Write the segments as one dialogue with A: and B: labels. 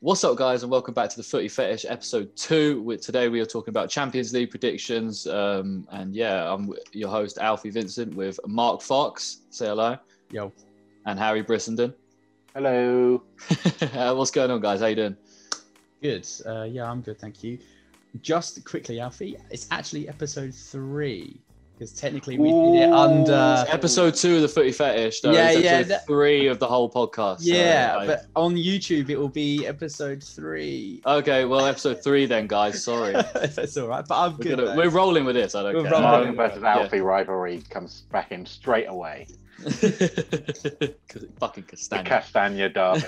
A: What's up, guys, and welcome back to the Footy Fetish episode two. With today, we are talking about Champions League predictions. Um, and yeah, I'm your host Alfie Vincent with Mark Fox. Say hello.
B: Yo.
A: And Harry Brissenden.
C: Hello.
A: Uh, What's going on, guys? How you doing?
B: Good. Uh, yeah, I'm good. Thank you. Just quickly, Alfie, it's actually episode three because technically we did it
C: Ooh.
B: under.
A: Episode two of the Footy Fetish. Though,
B: Uh, Yeah,
A: yeah,
B: yeah,
A: yeah.
B: that-
A: Three of the whole podcast. so,
B: Yeah,
A: like-
B: but on YouTube it will be episode three.
A: okay. Well, episode three then, guys. Sorry,
B: That's all right. But I'm
A: we're,
B: good.
A: gonna-
B: though.
A: we're rolling with this. I don't
B: We're
A: care.
B: rolling
A: I
B: with
A: don't-
C: Mark versus Alfie rivalry comes back in straight away.
A: Fucking
C: The
A: Castagna.
C: Castagna derby.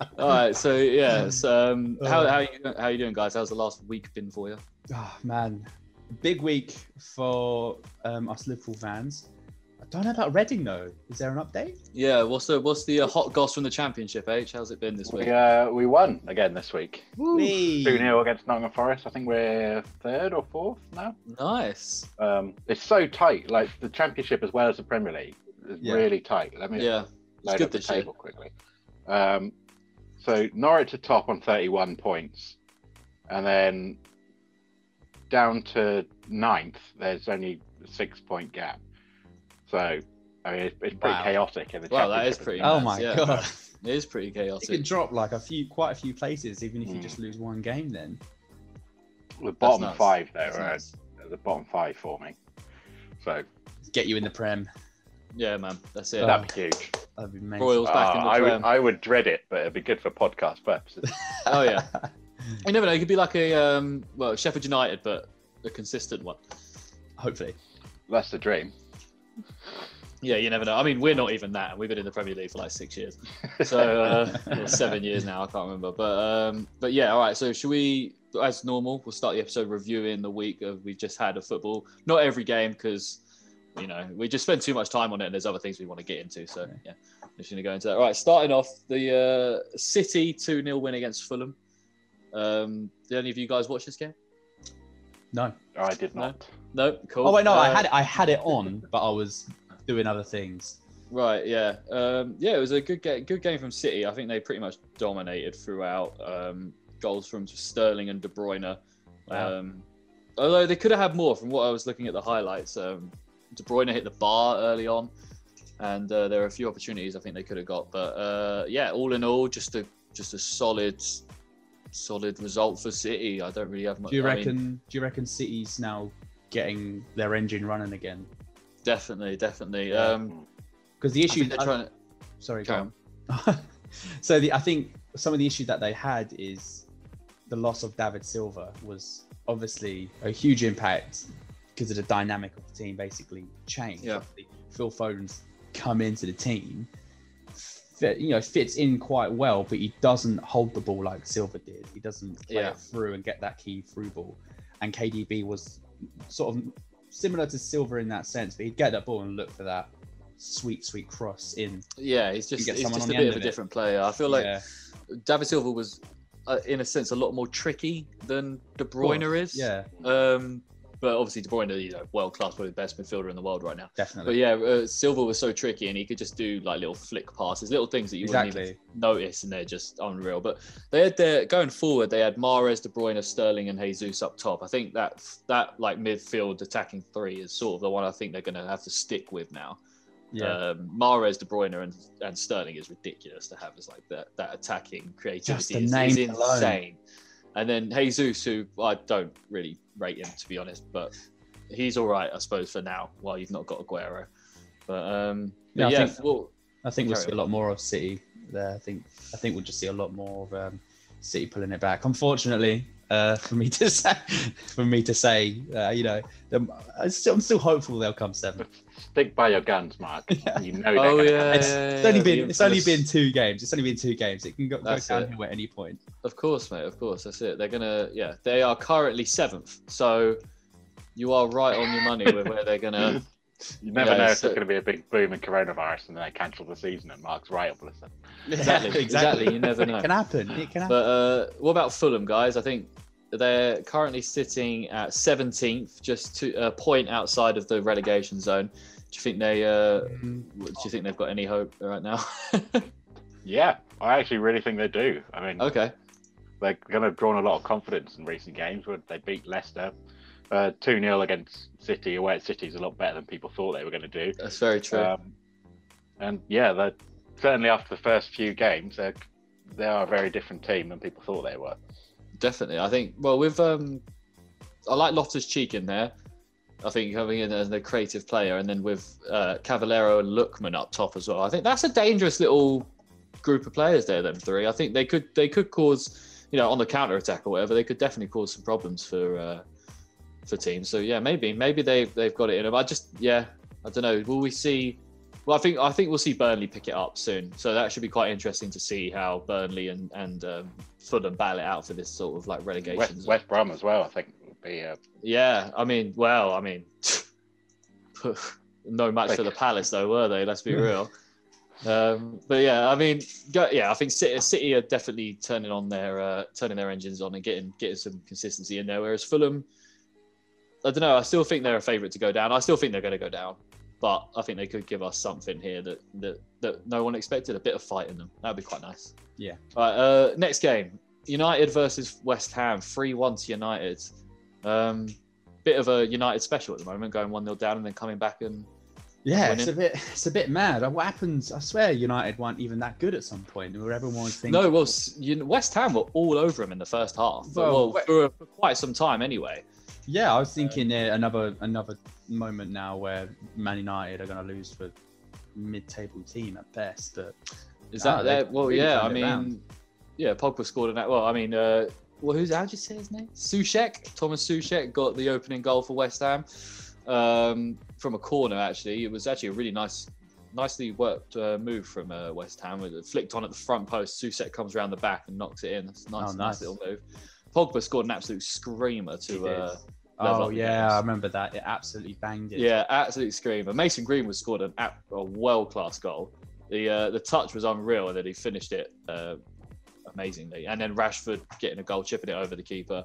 A: All right, so yeah, so um, how
B: Uh.
A: how you how you doing, guys? How's the last week been for you?
B: oh man, big week for um, us Liverpool fans. I don't know about Reading though. Is there an update?
A: Yeah, what's the what's the uh, hot goss from the championship? H, how's it been this week?
C: we, uh, we won again this week.
B: Whee!
C: 2 0 against Nottingham Forest. I think we're third or fourth now.
A: Nice.
C: Um, it's so tight. Like the Championship as well as the Premier League is
B: Yeah.
C: really tight. Let me
A: Yeah,
C: load
A: good
C: up the
A: this year.
C: table quickly. Um, so Norwich are top on 31 points. And then down to ninth, there's only a six point gap. So, I mean, it's, it's pretty
B: Wow.
C: chaotic in the
A: Wow, that is
C: Championship.
A: pretty
B: Oh
A: nuts,
B: my
A: yeah.
B: god.
A: it Hmm. is pretty
B: You can
A: chaotic.
B: drop like a few, quite a few places, even if you
C: Mm.
B: just lose one game. Then
C: The bottom
A: nuts.
C: five, though,
A: That's
C: are
A: nuts.
C: the bottom five for me. So
B: get you in the prem.
A: Yeah, man, that's it.
B: Uh,
C: that'd be huge.
B: That'd be amazing.
A: Royals back in
C: Uh,
A: the
C: I
A: prem.
C: would, I would dread it, but it'd be good for podcast purposes.
A: Oh yeah, you never know. It could be like a um, well Sheffield United, but a consistent one.
B: Hopefully.
C: That's the dream.
A: Yeah, you never know. I mean, we're not even that. We've been in the Premier League for like six years, so uh, or seven years now. I can't remember, but um, but yeah, all right. So should we, as normal, we'll start the episode reviewing the week of we've just had of football. Not every game because you know we just spend too much time on it, and there's other things we want to get into. So yeah, I'm just gonna go into that. All right, starting off the uh, City two 0 win against Fulham. Um, did any of you guys watch this game?
B: No.
C: I did not.
A: No, cool.
B: Oh wait, no. I
A: Uh,
B: had it. I had it on, but I was doing other things.
A: Right, yeah, um, yeah. It was a good ga- good game from City. I think they pretty much dominated throughout. Um, goals from Sterling and De Bruyne.
B: Wow.
A: Um, although they could have had more. From what I was looking at the highlights, um, De Bruyne hit the bar early on, and uh, there are a few opportunities I think they could have got. But uh, yeah, all in all, just a just a solid solid result for City. I don't really have much.
B: Do you
A: I mean,
B: reckon? do you reckon City's now getting their engine running again?
A: definitely, definitely.
B: Yeah.
A: Um,
B: Because the
A: I
B: issue.
A: think they're
B: I-
A: trying to.
B: sorry,
A: Carry
B: go on. so the, I think some of the issue that they had is the loss of David Silva was obviously a huge impact because of the dynamic of the team basically changed.
A: Yeah.
B: Obviously, Phil Foden's come into the team, fit, you know, fits in quite well, but he doesn't hold the ball like Silva did. He doesn't play
A: Yeah.
B: it through and get that key through ball. And KDB was sort of similar to Silva in that sense, but he'd get that ball and look for that sweet, sweet cross in
A: Yeah, he's just
B: get
A: he's
B: someone
A: just a
B: on the
A: bit
B: end
A: of a
B: of it.
A: different player. I feel like
B: Yeah.
A: David Silva was, uh, in a sense, a lot more tricky than De Bruyne is.
B: Yeah,
A: Um, but obviously De Bruyne, you know, world class, probably the best midfielder in the world right now. But
B: definitely.
A: yeah, uh, Silva was so tricky, and he could just do like little flick passes, little things that you wouldn't
B: exactly.
A: even notice, and they're just unreal. But they had their going forward. They had Mares, De Bruyne, Sterling, and Jesus up top. I think that that like midfield attacking three is sort of the one I think they're going to have to stick with now.
B: Yeah.
A: Um, Mares, De Bruyne, and, and Sterling is ridiculous to have as like that that attacking
B: Just
A: creativity
B: the
A: is, is
B: name alone.
A: insane. And then Jesus, who I don't really rate him to be honest, but he's all right, I suppose, for now while you've not got Aguero. But um, but
B: Yeah, I
A: yeah,
B: think-
A: well,
B: I think we'll
A: Carry
B: see a lot more of City there. I think I think we'll just see a lot more of um, City pulling it back. Unfortunately, uh, for me to say, for me to say, uh, you know, them- I still, I'm still hopeful they'll come seventh.
C: Stick by your guns, Mark. You know they're
A: oh
C: gonna-
A: yeah,
B: It's,
A: yeah,
B: it's
A: yeah,
B: only
A: the
B: been it's only
A: infamous-
B: been two games. It's only been two games. It can go, go
A: That's it.
B: downhill at any point.
A: Of course, mate. Of course, that's it. They're gonna, yeah, they are currently seventh. So you are right on your money with where they're gonna.
C: You never
A: Yeah,
C: know if
A: so-
C: there's going to be a big boom in coronavirus and then they cancel the season and Mark's right up with them.
A: Exactly,
B: Yeah,
A: exactly. You never know.
B: It can happen. It can happen.
A: But uh, what about Fulham, guys? I think they're currently sitting at 17th, just to a point outside of the relegation zone. Do you think they? Uh, do you think they've got any hope right now?
C: Yeah, I actually really think they do. I mean,
A: Okay.
C: they're going to have drawn a lot of confidence in recent games. Where they beat Leicester uh, two 0 against City, away at City's a lot better than people thought they were going to do.
A: That's very true.
C: Um, and yeah, they're certainly after the first few games, they're they are a very different team than people thought they were.
A: Definitely. I think, well, with, um, I like Loftus Cheek in there. I think having in as a creative player, and then with uh, Cavallero and Lookman up top as well. I think that's a dangerous little group of players there. Them three. I think they could they could cause, you know, on the counter attack or whatever, they could definitely cause some problems for uh, for teams. So yeah, maybe maybe they they've got it in them. I just yeah, I don't know. Will we see? Well, I think I think we'll see Burnley pick it up soon. So that should be quite interesting to see how Burnley and and um, Fulham battle it out for this sort of like relegation.
C: West, West Brom as well, I think, would be uh,
A: Yeah, I mean, well, I mean, no match for the Palace, though, were they? Let's be real. Um, but yeah, I mean, go, yeah, I think City, City are definitely turning on their uh, turning their engines on and getting getting some consistency in there. Whereas Fulham, I don't know, I still think they're a favourite to go down. I still think they're going to go down, but I think they could give us something here that that that no one expected. A bit of fight in them. That'd be quite nice.
B: Yeah.
A: All right, uh, next game: United versus West Ham. Three one to United. Um, bit of a United special at the moment, going one 0 down and then coming back and
B: Yeah,
A: Winning.
B: it's a bit, it's a bit mad. Uh, What happens? I swear, United weren't even that good at some point. Where everyone was thinking,
A: no, well, s- you- West Ham were all over him in the first half.
B: Well,
A: Well,
B: we-
A: for, for quite some time anyway.
B: yeah, I was thinking uh, another another moment now where Man United are going to lose for mid-table team at best. But
A: Is
B: Ah,
A: that
B: they
A: there? Well,
B: really
A: yeah, I
B: turned it
A: mean,
B: round.
A: yeah, Pogba scored in that. Well, I mean, uh, well, who's how do you say his name? Sushek, Thomas Sushek got the opening goal for West Ham um, from a corner. Actually, it was actually a really nice, nicely worked uh, move from uh, West Ham. It flicked on at the front post. Sushek comes around the back and knocks it in. That's a nice,
B: Oh, nice.
A: nice little move. Pogba scored an absolute screamer
B: He
A: to.
B: did.
A: Uh, level
B: oh
A: up the
B: yeah,
A: games.
B: I remember that. It absolutely banged it.
A: Yeah, absolute screamer. Mason Greenwood scored an ab- a world class goal. The uh, the touch was unreal, and then he finished it uh, amazingly. And then Rashford getting a goal, chipping it over the keeper.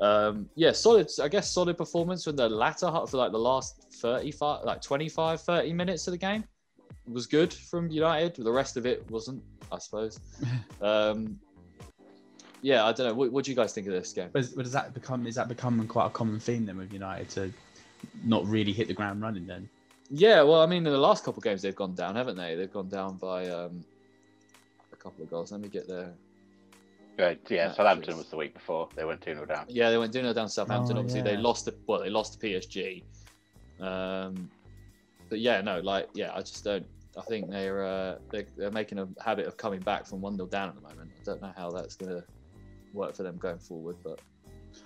A: Um, yeah, solid. I guess solid performance from the latter half for like the last 35, like 25, 30 minutes of the game was good from United. The rest of it wasn't, I suppose. um, yeah, I don't know. What, what do you guys think of this game?
B: But, but does that become is that becoming quite a common theme then with United to not really hit the ground running then?
A: Yeah, well, I mean, in the last couple of games they've gone down, haven't they? They've gone down by um, a couple of goals. Let me get there.
C: good. Yeah,
A: No,
C: Southampton
A: it's-
C: was the week before. They went 2 0 down.
A: Yeah, they went 2 down Southampton.
B: Oh,
A: Obviously,
B: yeah.
A: they lost. The, well, they lost to PSG. Um, but yeah, no, like yeah, I just don't. I think they're uh, they're, they're making a habit of coming back from one 0 down at the moment. I don't know how that's gonna work for them going forward, but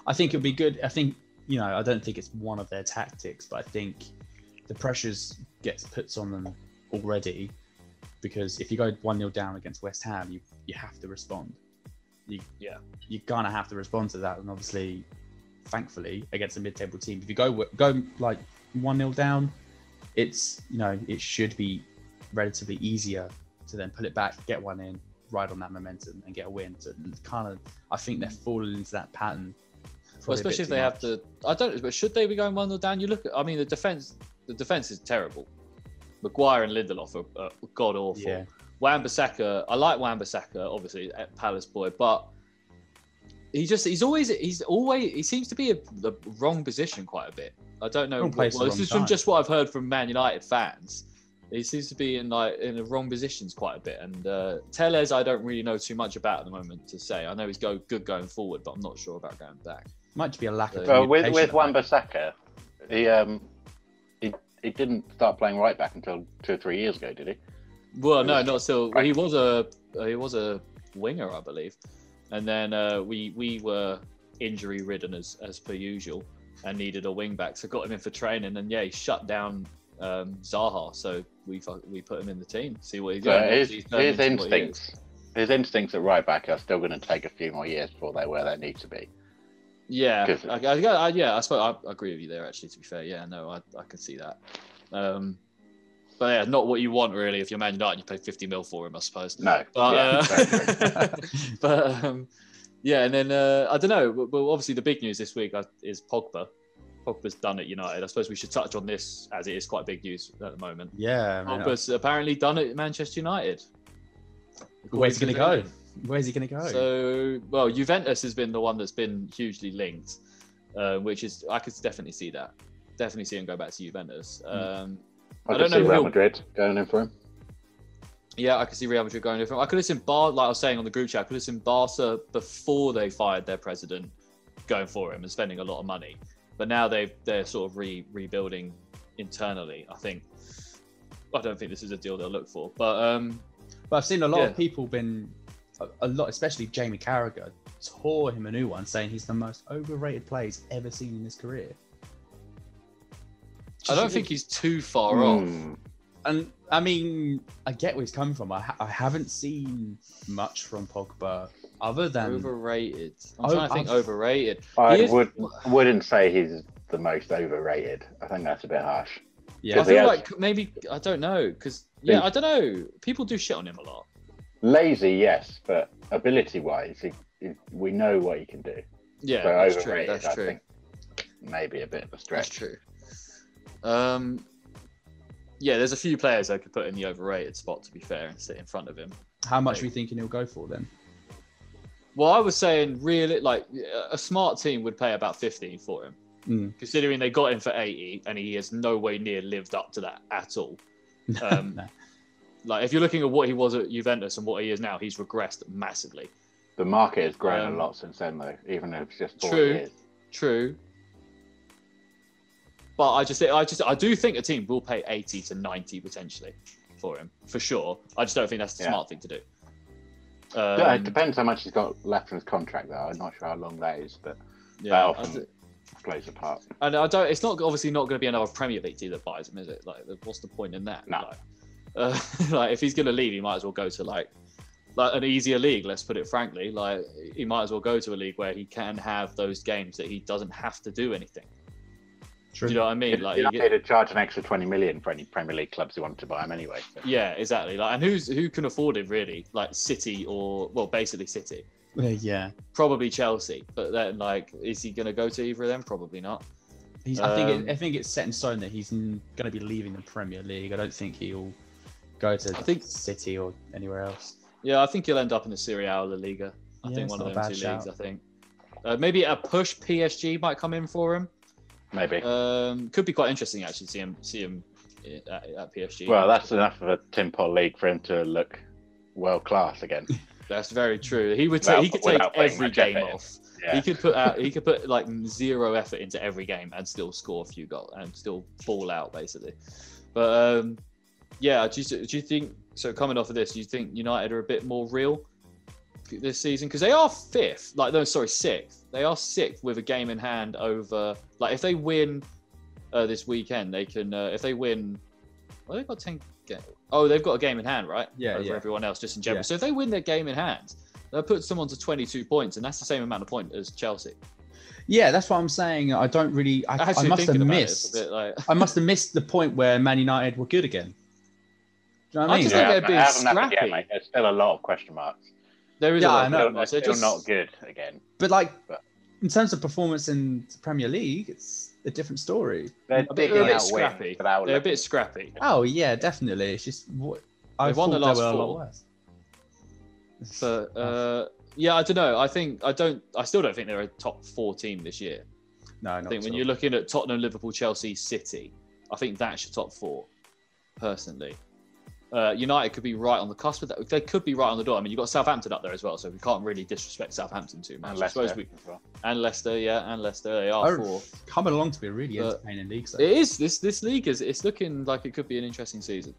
B: I think it'll be good. I think you know. I don't think it's one of their tactics, but I think the pressures gets puts on them already because if you go one 0 down against West Ham, you you have to respond. You
A: Yeah.
B: You're gonna have to respond to that, and obviously, thankfully, against a mid-table team, if you go go like one 0 down, it's you know it should be relatively easier to then pull it back, get one in, ride on that momentum, and get a win. So it's kind of, I think they're falling into that pattern.
A: well,
B: probably a bit
A: especially if
B: too
A: they have
B: much.
A: to. I don't. But should they be going one 0 down? You look at. I mean, the defense. The defense is terrible. Maguire and Lindelof are, are god awful.
B: Yeah,
A: Wan Bissaka, I like Wan Bissaka, obviously a Palace boy, but he just he's always he's always he seems to be in the wrong position quite a bit. I don't know.
B: Wrong place
A: well,
B: at
A: this
B: the wrong
A: is from
B: time.
A: just what I've heard from Man United fans. He seems to be in like in the wrong positions quite a bit, and uh, Teles I don't really know too much about at the moment to say. I know he's go good going forward, but I'm not sure about going back.
B: might be a lack of.
A: So-
C: Well, with with
B: communication.
C: Wan-Bissaka, he um, he he didn't start playing right back until two or three years ago, did he?
A: Well,
C: He
A: no,
C: was-
A: not still. He was a uh, he was a winger, I believe, and then uh, we we were injury ridden as as per usual, and needed a wing back, so got him in for training, and yeah, he shut down um, Zaha, so we fu- we put him in the team, see what he's
C: So
A: doing.
C: his
A: He's turned
C: his
A: into what he is.
C: instincts, his instincts at right back are still going to take a few more years before they're where they need to be.
A: Yeah,
C: 'Cause-
A: I, I, I, yeah, I suppose I agree with you there. Actually, to be fair, yeah, no, I, I can see that. Um, but yeah, not what you want really if you're Man United. You pay fifty mil for him, I suppose.
C: No,
A: But,
C: yeah,
A: uh,
C: exactly.
A: but um, yeah, and then uh, I don't know. But, but obviously, the big news this week uh, is Pogba. Pogba's done at United. I suppose we should touch on this as it is quite big news at the moment.
B: yeah, man,
A: Pogba's apparently done at Manchester United.
B: Where's he going to go? Where's he going to go?
A: So, well, Juventus has been the one that's been hugely linked, uh, which is I could definitely see that. Definitely see him go back to Juventus. Um,
C: I,
A: I
C: could
A: don't know
C: see Real
A: who-
C: Madrid going in for him.
A: yeah, I could see Real Madrid going different. I could have seen Bar, like I was saying on the group chat, I could have seen Barca before they fired their president going for him and spending a lot of money. But now they they're sort of re, rebuilding internally. I think I don't think this is a deal they'll look for. But um,
B: But I've seen a lot
A: Yeah.
B: of people been a, a lot, especially Jamie Carragher, tore him a new one, saying he's the most overrated player he's ever seen in his career.
A: I don't think he's too far off.
C: Hmm.
B: And I mean, I get where he's coming from. I, ha- I haven't seen much from Pogba other than
A: Overrated. I'm
B: Oh,
A: trying to think
B: I've-
A: overrated.
C: I
A: He is-
C: would wouldn't say he's the most overrated. I think that's a bit harsh.
A: I
B: yeah.
C: Does he
A: feel
C: has-
A: like maybe I don't know because yeah, I don't know. People do shit on him a lot.
C: Lazy, yes, but ability-wise, he, he, we know what he can do.
A: Yeah,
C: so
A: that's true.
C: overrated,
A: That's
C: I
A: true.
C: think maybe a bit of a
A: That's
C: stretch.
A: true. Um, yeah, there's a few players I could put in the overrated spot to be fair and sit in front of him.
B: How much are you thinking he'll go for then?
A: Well, I was saying really like a smart team would pay about 15 for him,
C: Hmm.
B: Mm.
A: considering they got him for 80 and he has no way near lived up to that at all. Um,
B: No.
A: Like if you're looking at what he was at Juventus and what he is now, he's regressed massively.
C: The market has grown
A: Um,
C: a lot since then, though. Even if it's just four
A: True.
C: years.
A: True. But I just, I just, I do think a team will pay eighty to ninety potentially for him for sure. I just don't think that's the
C: Yeah.
A: smart thing to do.
C: Yeah,
A: Um,
C: it depends how much he's got left in his contract, though. I'm not sure how long that is, but that
A: yeah, I
C: often
A: th-
C: plays a part.
A: and I don't. It's not obviously not going to be another Premier League team that buys him, is it? Like, what's the point in that?
C: No.
A: Like, uh, like, if he's going to leave, he might as well go to like, like an easier league. Let's put it frankly. Like, he might as well go to a league where he can have those games that he doesn't have to do anything.
B: True.
A: Do you know what I mean? Like,
C: Like,
A: you
C: United
A: get-
C: would charge an extra 20 million for any Premier League clubs who wanted to buy him anyway. so-
A: Yeah, exactly. Like, and who's who can afford him really? Like City or well, basically City,
B: Yeah, yeah.
A: probably Chelsea. But then, like, is he going to go to either of them? Probably not.
B: He's, I think
A: Um,
B: it, I think it's set in stone that he's going to be leaving the Premier League. I don't think he'll go to
A: I think-
B: City or anywhere else.
A: Yeah, I think he'll end up in the Serie A or La Liga. I
B: Yeah,
A: think
B: it's
A: one
B: not
A: of them
B: a bad
A: two
B: shout.
A: leagues. I think uh, maybe a push PSG might come in for him.
C: Maybe.
A: Um, could be quite interesting actually. to See him, see him at, at PSG.
C: well, that's enough of a Tim Paul league for him to look world class again.
A: that's very true. He would take
C: Without-
A: he could take
C: without putting
A: every
C: much
A: game
C: effort in.
A: off.
C: Yeah.
A: He could put out, he could put like zero effort into every game and still score a few goals and still ball out basically. But um, yeah, do you, do you think so? Coming off of this, do you think United are a bit more real this season because they are fifth, like no, sorry, sixth. They are sixth with a game in hand over. Like if they win uh, this weekend, they can. Uh, if they win, well, they've got ten. Ga- oh, they've got a game in hand, right?
B: Yeah,
A: over
B: yeah.
A: everyone else just in general.
B: Yeah.
A: So if they win their game in hand, that puts someone to 22 points, and that's the same amount of point as Chelsea.
B: Yeah, that's what I'm saying. I don't really. I, I
A: Actually,
B: must have
A: thinking about it,
B: missed.
A: it's a bit like
B: I must have missed the point where Man United were good again. Do you know what
A: I
B: I mean?
A: just think
C: Yeah,
A: they're
C: but
A: being
C: haven't happened
A: scrappy.
C: yet, mate. There's still a lot of question marks.
A: there is
B: Yeah,
A: a lot
B: I
A: of
B: know,
A: no,
C: they're
A: so
C: still
A: just
C: not good again.
B: but like,
C: But-
B: in terms of performance in the Premier League, it's a different story.
C: They're
A: a bit,
C: digging
A: they're a bit
C: out
A: scrappy.
C: wins without
A: They're a
C: looking.
A: bit scrappy.
B: Oh yeah, definitely. It's just what I
A: They've won the
B: thought
A: last
B: they were a
A: four.
B: lot worse.
A: But uh, yeah, I don't know. I think I don't. I still don't think they're a top four team this year.
B: no, not
A: I think when
B: at
A: you're
B: all.
A: looking at Tottenham, Liverpool, Chelsea, City, I think that's your top four, personally. Uh, United could be right on the cusp of that. They could be right on the door. I mean, you've got Southampton up there as well, so we can't really disrespect Southampton too much.
C: And
A: I
C: Leicester
A: suppose we
C: as well.
A: and Leicester, yeah, and Leicester, they are
B: Oh,
A: four.
B: coming along to be a really
A: But-
B: entertaining league. So.
A: It is this this league is it's looking like it could be an interesting season.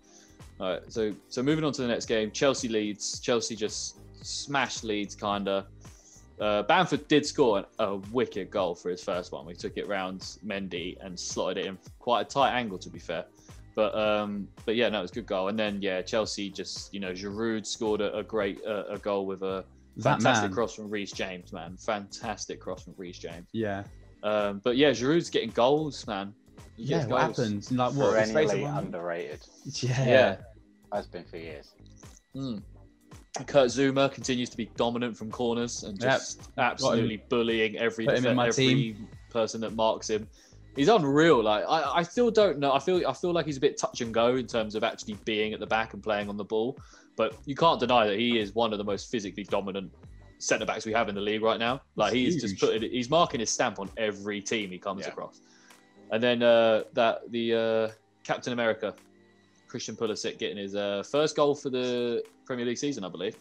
A: All right, so so moving on to the next game, Chelsea leads. Chelsea just smashed Leeds, kinda. Uh, Bamford did score an, a wicked goal for his first one. We took it round Mendy and slotted it in quite a tight angle, to be fair. But um, but yeah, no, it was a good goal. And then yeah, Chelsea just you know Giroud scored a, a great uh, a goal with a
B: that
A: fantastic
B: man.
A: cross from Reece James, man. Fantastic cross from Reece James.
B: Yeah.
A: Um, but yeah, Giroud's getting goals, man. He
B: Yeah.
A: gets
B: What
A: goals.
B: happened? Like what? the space of
C: Perennially
B: one-
C: underrated.
B: Yeah.
A: Yeah.
C: Has been for years.
A: Kurt Zuma continues to be dominant from corners and
B: Yep.
A: just absolutely bullying every
B: Put him in my
A: every
B: team.
A: person that marks him. He's unreal. Like I, I still don't know. I feel I feel like he's a bit touch and go in terms of actually being at the back and playing on the ball. But you can't deny that he is one of the most physically dominant centre backs we have in the league right now. Like
B: He's
A: he's just
B: huge.
A: putting, he's marking his stamp on every team he comes
C: Yeah.
A: across. And then uh, that the uh, Captain America, Christian Pulisic, getting his uh, first goal for the Premier League season, I believe.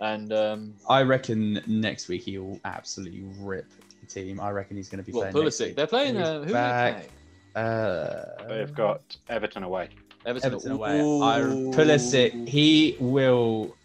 A: And um,
B: I reckon next week he'll absolutely rip the team. I reckon he's going to be
A: well,
B: playing. next
A: Pulisic, Oh,
B: week.
A: they're playing.
B: He's
A: Uh, who are
B: back.
A: they playing?
B: Uh,
C: They've got Everton away.
A: Everton,
B: Everton away.
A: Ooh.
B: I, Pulisic, he will.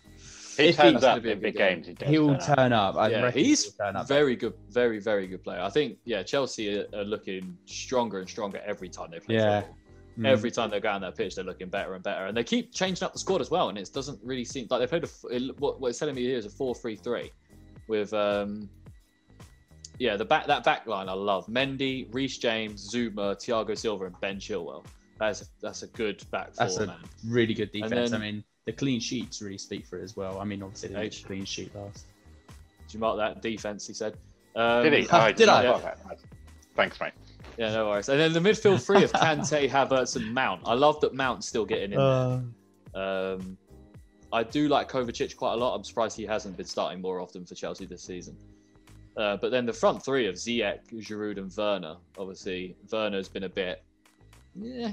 C: He
B: if
C: turns
A: that's gonna
C: up
A: be a
C: in
A: good
C: big
A: game.
C: games. He does
B: He'll
C: turn up.
B: turn up. I
A: yeah,
B: reckon
A: he's
B: he'll turn up.
A: very good, very very good player. I think yeah, Chelsea are, are looking stronger and stronger every time they play
B: Yeah.
A: football.
B: Mm.
A: Every time they go on that pitch, they're looking better and better, and they keep changing up the squad as well. And it doesn't really seem like they played a f- it- what, what it's telling me here is a four-three-three with um yeah the back that back line I love Mendy, Reece James, Zuma, Thiago Silva, and Ben Chilwell. That's a, that's a good back
B: That's
A: four
B: a
A: man.
B: really good
A: And
B: defense.
A: then-
B: I mean, the clean sheets really speak for it as well. I mean, obviously they did
A: H.
B: clean sheet last.
A: Did you mark that defense? He said. Um,
C: Did he?
B: Ha, did I?
C: forgot that. Thanks, mate.
A: Yeah, no worries. And then the midfield three of Kante, Havertz, and Mount. I love that Mount's still getting in.
B: Uh,
A: there. Um, I do like Kovacic quite a lot. I'm surprised he hasn't been starting more often for Chelsea this season. Uh, but then the front three of Ziyech, Giroud, and Werner. Obviously, Werner's been a bit, yeah,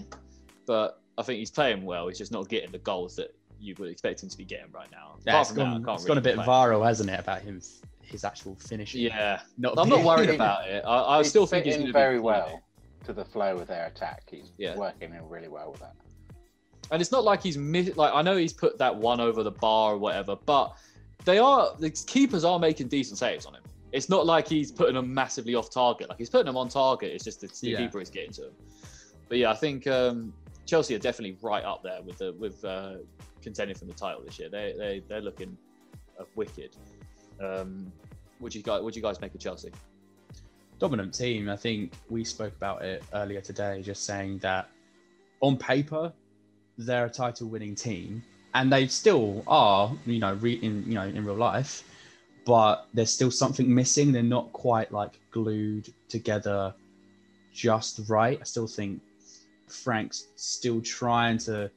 A: but I think he's playing well. He's just not getting the goals that you would expect him to be getting right now.
B: yeah,
A: Apart
B: it's
A: from that, I
B: gone,
A: can't
B: it's gone a
A: really
B: bit
A: complain.
B: viral, hasn't it, about him his actual finishing?
A: Yeah,
B: Not
A: I'm not
B: being-
A: worried about it. I, I
C: He's
A: still think he's
C: fitting
A: going to
C: very well to the flow of their attack. He's
A: Yeah.
C: working in really well with that.
A: and it's not like he's mi- like I know he's put that one over the bar or whatever, but they are the keepers are making decent saves on him. It's not like he's putting them massively off target. Like he's putting them on target. It's just the, the
B: Yeah.
A: keeper is getting to him. But yeah, I think um, Chelsea are definitely right up there with the with uh, contending for the title this year. They they they're looking uh, wicked. Um, would you guys would you guys make of Chelsea?
B: dominant team. I think we spoke about it earlier today, just saying that on paper they're a title-winning team, and they still are, you know, re- in you know in real life, but there's still something missing. They're not quite like glued together, just right. I still think Frank's still trying to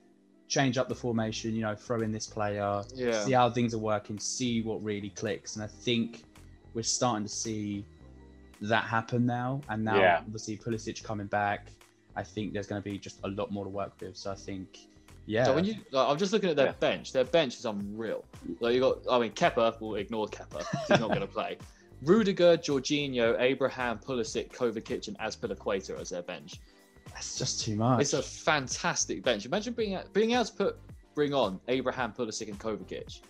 B: change up the formation. You know, throw in this player,
A: Yeah,
B: see how things are working, see what really clicks. And I think we're starting to see that happen now. And now,
C: Yeah.
B: obviously, Pulisic coming back, I think there's going to be just a lot more to work with. So I think, yeah,
A: So when you, like, I'm just looking at their
C: Yeah.
A: bench. Their bench is unreal. Like you got, I mean, Kepper. We'll ignore Kepper. 'cause He's not going to play. Rudiger, Jorginho, Abraham, Pulisic, Kovacic, and Azpilicueta as their bench.
B: that's just too much.
A: It's a fantastic bench. Imagine being a- being able to put bring on Abraham, Pulisic, and Kovacic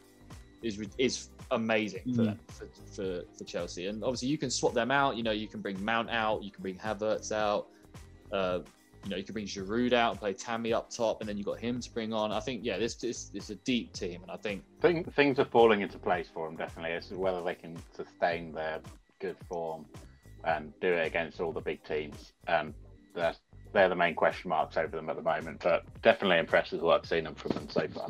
A: is re- is amazing for,
B: Mm.
A: them, for for for Chelsea. And obviously, you can swap them out. You know, you can bring Mount out. You can bring Havertz out. Uh, you know, you can bring Giroud out and play Tammy up top, and then you got him to bring on. I think yeah, this this this is a deep team, and I think
C: Thing, things are falling into place for them, definitely. It's whether they can sustain their good form and do it against all the big teams. And that's, they're the main question marks over them at the moment, but definitely impressed with what I've seen them from them so far.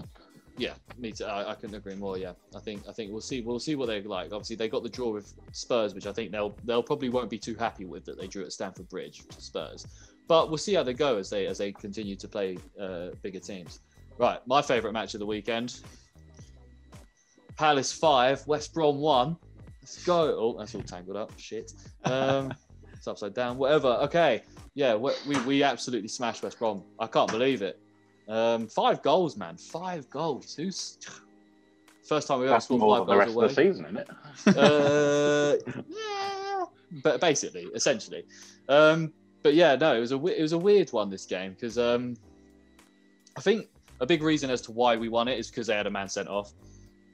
A: yeah, me too. I, I couldn't agree more. Yeah, I think I think we'll see we'll see what they're like. Obviously, they got the draw with Spurs, which I think they'll they'll probably won't be too happy with that they drew at Stamford Bridge to Spurs. But we'll see how they go as they as they continue to play uh, bigger teams. Right, my favourite match of the weekend: Palace five, West Brom one. Let's go! Oh, that's all tangled up. Shit, um, it's upside down. Whatever. Okay, yeah, we we, we absolutely smashed West Brom. I can't believe it. Um, five goals, man. Five goals. Who's first time we've ever
C: That's
A: scored
C: more
A: five
C: than the
A: goals
C: rest
A: away?
C: of the season,
A: uh,
C: isn't it?
A: yeah, but basically, essentially. Um, but yeah, no, it was a we- it was a weird one this game because um, I think a big reason as to why we won it is because they had a man sent off,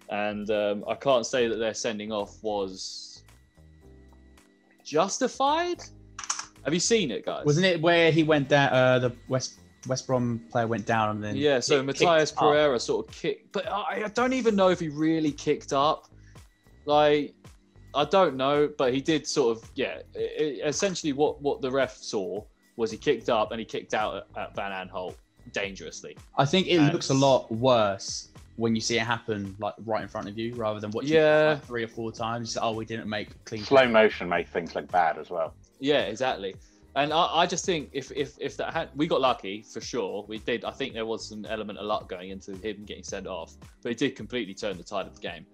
A: and um, I can't say that their sending off was justified. Have you seen it, guys?
B: Wasn't it where he went down, uh, the West West Brom player went down and then.
A: Yeah, so
B: kick-
A: Matthias
B: kicked up?
A: Pereira sort of kicked, but I, I don't even know if he really kicked up. Like, I don't know, but he did sort of, yeah. i i- essentially, what what the ref saw was he kicked up and he kicked out at, at Van Aanholt dangerously.
B: I think it
A: And-
B: looks a lot worse when you see it happen like right in front of you rather than watching it
A: Yeah.
B: like, three or four times. Oh, we didn't make clean.
C: Slow motion makes things look bad as well.
A: Yeah, exactly. And I, I just think if if if that had we got lucky for sure, we did. I think there was some element of luck going into him getting sent off, but it did completely turn the tide of the game.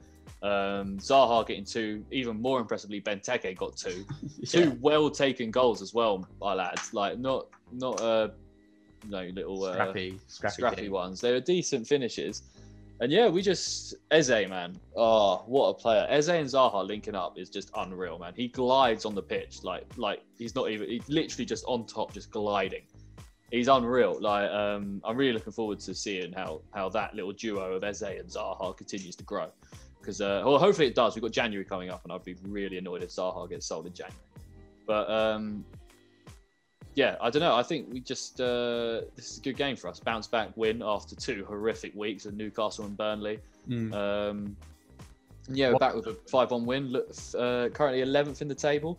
A: Um, Zaha getting two, even more impressively, Benteke got two,
B: Yeah.
A: two well taken goals as well, my lads. Like not not uh, no little uh,
B: Scrappy, scrappy,
A: scrappy
B: kick.
A: ones. They were decent finishes. And yeah, we just Eze man. Oh, what a player. Eze and Zaha linking up is just unreal, man. He glides on the pitch like like he's not even he's literally just on top, just gliding. He's unreal. Like um I'm really looking forward to seeing how how that little duo of Eze and Zaha continues to grow. Because uh well hopefully it does. We've got January coming up and I'd be really annoyed if Zaha gets sold in January. But um yeah, I don't know. I think we just uh, this is a good game for us. Bounce back win after two horrific weeks of Newcastle and Burnley.
B: Mm.
A: Um, yeah, we're back with a five-one win. Look, uh, currently eleventh in the table,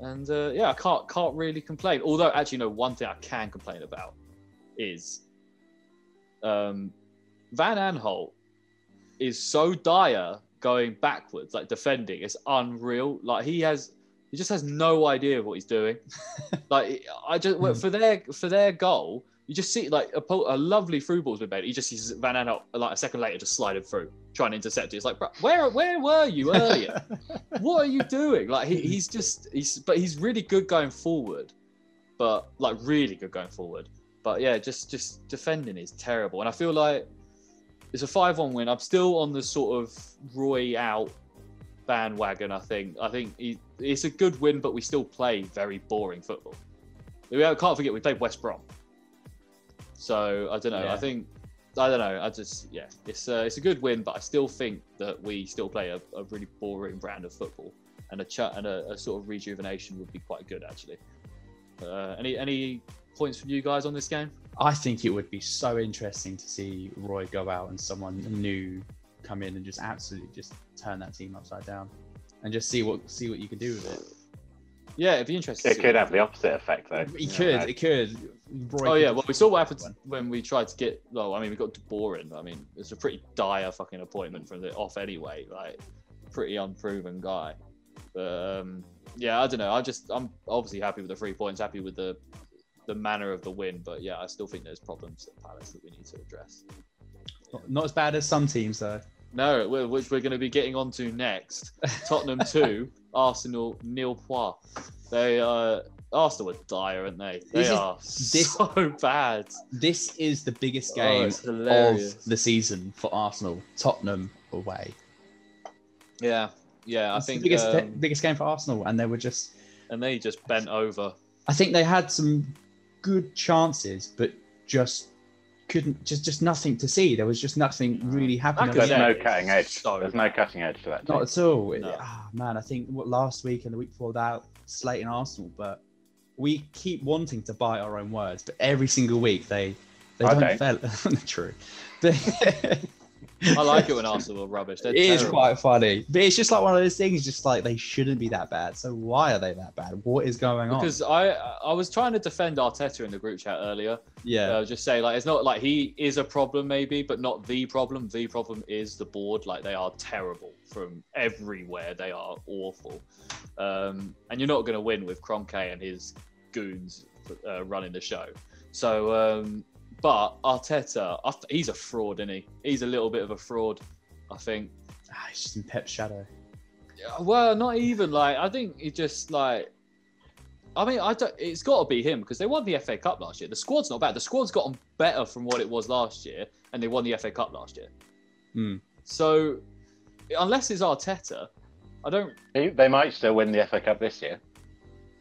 A: and uh, yeah, I can't can't really complain. Although, actually, no, one thing I can complain about is um, Van Aanholt is so dire going backwards, like defending. It's unreal. Like he has, he just has no idea what he's doing. like I just well, for their for their goal, you just see like a, po- a lovely through ball's been made. He just sees Van Aanholt like a second later just sliding through, trying to intercept it. It's like, "Bruh, where where were you earlier? what are you doing? Like he, he's just he's but he's really good going forward, but like really good going forward. But yeah, just just defending is terrible, and I feel like it's a five-one win. I'm still on the sort of Roy out bandwagon. I think I think he, it's a good win, but we still play very boring football. We can't forget we played West Brom, so I don't know.
B: Yeah.
A: I think I don't know. I just yeah, it's a, it's a good win, but I still think that we still play a, a really boring brand of football, and a ch- and a, a sort of rejuvenation would be quite good actually. Uh, any any points from you guys on this game?
B: I think it would be so interesting to see Roy go out and someone new come in and just absolutely just turn that team upside down, and just see what see what you can do with it.
A: Yeah, it'd be interesting. to
C: It
A: see
C: could
A: what-
C: have the opposite effect, though.
B: He
C: You know,
B: could,
C: that-
B: it could. Roy
A: Oh
B: could
A: yeah,
B: just
A: well we saw what
B: win
A: happened
B: that one.
A: when we tried to get. Well, I mean we got De Boer in. I mean it's a pretty dire fucking appointment from the off anyway. Like pretty unproven guy. But um, yeah, I don't know. I just I'm obviously happy with the three points, happy with the the manner of the win. But yeah, I still think there's problems at Palace that we need to address.
B: Not, not as bad as some teams though.
A: No, we- which we're going to be getting onto next. Tottenham two, Arsenal nil pois. They uh, Arsenal are dire, aren't they? They
B: This is-
A: are
B: this-
A: so bad.
B: This is the biggest
A: Oh,
B: game
A: it's hilarious.
B: of the season for Arsenal. Tottenham away.
A: Yeah, yeah. I
B: It's
A: think,
B: the biggest,
A: um,
B: biggest game for Arsenal, and they were just.
A: and they just bent over.
B: I think they had some good chances, but just couldn't just just nothing to see. There was just nothing really happening.
A: Like
C: There's
A: Yeah,
C: no
A: it's
C: cutting edge.
A: so
C: There's no cutting edge to that.
B: Not
C: team.
B: at all. It-
A: No.
B: ah, man, I think what last week and the week before that, slating Arsenal, but we keep wanting to buy our own words, but every single week they they
C: I
B: don't, fail. true. They-
A: I like it when Arsenal are rubbish. They're
B: It is
A: terrible.
B: quite funny, but it's just like one of those things. Just like they shouldn't be that bad. So why are they that bad? What is going
A: because I I was trying to defend Arteta in the group chat earlier.
B: on? Yeah,
A: Uh, just say like it's not like he is a problem maybe, but not the problem. The problem is the board. Like they are terrible from everywhere. They are awful, um, and you're not going to win with Cronkite and his goons uh, running the show. So, um, but Arteta, I th- he's a fraud, isn't he? He's a little bit of a fraud, I think.
B: Ah, it's just in Pep's shadow.
A: Yeah, Well, not even like I think it just like. I mean, I don't. It's got to be him because they won the FA Cup last year. The squad's not bad. The squad's gotten better from what it was last year, and they won the FA Cup last year.
B: Hmm.
A: So, unless it's Arteta, I don't.
C: They- They might still win the FA Cup this year.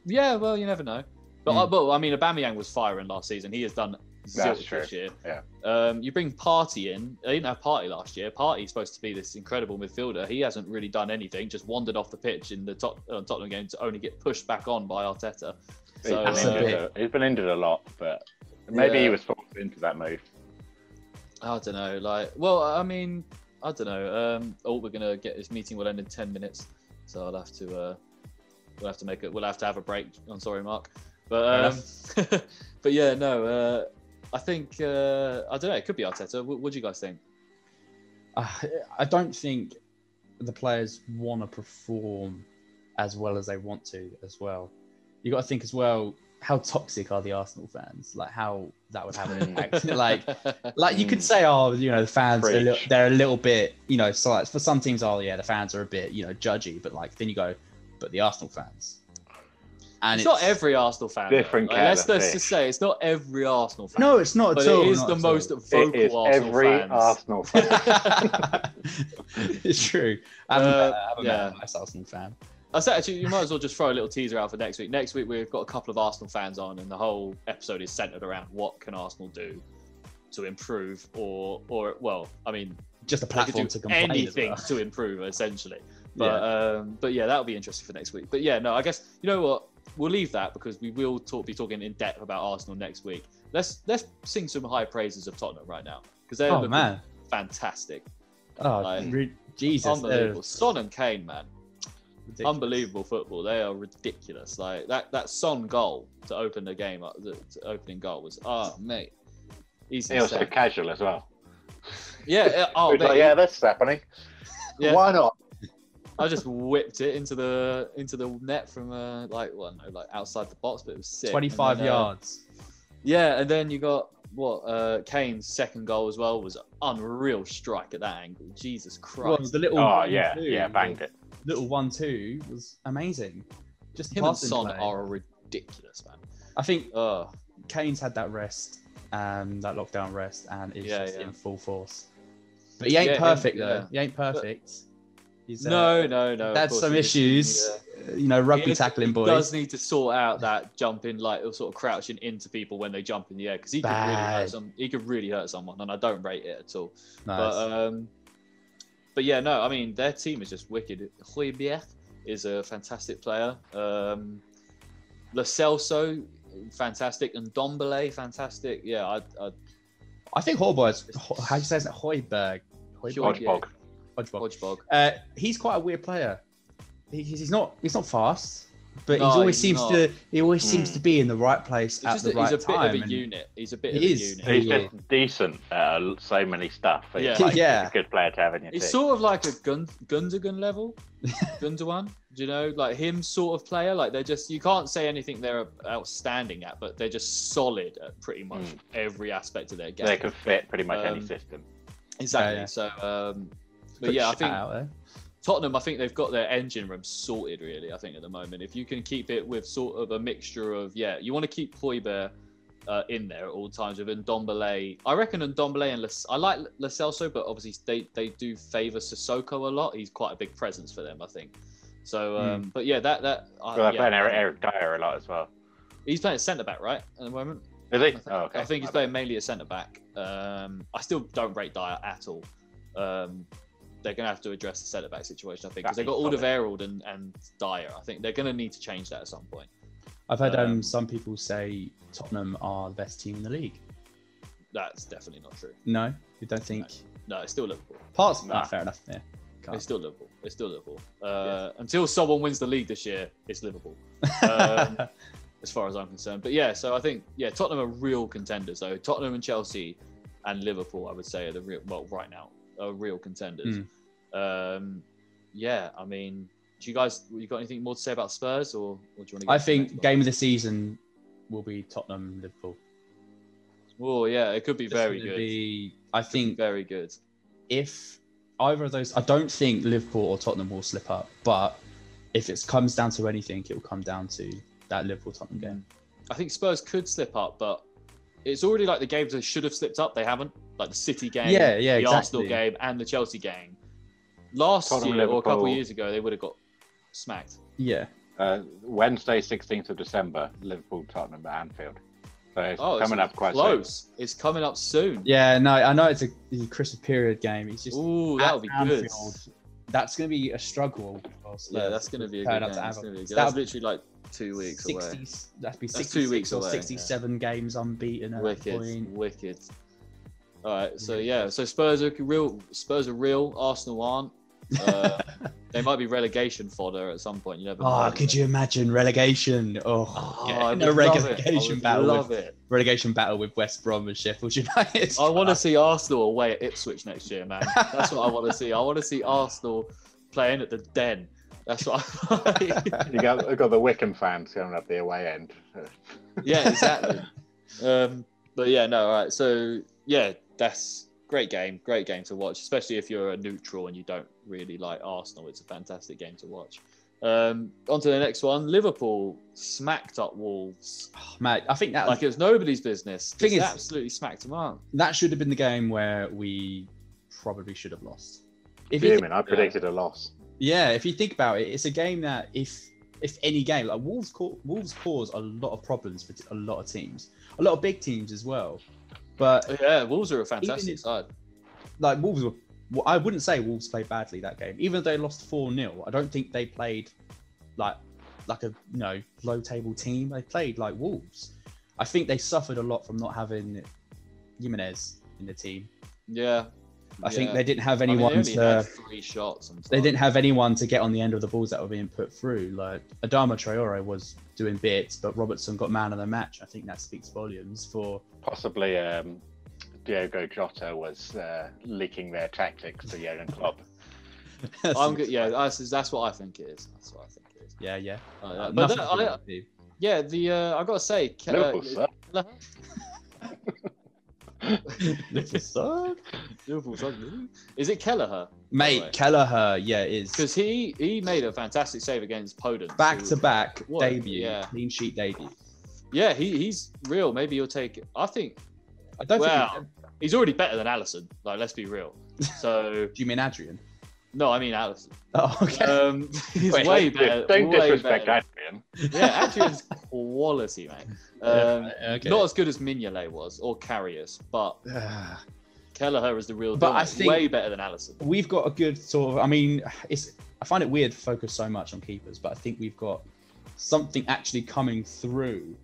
A: Yeah, well, you never know. But, I, but I mean, Aubameyang was firing last season. He has done
C: Hmm. That's
A: zilch
C: true.
A: this year.
C: Yeah.
A: Um, you bring Party in. They didn't have Party last year. Party's supposed to be this incredible midfielder. He hasn't really done anything. Just wandered off the pitch in the top, uh, Tottenham game to only get pushed back on by Arteta.
C: He's
A: So,
C: been,
B: That's a
A: uh,
B: bit-
C: injured a, he's been injured a lot, but maybe
A: Yeah.
C: he was forced into that move.
A: I don't know. Like, well, I mean, I don't know. Um, oh, we're gonna get this meeting will end in ten minutes, so I'll have to. Uh, we'll have to make it. We'll have to have a break. I'm sorry, Mark, but um, but yeah, no. Uh, I think uh, I don't know. It could be Arteta. What, what do you guys think?
B: I I don't think the players want to perform as well as they want to as well. You got to think as well. how toxic are the Arsenal fans? Like how that would have an impact. like like you
A: Mm.
B: could say, oh, you know, the fans they're a, little,
C: Preach.
B: they're a little bit, you know, so like, for some teams, oh yeah, the fans are a bit, you know, judgy. But like then you go, but the Arsenal fans, and
A: it's not every Arsenal fan.
C: Different
A: though.
C: kettle
A: let's
C: of
A: let's
C: fish.
A: just say it's not every Arsenal fan.
B: No, it's not
A: but
B: at all.
A: it is
B: not
A: the
B: at
A: most
B: all.
A: vocal
C: It is
A: Arsenal
C: every
A: fans.
C: Arsenal fan.
B: it's true. I haven't,
A: Uh,
B: met, I haven't
A: yeah.
B: met a nice Arsenal fan.
A: I said actually, you might as well just throw a little teaser out for next week. Next week we've got a couple of Arsenal fans on, and the whole episode is centered around what can Arsenal do to improve, or or well, I mean,
B: Just a
A: they could
B: platform
A: do
B: to complain. as
A: anything
B: well.
A: to improve essentially. But
B: Yeah.
A: um, but yeah, that'll be interesting for next week. But yeah, no, I guess you know what we'll leave that because we will talk be talking in depth about Arsenal next week. Let's let's sing some high praises of Tottenham right now because they're
B: oh
A: looking
B: man.
A: fantastic,
B: Oh
A: Like,
B: re- Jesus. they're
A: unbelievable. Son and Kane, man,
B: ridiculous.
A: unbelievable football. They are ridiculous. Like that that Son goal to open the game, up, the the opening goal was oh mate, he's
C: He was so
A: insane.
C: casual as well.
A: Yeah, yeah, oh
C: He was
A: mate,
C: like, yeah, that's happening.
A: Yeah.
C: Why not?
A: I just whipped it into the into the net from uh, like well, no, like outside the box, but it was sick.
B: Twenty-five
A: And then, uh,
B: yards.
A: yeah, and then you got what uh, Kane's second goal as well was an unreal strike at that angle. Jesus
B: Well,
A: Christ!
B: the little
C: Oh
B: one,
C: yeah,
B: two
C: yeah,
B: was-
C: banged it.
B: Little one two was amazing. Just
A: Him and
B: passing
A: Son
B: play.
A: are ridiculous, man.
B: I think
A: Oh,
B: Kane's had that rest, um, that lockdown rest, and is
A: Yeah,
B: just
A: yeah.
B: in full force. But he ain't
A: Yeah, him-
B: perfect
A: yeah.
B: though. He ain't perfect. He's, uh,
A: no, no, no. of
B: had
A: course
B: some
A: he is.
B: issues.
A: Yeah.
B: uh, You know, rugby
A: He is-
B: tackling
A: he
B: boys.
A: does need to sort out that jumping, like or sort of crouching into people when they jump in the air, because he could really hurt
B: Bad.
A: some. He could really hurt someone, and I don't rate it at all.
B: Nice.
A: But um, but yeah, no, I mean their team is just wicked. Huibier is a fantastic player. Um, Lo Celso, fantastic, and Dombele, fantastic. Yeah, I, I
B: I think Horberg's, Ho- how do you say his name? Hoiberg.
A: Hoiberg.
B: Hoiberg.
C: Hodgebog.
B: Hodgebog.
A: Hodgebog.
B: Uh, he's quite a weird player. He, he's he's not he's not fast, but
A: No,
B: he's always
A: he's
B: seems
A: not.
B: to he always
C: Hmm.
B: seems to be in the right place
A: It's
B: at
A: just
B: the
A: that
B: right
A: he's a bit
B: time.
A: of a
B: and-
A: unit. He's a bit
B: He
A: of a
B: is.
A: unit.
C: He's
B: Yeah.
C: just decent at uh, so many stuff. It's
A: Yeah.
C: like,
B: Yeah.
C: he's a good player to have in your team.
A: It's sort of like a Gun- Gundogan level, Gundogan. Do you know, like him sort of player? Like they're just you can't say anything they're outstanding at, but they're just solid at pretty much
B: Hmm.
C: Mm.
A: every aspect of their game.
C: They can fit pretty much any
A: Um,
C: system.
A: Exactly.
B: Yeah, yeah.
A: So, um, but
B: Quick
A: yeah, I
B: shout
A: think
B: out there.
A: Tottenham. I think they've got their engine room sorted. Really, I think at the moment, if you can keep it with sort of a mixture of yeah, you want to keep Hoiberg uh, in there at all times with Ndombele. I reckon Ndombele and Las- I like Lo Celso, but obviously they they do favour Sissoko a lot. He's quite a big presence for them, I think. So, um, but yeah, that that uh,
C: Hmm. Well, they're
A: yeah,
C: playing Eric, Eric Dyer a lot as well.
A: he's playing centre back right at the moment.
C: Is
A: I
C: he?
A: think,
C: Oh, okay.
A: I think he's
C: My
A: playing mainly a centre back. Um, I still don't rate Dyer at all. Um, they're going to have to address the centre back situation, I think, because
C: That'd
A: they've got
C: be solid.
A: Alderweireld and, and Dyer. I think they're going to need to change that at some point.
B: I've heard um,
A: um,
B: some people say Tottenham are the best team in the league.
A: That's definitely not true.
B: No, you don't think
A: No, it's still Liverpool.
B: parts?
C: Nah.
B: Nah, fair enough. Yeah,
A: It's still Liverpool. It's still Liverpool. Uh, Until someone wins the league this year, it's Liverpool. Um, as far as I'm concerned. But yeah, so I think yeah, Tottenham are real contenders though. Tottenham and Chelsea and Liverpool, I would say, are the real well right now are real contenders.
B: Hmm.
A: Um, yeah, I mean, do you guys you got anything more to say about Spurs or, or do you want to? Get
B: I
A: to the
B: think
A: next one?
B: game of the season will be Tottenham Liverpool.
A: Oh yeah, it could be
B: It's
A: very
B: gonna
A: good.
B: Be, I think
A: Very good.
B: if either of those, I don't think Liverpool or Tottenham will slip up. But if it comes down to anything, it will come down to that Liverpool Tottenham game.
A: I think Spurs could slip up, but it's already like the games that should have slipped up. They haven't, like the City game,
B: Yeah, yeah,
A: the
B: exactly.
A: Arsenal game, and the Chelsea game. Last
C: Tottenham,
A: year or a couple
C: Liverpool.
A: years ago, they would have got smacked.
B: Yeah,
C: bad. Uh, Wednesday, 16th of December, Liverpool, Tottenham at Anfield. So it's
A: Oh,
C: coming
A: it's
C: up quite soon.
A: close. It's coming up soon.
B: yeah. No, I know it's a, it's a Christmas period game. It's just
A: Ooh,
B: at
A: that'll be good.
B: Anfield, That's going to be a struggle. for
A: Yeah,
B: Spurs.
A: that's going to be a
B: Turn
A: good
B: up
A: game.
B: to
A: That's,
B: Anfield.
A: gonna be a good-
B: That'll
A: that's literally like two weeks
B: 60,
A: away.
B: That'd be
A: That's
B: 66
A: two weeks
B: or
A: away, yeah.
B: 67 games unbeaten at that
A: Wicked,
B: point.
A: wicked. All right, so
B: Wicked.
A: yeah, so Spurs are real. Spurs are real. Arsenal aren't. Uh, they might be relegation fodder at some point. You never.
B: Oh,
A: know.
B: could you imagine relegation? Oh,
A: Oh,
B: yeah,
A: I
B: in
A: would
B: a
A: love it.
B: relegation
A: I would
B: battle
A: Love it.
B: relegation battle with West Brom and Sheffield United.
A: I want to see Arsenal away at Ipswich next year, man. That's what I want to see. I want to see Arsenal playing at the Den. That's what. I
C: You got, I've got the Wickham fans coming up the away end. uh,
A: yeah, exactly. um, but yeah, no, all right. So yeah, that's great game, great game to watch, especially if you're a neutral and you don't really like Arsenal. It's a fantastic game to watch. Um, on to the next one. Liverpool smacked up Wolves
B: Oh, mate, I think that
A: like it was nobody's business.
B: Thing
A: Just
B: is-
A: absolutely smacked them up.
B: that should have been the game where we probably should have lost. If you,
C: Fuming, I predicted a loss.
B: yeah, if you think about it, it's a game that if if any game like Wolves, ca- Wolves cause a lot of problems for t- a lot of teams, a lot of big teams as well. But
A: Yeah, Wolves are a fantastic
B: if-
A: side.
B: like Wolves were, well, I wouldn't say Wolves played badly that game. Even though they lost four 0 I don't think they played like like a you know low table team. They played like Wolves. I think they suffered a lot from not having Jimenez in the team.
A: Yeah,
B: I think
A: Yeah.
B: they didn't have
A: I mean,
B: anyone
A: they only
B: to.
A: had three shots. on
B: they
A: target.
B: didn't have anyone to get on the end of the balls that were being put through. Like Adama Traore was doing bits, but Robertson got man of the match. I think that speaks volumes for
C: Possibly um, Diogo Jota was uh, leaking their tactics to Jurgen Klopp.
A: Oh, I'm good. Yeah, that's, that's what I think it is. That's what I think it is.
B: yeah, yeah.
A: Like that. Uh, But
B: Uh, Nothing
A: that-
B: to do
A: I-
B: with it.
A: yeah, the uh, I gotta say, Ke-
C: Liverpool
A: uh,
C: suck.
B: Liverpool suck.
A: Liverpool suck, really? Is it Kelleher?
B: Mate,
A: Right.
B: Kelleher, yeah, it is
A: Because he he made a fantastic save against Podence.
B: back
A: who-
B: to back
A: What?
B: debut,
A: Yeah.
B: clean sheet debut.
A: Yeah, he, he's real. Maybe he'll take. it. I think
B: I don't
A: Wow.
B: think.
A: he's already better than Allison. Like, let's be real. So
B: Do you mean Adrian?
A: no, I mean Allison.
B: Oh, okay.
A: Um, he's
B: Wait,
A: way
C: Don't-
A: better.
C: Don't
A: way
C: disrespect
A: better.
C: Adrian.
A: Yeah, Adrian's quality, mate. Um,
B: okay.
A: Not as good as Mignolet was or Carrius, but
B: Ah.
A: Kelleher is the real.
B: But
A: deal,
B: I
A: mate.
B: think-
A: way better than Allison.
B: we've got a good sort of. I mean, it's. I find it weird to focus so much on keepers, but I think we've got something actually coming through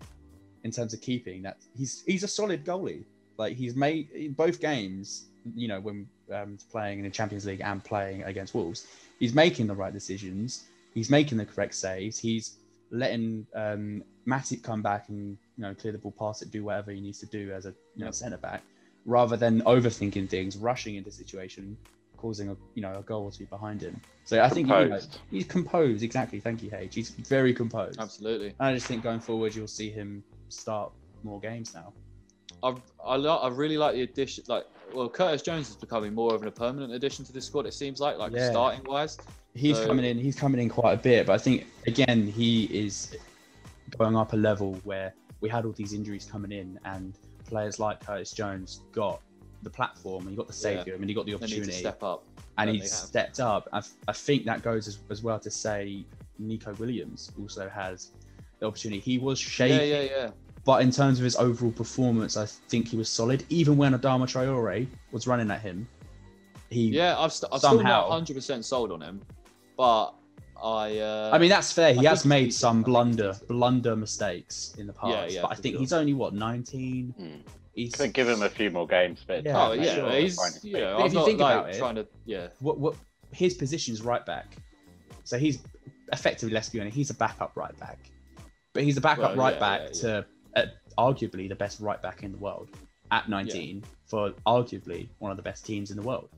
B: in terms of keeping. That he's he's a solid goalie. Like he's made in both games. You know, when um, playing in the Champions League and playing against Wolves, he's making the right decisions. He's making the correct saves. He's letting um, Matip come back and you know clear the ball, pass it, do whatever he needs to do as a you know centre back, rather than overthinking things, rushing into situation, causing a you know a goal or two behind him. So I think you know,
C: Composed.
B: he's composed exactly. Thank you, H. He's very composed.
A: Absolutely.
B: And I just think going forward, you'll see him start more games now.
A: I I, lo- I really like the addition. Like, well, Curtis Jones is becoming more of a permanent addition to the squad. It seems like, like
B: Yeah.
A: starting wise.
B: He's
A: So-
B: coming in. He's coming in quite a bit, but I think again he is going up a level where we had all these injuries coming in, and players like Curtis Jones got the platform, and he got the
A: Yeah.
B: savior, and he got the
A: They need to
B: opportunity,
A: step up.
B: and
A: that
B: he
A: they have.
B: stepped up. I, I think that goes as, as well to say Nico Williams also has the opportunity. He was shaking
A: Yeah, yeah, yeah.
B: But in terms of his overall performance, I think he was solid. Even when Adama Traore was running at him, he.
A: Yeah, I've, st- I've
B: Somehow.
A: still not 100% sold on him, but I. Uh,
B: I mean, that's fair. He
A: I
B: has
A: think
B: made
A: he's- I
B: some
A: think
B: blunder,
A: he's-
B: blunder mistakes in the past.
A: Yeah, yeah,
B: but I
A: for
B: think
A: sure.
B: he's only what 19.
C: Hmm.
B: He's
C: I think give him a few more games, but
B: Yeah,
A: oh,
B: for
A: yeah.
B: sure.
A: He's, you know,
B: But
A: I'm
B: if you
A: not
B: think
A: like,
B: about it-
A: trying to. Yeah.
B: what what his position's right back, so he's effectively let's be honest, he's a backup right back, but he's a
A: Well,
B: backup right
A: yeah,
B: back
A: yeah,
B: to uh, arguably the best right back in the world at 19 for arguably one of the best teams in the world.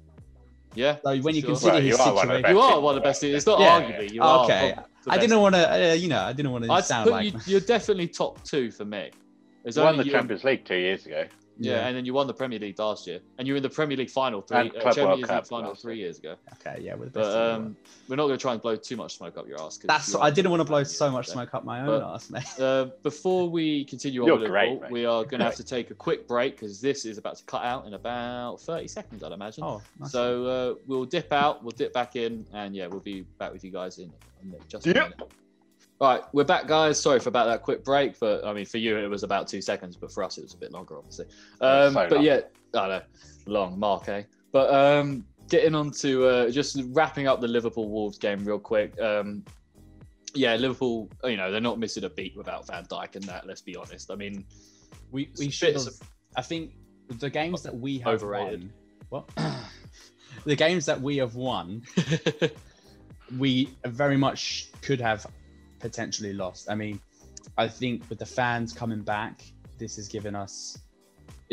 A: Yeah.
B: So when you
A: Sure.
B: consider
C: Well,
B: his
C: you are one of the
B: situation,
A: You are
C: team
A: one of
C: in
A: the
C: the
A: best.
C: world.
A: It's not
B: Yeah.
A: arguably. You are.
B: Okay.
A: probably the
B: I
A: best.
B: didn't want to, uh, you know, I didn't want to
A: I'd
B: sound
A: put
B: like.
A: you, you're definitely top two for me. There's
C: won
A: only
C: the
A: you and-
C: Champions League two years ago.
A: Yeah, and then you won the Premier League last year, and you were in the Premier League final three,
C: And
A: uh,
C: Club World
A: Champions League
C: Cup
A: final
C: last
A: three years ago.
B: Okay, yeah, with the best.
A: But
B: in the
A: um,
B: world.
A: we're not going to try and blow too much smoke up your ass. 'cause
B: That's.
A: you
B: I
A: are-
B: didn't want to blow
A: Yeah.
B: so much smoke up my own
A: But-
B: ass, mate.
A: Uh, before we continue on,
C: You're
A: with the
C: great,
A: call,
C: mate.
A: we are going to have to take a quick break because this is about to cut out in about 30 seconds, I'd imagine.
B: Oh, nice.
A: so uh, we'll dip out, we'll dip back in, and yeah, we'll be back with you guys in, in just a
C: Yep.
A: minute. Right, we're back, guys. Sorry for about that quick break, but I mean, for you it was about two seconds, but for us it was a bit longer, obviously. Um,
C: was so
A: but
C: long.
A: yeah, I know, long mark, eh? But um, getting on to uh, just wrapping up the Liverpool Wolves game real quick. Um, yeah, Liverpool, you know, they're not missing a beat without Van Dijk and that. Let's be honest. I mean,
B: we
A: it's
B: we
A: a
B: should.
A: bit
B: Have, I think the games that we have
A: Overrated.
B: Won, what? the games that we have won, we very much could have potentially lost. I mean, I think with the fans coming back, this has given us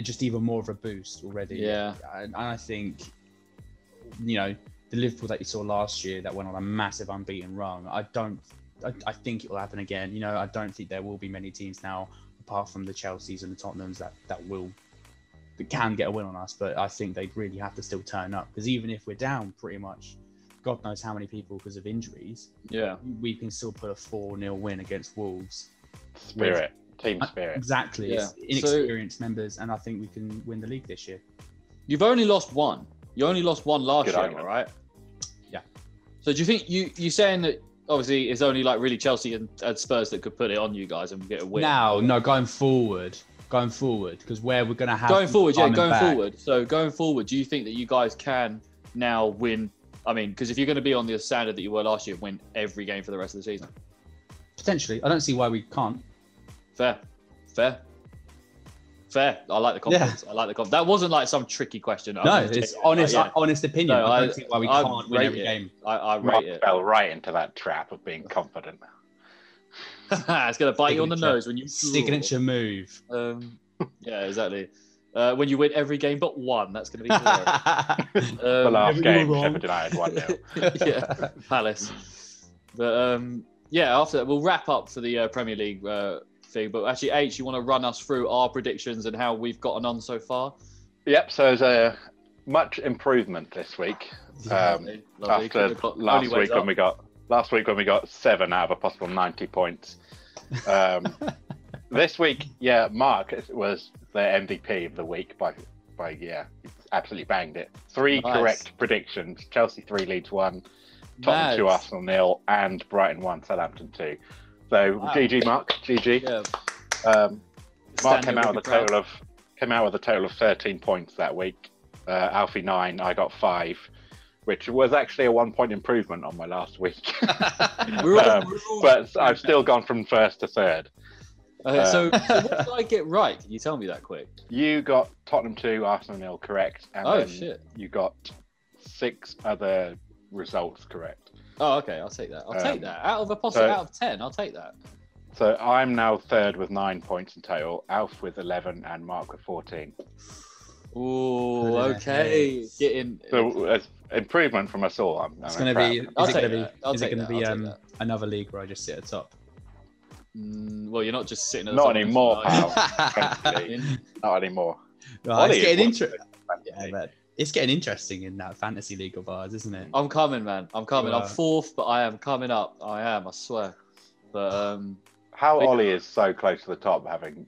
B: just even more of a boost already.
A: yeah,
B: and I think you know the the Liverpool that you saw last year that went on a massive unbeaten run. I don't. I, I think it will happen again. You know, I don't think there will be many teams now, apart from the Chelseas and the Tottenhams, that that will that can get a win on us. But I think they'd really have to still turn up because even if we're down, pretty much, God knows how many people because of injuries,
A: Yeah.
B: we can still put a four 0 win against Wolves.
C: Spirit, team
B: Uh,
C: spirit.
B: Exactly, it's
A: Yeah. So-
B: inexperienced members, and I think we can win the league this year.
A: You've only lost one. You only lost one last
C: Good
A: year,
C: argument.
A: right?
B: Yeah.
A: So do you think you you saying that obviously it's only like really Chelsea and, and Spurs that could put it on you guys and get a win?
B: Now, no, going forward, going forward, because where we're gonna have
A: going forward, yeah,
B: Armin
A: going
B: back-
A: forward. So going forward, do you think that you guys can now win? I mean, because if you're going to be on the standard that you were last year, win every game for the rest of the season.
B: potentially. I don't see why we can't.
A: Fair, fair, fair. I like the confidence. I like the confidence. That wasn't like some tricky question. I
B: No,
A: was
B: it's
A: taking it,
B: honest,
A: like,
B: honest opinion.
A: uh, No,
B: I don't
A: I-
B: see why we
A: I
B: can't win
A: rate
B: every
A: it.
B: game.
A: yeah, I, I
C: Mark
A: rate it.
C: fell right into that trap of being confident.
A: it's going to bite you on the
B: Signature-
A: nose when you
B: Signature move.
A: Um, yeah, exactly. Uh, when you win every game but one, that's going to be hilarious.
B: yeah.
A: Um,
B: you
C: The last
B: were
C: game,
B: wrong.
C: Sheffield United 1 0.
A: yeah, Palace. But um, yeah, after that, we'll wrap up for the uh, Premier League uh, thing. But actually, H, you want to run us through our predictions and how we've gotten on so far?
C: Yep, so there's a much improvement this week. Um,
A: Lovely.
C: after
A: Only clock-
C: last
A: only ways
C: week when
A: up.
C: we got last week when we got seven out of a possible ninety points. Um, this week, yeah, Mark is- was the MVP of the week by by yeah, he absolutely banged it. Three
A: Nice.
C: correct predictions: Chelsea three, Leeds one, Tottenham
A: Mad.
C: two, Arsenal nil, and Brighton one, Southampton two. So
A: Wow.
C: GG, Mark, GG.
A: Yeah.
C: Um, Mark
A: Stanley
C: came
A: will
C: out
A: be
C: with a
A: proud.
C: total of came out with a total of thirteen points that week. Uh, Alfie nine, I got five, which was actually a one point improvement on my last week.
A: We're all-
C: um,
A: we're all-
C: but I've still gone from first to third.
A: Okay, so,
C: uh,
A: so what did I get right? Can you tell me that quick?
C: You got Tottenham two, Arsenal nil correct, and
A: Oh
C: then
A: shit!
C: you got six other results correct.
A: Oh okay, I'll take that. I'll
C: um,
A: take that. Out of a possible,
C: so-
A: out of ten, I'll take that.
C: So I'm now third with nine points in total, Alf with eleven, and Mark with fourteen.
A: Oh,
B: Bloody
A: okay.
B: hell.
A: Getting
C: So uh, improvement from us all. I'm, I'm
B: It's gonna
C: proud.
B: be. Is
A: I'll
B: it
A: take
B: gonna be?
A: that. I'll
B: Is it
A: take
B: gonna
A: that.
B: be
A: I'll take
B: um,
A: that.
B: another league where I just sit at top?
A: Mm, well, you're not just sitting. At the
C: Not
A: top of the
C: anymore,
A: slide.
C: pal. Thankfully. Not anymore.
B: Right,
C: Ollie,
B: it's getting
C: what's-
B: interesting. Yeah, but it's getting interesting in that fantasy league of ours, isn't it?
A: I'm coming, man. I'm coming.
B: You
A: I'm
B: are.
A: fourth, but I am coming up. I am. I swear. But um,
C: How
A: Big-
C: Ollie is so close to the top, having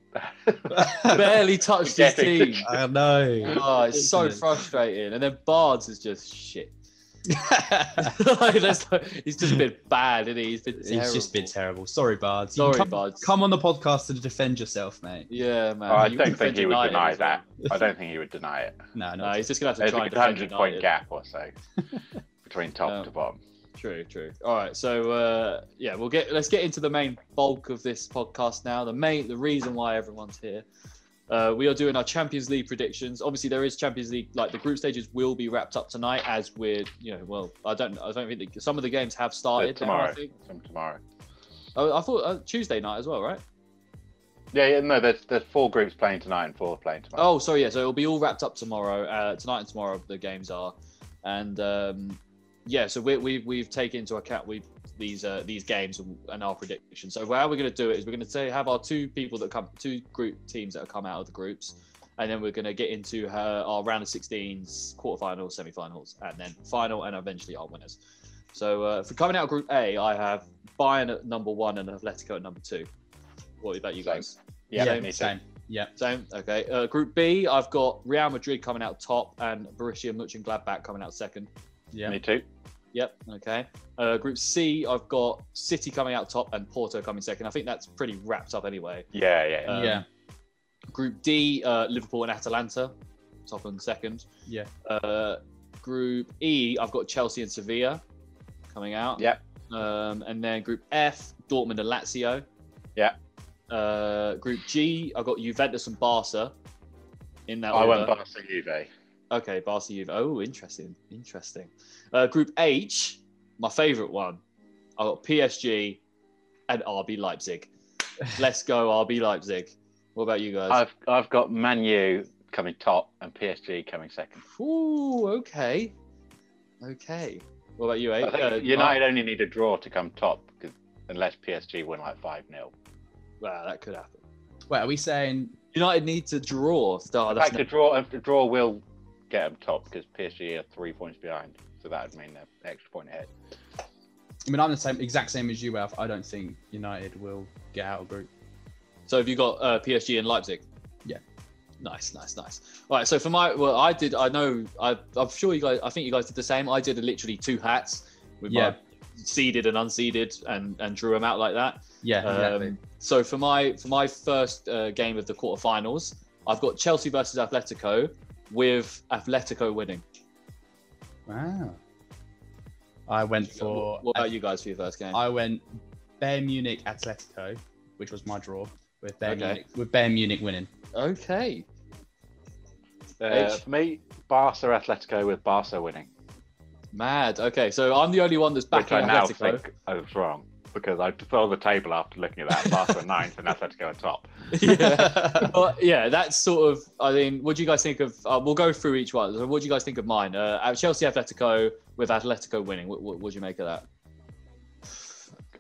A: barely touched his
C: Getting-
A: team.
B: I know.
A: Oh, it's so
B: Isn't
A: frustrating. And then Barnes is just shit.
B: it?
A: Like, that's not- he's just been bad, isn't he? He's been
B: He's just been
A: terrible.
B: terrible. Sorry, Bards. You
A: Sorry,
B: come,
A: Bards.
B: Come on the podcast to defend yourself, mate.
A: Yeah, man.
C: Oh, I
A: Uh, You
C: don't
A: defend
C: think he would
A: United
C: deny
A: as well.
C: I don't think he would deny it.
B: No, no.
A: No, he's just gonna have to
C: There's
A: try and
C: like a
A: defend
C: hundred point
A: United.
C: gap or so between top
A: Um,
C: to bottom.
A: True, true. All right, so uh, yeah, we'll get let's get into the main bulk of this podcast now. The main, the reason why everyone's here. Uh, we are doing our Champions League predictions. Obviously, there is Champions League. Like the group stages will be wrapped up tonight, as we're you know, well, I don't, I don't think that some of the games have started now, I
C: tomorrow.
A: think
C: From tomorrow.
A: oh, I thought uh, Tuesday night as well, right?
C: Yeah, yeah, no, there's there's four groups playing tonight and four playing tomorrow.
A: Oh, sorry, yeah. So it'll be all wrapped up tomorrow. Uh, tonight and tomorrow the games are, and um, yeah. So we, we we've taken into account we these uh, these games and, and our predictions. So how we're going to do it is we're going to say have our two people that come two group teams that have come out of the groups, and then we're going to get into her, our round of 16s, quarterfinals, semi-finals, and then final, and eventually our winners. So uh, for coming out of Group A, I have Bayern at number one and Atletico at number two. What about you
C: Same.
A: guys?
C: yeah,
A: yeah,
C: me too.
B: same. Yeah.
A: Same. Okay. Uh, group B, I've got Real Madrid coming out top and Borussia Mönchengladbach coming out second.
B: Yeah.
C: Me too.
A: Yep. Okay. Uh, group C, I've got City coming out top and Porto coming second. I think that's pretty wrapped up anyway.
C: Yeah, yeah. yeah.
A: Um,
B: yeah.
A: Group D, uh, Liverpool and Atalanta, top and second.
B: Yeah.
A: Uh, group E, I've got Chelsea and Sevilla coming out.
C: Yep.
A: Um, and then Group F, Dortmund and Lazio.
C: Yep.
A: Uh, group G, I've got Juventus and Barca. In that
C: I
A: order.
C: went Barca Juve.
A: Okay, Barca Juve. Oh, interesting. Interesting. Uh, group H, my favourite one. I got PSG and RB Leipzig. Let's go, RB Leipzig. What about you guys?
C: I've I've got Manu coming top and PSG coming second.
A: Ooh, okay. Okay. What about you, eh? Uh,
C: I
A: eight?
C: think United only need a draw to come top, 'cause- unless PSG win like five 0
A: Well, that could happen.
B: Wait, are we saying?
A: United need to draw. Oh,
C: In
A: that's
C: fact,
A: not,
C: a draw, a draw will get them top because PSG are three points behind, so that would mean they're extra point ahead.
B: I mean, I'm the same, exact same as you, Alf. I don't think United will get out of group.
A: so have you got uh, PSG and Leipzig?
B: Yeah.
A: Nice, nice, nice. All right. So for my, well, I did. I know. I, I'm sure you guys. I think you guys did the same. I did literally two hats with
B: Yeah.
A: my seeded and unseeded, and and drew them out like that.
B: Yeah, exactly.
A: Um, so for my for my first uh, game of the quarterfinals, I've got Chelsea versus Atletico with Atletico winning.
B: Wow. I went for.
A: Um, what, what about you guys for your first game?
B: I went Bayern Munich Atletico, which was my draw with Bayern
A: Okay.
B: Munich with Bayern Munich winning.
A: okay.
C: Uh,
A: H.
C: for me, Barca Atletico with Barca winning,
A: Mad. Okay, so I'm the only one that's
C: which
A: backing
C: I now
A: Atletico.
C: think I was wrong because I saw the table after looking at that. Barca ninth and Atletico are top.
A: yeah. But, yeah, that's sort of. I mean, what do you guys think of? Uh, we'll go through each one. So what do you guys think of mine? Uh, at Chelsea Atletico with Atletico winning. What, what, what do you make of that?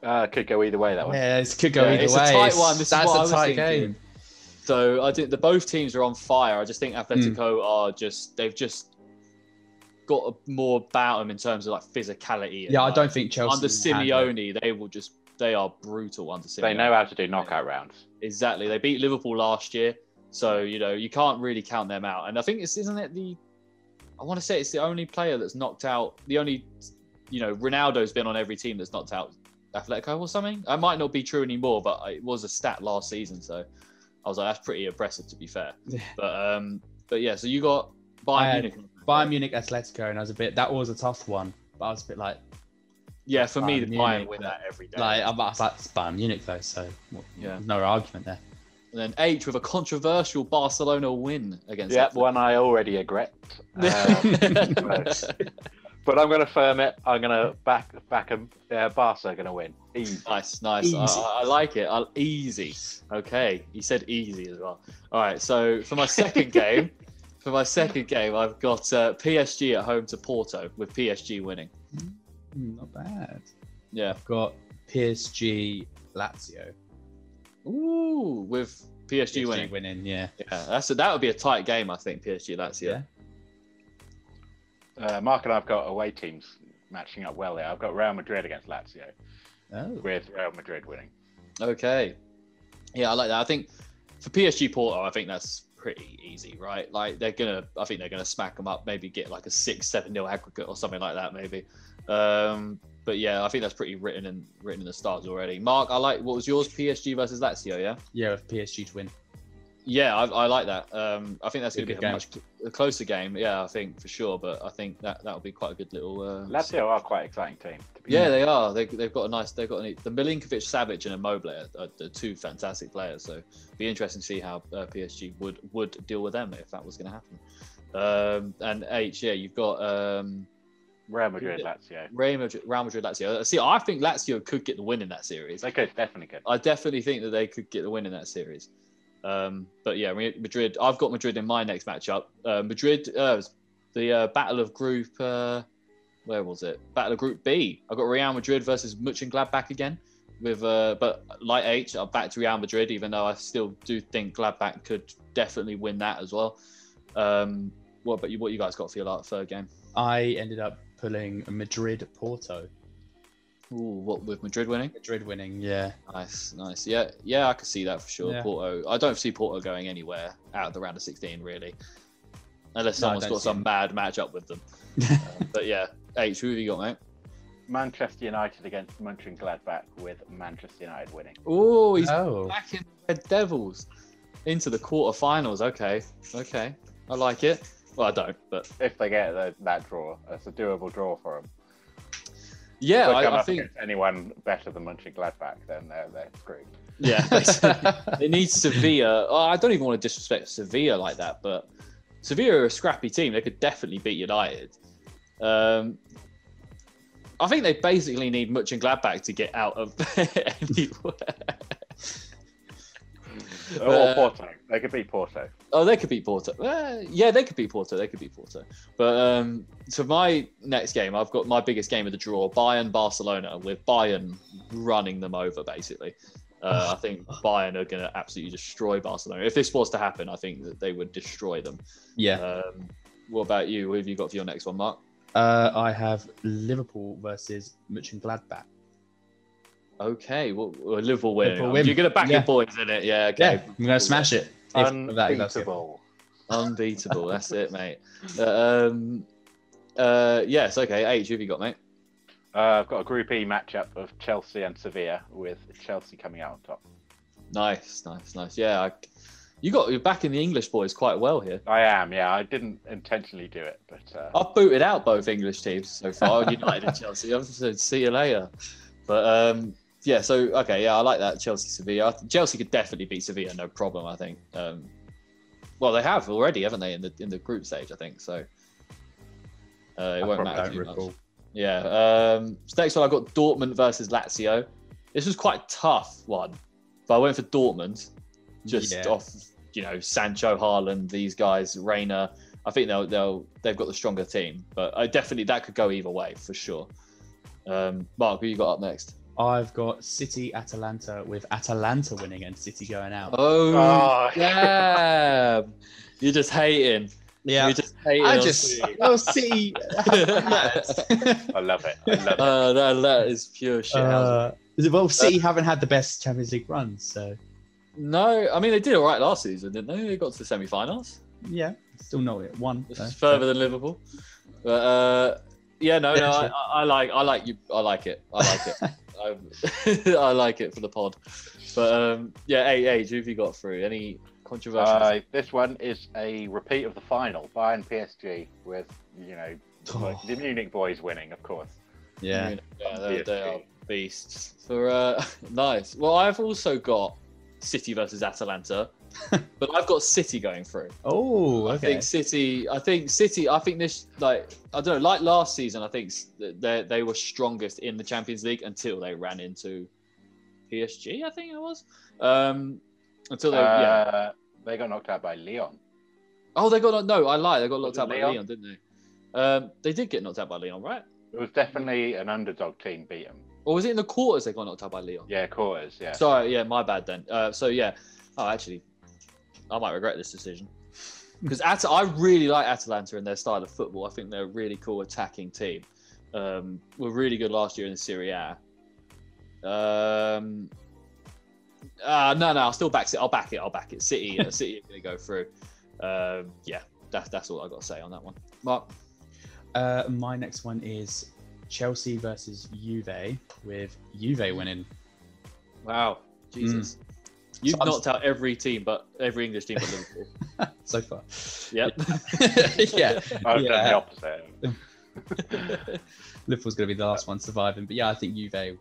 C: Uh, could go either way that one.
B: Yeah, it could go
A: Yeah,
B: either
A: it's a
B: way.
A: tight one. This is
B: That's
A: what
B: a
A: I was
B: tight
A: thinking.
B: game.
A: So I think the both teams are on fire. I just think Atletico
B: Hmm.
A: are just they've just got a- more about them in terms of like physicality. and,
B: Yeah, I
A: like,
B: don't think Chelsea
A: under
B: will handle it.
A: Simeone they will just they are brutal under Simeone.
C: They know how to do knockout rounds.
A: Exactly. They beat Liverpool last year, so you know you can't really count them out. And I think it's isn't it the I want to say it's the only player that's knocked out. The only you know Ronaldo's been on every team that's knocked out Atletico or something. That might not be true anymore, but it was a stat last season, so I was like that's pretty impressive to be fair.
B: Yeah.
A: But um, but yeah, so you got
B: I
A: Bayern
B: had
A: Munich.
B: Bayern Munich Atletico, and I was a bit. That was a tough one, but I was a bit like,
A: Yeah, for me,
B: Bayern
A: the
C: Uh,
A: Bayern
B: Munich,
A: win
B: but-
A: that every day.
B: like I was like, it's Bayern Munich though, so what,
A: Yeah.
B: no argument there.
A: and then H with a controversial Barcelona win against.
C: Yeah,
A: Atletico.
C: one I already regret. Um, but I'm going to firm it. I'm going to back back them. Uh, Barca are going to win. Easy.
A: Nice, nice. I,
B: Easy.
A: I I like it. I, easy. Okay, he said easy as well. All right. So for my second game, for my second game, I've got uh, PSG at home to Porto with PSG winning.
B: Mm, Not bad.
A: Yeah.
B: I've got PSG Lazio.
A: Ooh, with PSG,
B: PSG
A: winning.
B: winning, yeah.
A: Yeah, that's a, that would be a tight game, I think. PSG Lazio.
B: Yeah.
C: Uh, Mark and I've got away teams matching up well there. I've got Real Madrid against Lazio
B: Oh.
C: with Real Madrid winning.
A: Okay. Yeah, I like that. I think for PSG Porto, I think that's pretty easy, right? Like they're gonna, I think they're gonna smack them up. Maybe get like a six, seven nil aggregate or something like that, maybe. Um, but yeah, I think that's pretty written and written in the stars already. Mark, I like what was yours? PSG versus Lazio, yeah.
B: Yeah, with PSG to win.
A: Yeah, I, I like that. Um, I think that's
B: Be a
A: gonna be a
B: good game.
A: much cl- a closer game. Yeah, I think for sure. But I think that that'll be quite a good little. Uh,
C: Lazio are quite exciting team. To be
A: Yeah, they are. They, they've got a nice. They've got a, the Milinkovic, Savage, and Immobile are, are the two fantastic players. So be interesting to see how uh, PSG would would deal with them if that was going to happen. Um, and H, yeah, you've got um,
C: Real Madrid, Lazio.
A: Real Madrid, Real Madrid, Lazio. See, I think Lazio could get the win in that series.
C: They could definitely could.
A: I definitely think that they could get the win in that series. Um, but yeah, Re- Madrid. I've got Madrid in my next matchup. Uh, Madrid, uh, the uh, battle of Group. Uh, where was it? Battle of Group B. I've got Real Madrid versus Mönchengladbach again. With uh, but like H, I'm back to Real Madrid, even though I still do think Gladbach could definitely win that as well. Um, what about you? What you guys got for your like, third game?
B: I ended up pulling Madrid Porto.
A: Ooh, what with Madrid winning?
B: Madrid winning, yeah.
A: Nice, nice. Yeah, yeah, I could see that for sure.
B: Yeah.
A: Porto. I don't see Porto going anywhere out of the round of 16, really, unless
B: No, I
A: someone's
B: don't
A: got
B: see
A: some
B: them.
A: mad match up with them. Um, but yeah, H, who have you got, mate?
C: Manchester United against Mönchengladbach with Manchester United winning.
A: Oh, he's
B: oh.
A: back in the Red Devils into the quarterfinals. Okay, okay, I like it. Well, I don't, but
C: If they get the, that draw, that's a doable draw for them.
A: yeah,
C: if they come
A: I, I
C: up
A: think
C: against anyone better than Mönchengladbach, then they're, they're screwed.
A: yeah. basically. It needs Sevilla. Oh, I don't even want to disrespect Sevilla like that, but Sevilla are a scrappy team. They could definitely beat United. Um, I think they basically need Much and Gladbach to get out of anywhere.
C: or
A: uh,
C: Porto. They could be Porto.
A: Oh, they could beat Porto. Eh, yeah, they could beat Porto. They could beat Porto. But um, so my next game, I've got my biggest game of the draw: Bayern Barcelona, with Bayern running them over basically. Uh,
B: Oh.
A: I think Bayern are going to absolutely destroy Barcelona. If this was to happen, I think that they would destroy them.
B: Yeah.
A: Um, what about you? What have you got for your next one, Mark?
B: Uh, I have Liverpool versus Mönchengladbach.
A: Okay, well, well, Liverpool win.
B: Liverpool win.
A: You're going to back
B: Yeah.
A: your boys in it, yeah? Okay.
B: Yeah, I'm gonna smash it. If that goes through.
C: Unbeatable.
A: Unbeatable. That's it, mate. Uh, um, uh, yes. Okay. H, who have you got, mate?
C: Uh, I've got a Group E matchup of Chelsea and Sevilla, with Chelsea coming out on top.
A: Nice, nice, nice. Yeah, I, you got you're backing the English boys quite well here.
C: I am, yeah. I didn't intentionally do it, but uh,
A: I've booted out both English teams so far, United and Chelsea. I've said see you later. But um, yeah, so okay, yeah, I like that Chelsea Sevilla. I th- Chelsea could definitely beat Sevilla, no problem. I think. Um, well, they have already, haven't they, in the in the group stage? I think so. Uh, it won't
C: probably
A: matter
B: Don't
A: too much.
B: recall.
A: Yeah. Um, so next one, I got Dortmund versus Lazio. This was quite a tough one, but I went for Dortmund, just
B: Yeah.
A: off you know Sancho, Haaland, these guys, Reina. I think they'll they'll they've got the stronger team, but I definitely that could go either way for sure. Um, Mark, who you got up next?
B: I've got City Atalanta with Atalanta winning and City going out.
A: Oh,
C: Oh.
A: damn! You're just hating.
B: yeah,
A: You're just hating.
B: I
A: on
B: just
A: City.
B: well City.
C: I love it. I love it.
A: Oh, that, that is pure shit.
B: Uh, well, City haven't had the best Champions League run, so
A: no, I mean they did all right last season, didn't they? They got to the semi-finals.
B: yeah, still not it one.
A: This
B: though.
A: is further than Liverpool. But uh, yeah, no, no,
B: Yeah,
A: I,
B: true.
A: I, I like, I like you, I like it, I like it, I, I like it for the pod. But um, yeah, hey, hey, who have you got through? Any controversial?
C: Uh, this one is a repeat of the final, Bayern PSG, with you know like, the Munich boys winning, of course.
B: oh, Yeah,
A: yeah, they,
C: Yeah.
A: they are beasts. For uh, nice. Well, I've also got City versus Atalanta, but I've got City going through.
B: Oh,
A: I
B: okay.
A: think City. I think City. I think this like I don't know. Like last season, I think s- they they were strongest in the Champions League until they ran into PSG. I think it was. Um, until they yeah.
C: Uh, They got knocked out by Leon.
A: Oh, they got no. I lied. They got knocked
C: it
A: out by
C: Lyon?
A: Leon, didn't they? Um, they did get knocked out by Leon, right?
C: It was definitely an underdog team beat them.
A: Or was it in the quarters they got knocked out by Leon?
C: Yeah, quarters. Yeah.
A: Sorry, yeah, my bad then. Uh, so yeah, oh actually, I might regret this decision because At- I really like Atalanta and their style of football. I think they're a really cool attacking team. Um, were really good last year in the Serie A. Um, uh, no, no, I'll still back it. I'll back it. I'll back it. City, uh, City are going to go through. Um, yeah, that's that's all I got to say on that one. Mark,
B: Uh, my next one is Chelsea versus Juve with Juve winning.
A: wow, Jesus, you've
B: So I'm-
A: knocked out every team, but every English team but Liverpool.
B: so far.
A: Yep.
B: yeah,
C: I was
B: Yeah.
C: yeah. the opposite.
B: Liverpool's going to be the last one surviving. But yeah, I think Juve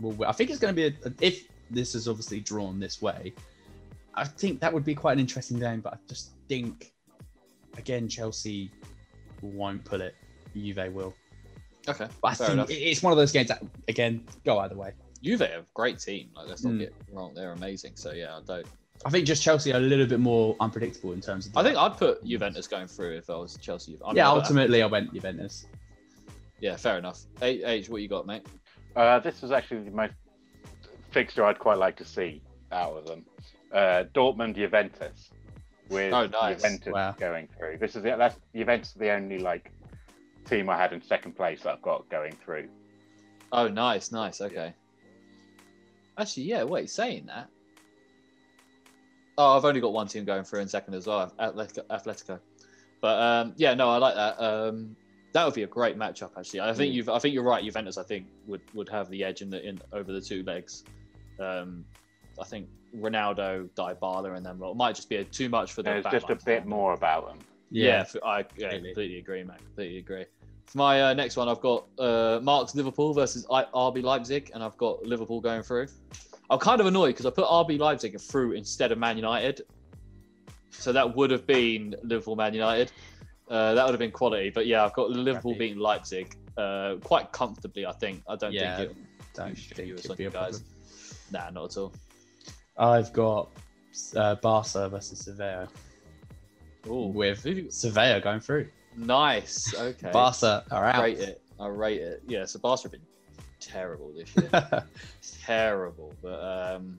B: will. win. I think it's going to be a, if this is obviously drawn this way. I think that would be quite an interesting game, but I just think again Chelsea won't pull it. Juve will.
A: Okay.
B: But I
A: Fair
B: think
A: enough.
B: it- it's one of those games that again go either way.
A: Juve are a great team. Like, let's not
B: Mm.
A: get me wrong; they're amazing. So yeah, I don't.
B: I think just Chelsea are a little bit more unpredictable in terms of. the-
A: I think I'd put Juventus going through if I was Chelsea. Juve- I mean,
B: yeah,
A: I'd-
B: ultimately I went Juventus.
A: Yeah, fair enough. H, H, what you got, mate?
C: Uh, this was actually the most fixture I'd quite like to see out of them. Uh, Dortmund Juventus with
A: Oh, nice.
C: Juventus
B: Wow.
C: going through. This is the, that's Juventus are the only like team I had in second place that I've got going through.
A: Oh, nice, nice. Okay. Actually, yeah. Wait, saying that. Oh, I've only got one team going through in second as well, Atletico. Atletico. But um, yeah, no, I like that. Um, that would be a great matchup, actually. I think
C: Mm.
A: you've, I think you're right. Juventus, I think, would would have the edge in the in over the two legs. Um, I think Ronaldo, Dybala, and them lot might just be a, too much for them.
C: There's just a bit more about them.
A: Yeah, f- I yeah,
B: Completely.
A: completely agree, mate. Completely agree. For my uh, next one, I've got uh, Mark's Liverpool versus I- RB Leipzig, and I've got Liverpool going through. I'm kind of annoyed because I put RB Leipzig through instead of Man United, so that would have been Liverpool Man United. Uh, that would have been quality, but yeah, I've got Liverpool
B: Happy.
A: beating Leipzig uh, quite comfortably. I think. I don't
B: Yeah,
A: think it.
B: Don't
A: you should
B: think
A: use
B: it'd
A: on
B: be
A: you
B: a
A: guys.
B: problem.
A: Nah, not at all.
B: I've got uh, Barca versus Sevilla
A: Ooh,
B: with
A: who do you-
B: Sevilla going through.
A: nice. Okay.
B: Barca are
A: I
B: out.
A: rate it. I rate it. Yeah. So Barca have been terrible this year. terrible. But um,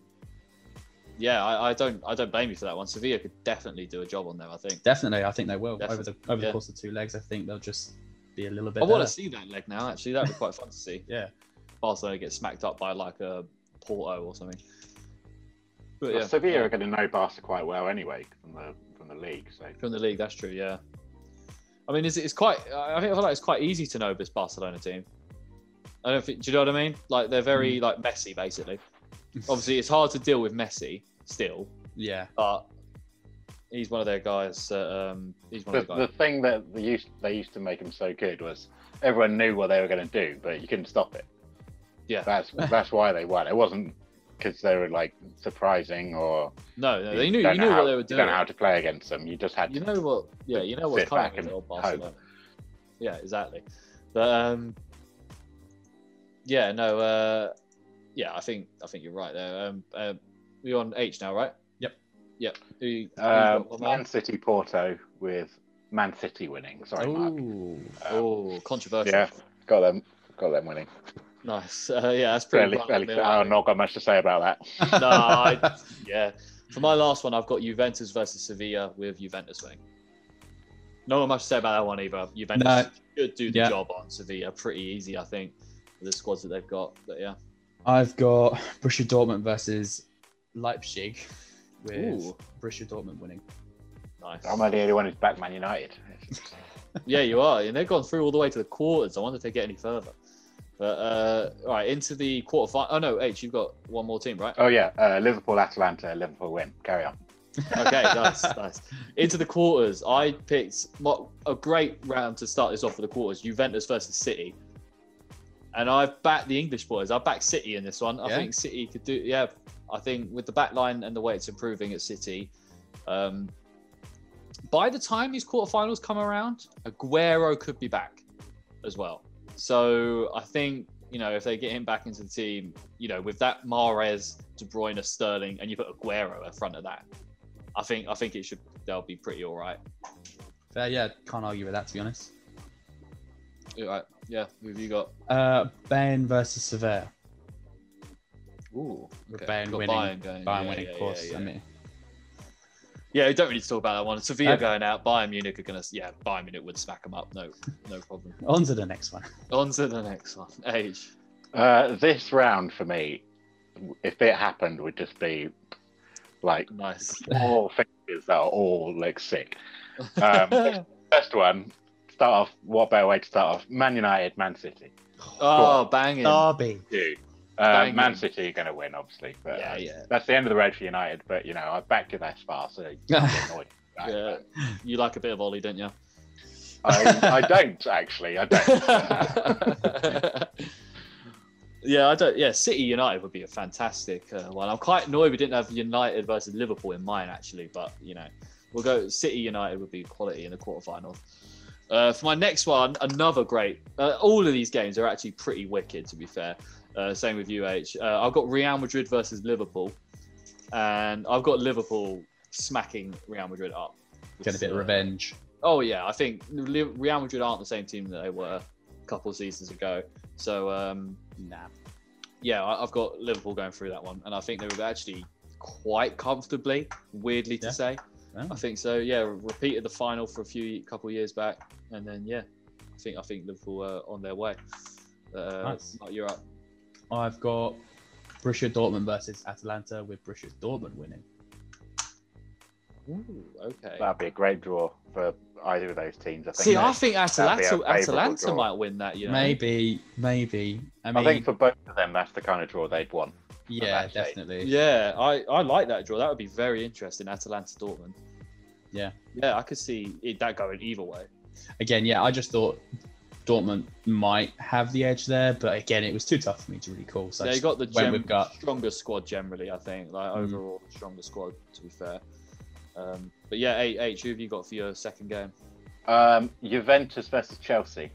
A: yeah, I, I don't I don't blame you for that one. Sevilla could definitely do a job on them. I think.
B: Definitely, I think they will over the
A: Definitely,
B: over the
A: yeah.
B: course of two legs. I think they'll just be a little bit.
A: I want
B: better.
A: to see that leg now. Actually, that'd be quite fun to see.
B: Yeah.
A: Barcelona get smacked up by like a Porto or something. But
C: Well,
A: yeah,
C: Oh, Sevilla are going to know Barca quite well anyway from the from the league. So
A: from the league, that's true. Yeah. I mean, it's, it's quite. I I think I feel like it's quite easy to know this Barcelona team. I don't think. Do you know what I mean? Like they're very like Messi, basically. Obviously, it's hard to deal with Messi still,
B: Yeah,
A: but he's one of their guys. that, um, he's one
C: the,
A: of the guys.
C: the thing that they used they used to make him so good was everyone knew what they were going to do, but you couldn't stop it.
A: Yeah.
C: that's that's why they won. It wasn't because they were like surprising or
A: No, no, they knew.
C: don't
A: You
C: know
A: knew
C: how,
A: what they were
C: You don't
A: doing.
C: know how to play against them. You just had
A: You
C: to uh,
A: know what? Yeah, you know what's
C: sit back
A: coming with
C: and
A: old Barcelona. Yeah, exactly. But um, yeah, no, uh, yeah, I think I think you're right there. Um, uh, we're on H now, right?
B: Yep.
A: Yep. Who, who you
C: Uh,
A: got, my man?
C: Man City Porto with Man City winning. Sorry, Mark.
B: Ooh.
C: Um,
A: oh, controversial.
C: yeah, got them. Got them winning.
A: Nice. Uh, yeah, that's pretty.
C: Fairly,
A: right up
C: fairly,
A: the
C: Oh,
A: middle, I
C: I've
A: think.
C: not got much to say about that.
A: No, I- Yeah. For my last one, I've got Juventus versus Sevilla with Juventus winning. Not much to say about that one either. Juventus
B: No.
A: should do the
B: Yeah.
A: job on Sevilla pretty easy, I think, with the squads that they've got. But yeah.
B: I've got Borussia Dortmund versus Leipzig with
A: Ooh.
B: Borussia Dortmund winning.
A: Nice.
C: I'm the only one who's back Man United.
A: yeah, you are. And they've gone through all the way to the quarters. I wonder if they get any further. But uh, all right, into the quarterfinal. Oh no, H, you've got one more team, right?
C: Oh yeah, uh, Liverpool Atalanta. Liverpool win. Carry on.
A: Okay, nice, nice. Into the quarters, I picked what a great round to start this off with the quarters: Juventus versus City. And I've backed the English boys. I backed City in this one. I
B: Yeah.
A: think City could do. Yeah, I think with the back line and the way it's improving at City, um, by the time these quarterfinals come around, Aguero could be back as well. So I think you know if they get him back into the team, you know with that Mares, De Bruyne, Sterling, and you put Aguero in front of that, I think I think it should they'll be pretty all right.
B: Fair, yeah, can't argue with that to be honest.
A: All right. Yeah, who have you got?
B: Uh, Bayern versus Sevilla.
A: Ooh,
B: With Bayern winning.
A: going.
B: Bayern
A: yeah,
B: winning,
A: yeah,
B: of course.
A: Yeah, yeah.
B: I mean,
A: Yeah, we don't really talk about that one. Sevilla
B: Okay.
A: going out. Bayern Munich are gonna. Yeah, Bayern Munich would smack them up. No, no problem.
B: on to the next one.
A: On to the next one. Age.
C: Uh, this round for me, if it happened, would just be like
A: Nice.
C: all fixtures that are all look sick. Um, first one, start off. What better way to start off? Man United, Man City.
A: oh, banging.
B: Derby.
C: Dude, uh,
A: Bang
C: Man
A: it.
C: City are going to win, obviously. But
A: yeah,
C: uh,
A: yeah.
C: that's the end of the road for United. But you know, I've backed it that far, so you get annoyed. about
A: Yeah.
C: it.
A: You like a bit of Ollie, don't you?
C: I, I don't actually. I don't.
A: yeah, I don't. Yeah, City United would be a fantastic uh, one. I'm quite annoyed we didn't have United versus Liverpool in mine actually, but you know, we'll go City United would be quality in the quarterfinal. Uh, for my next one, another great. Uh, all of these games are actually pretty wicked, to be fair. Uh, same with UH. Uh, I've got Real Madrid versus Liverpool, and I've got Liverpool smacking Real Madrid up.
B: Getting a bit of
A: Uh,
B: revenge.
A: Oh yeah, I think Li- Real Madrid aren't the same team that they were a couple of seasons ago. So um,
B: Nah.
A: yeah, I- I've got Liverpool going through that one, and I think they were actually quite comfortably. Weirdly to
B: Yeah.
A: say,
B: Oh.
A: I think so. Yeah, repeated the final for a few couple of years back, and then yeah, I think I think Liverpool were on their way. Uh,
B: Nice.
A: Mark, You're up.
B: I've got Borussia Dortmund versus Atalanta with Borussia Dortmund winning.
A: okay.
C: That'd be a great draw for either of those teams. I think.
A: See, I
C: They-
A: think
C: that'd be a
A: Atalanta,
C: favourable
A: Atalanta
C: draw.
A: might win that. You know,
B: Maybe, maybe. I
C: I
B: mean,
C: think for both of them, that's the kind of draw they'd want.
B: yeah,
C: that's right.
B: definitely.
A: Yeah, I, I like that draw. That would be very interesting. Atalanta Dortmund.
B: Yeah.
A: Yeah, I could see it, that going either way.
B: Again, yeah, I just thought Dortmund might have the edge there, but again, it was too tough for me to really call. So I
A: they
B: just
A: got the
B: went
A: gem-
B: with gut.
A: stronger squad generally, I think. Like
B: Mm.
A: overall, stronger squad to be fair. Um, but yeah, H, H, who have you got for your second game?
C: Um, Juventus versus Chelsea.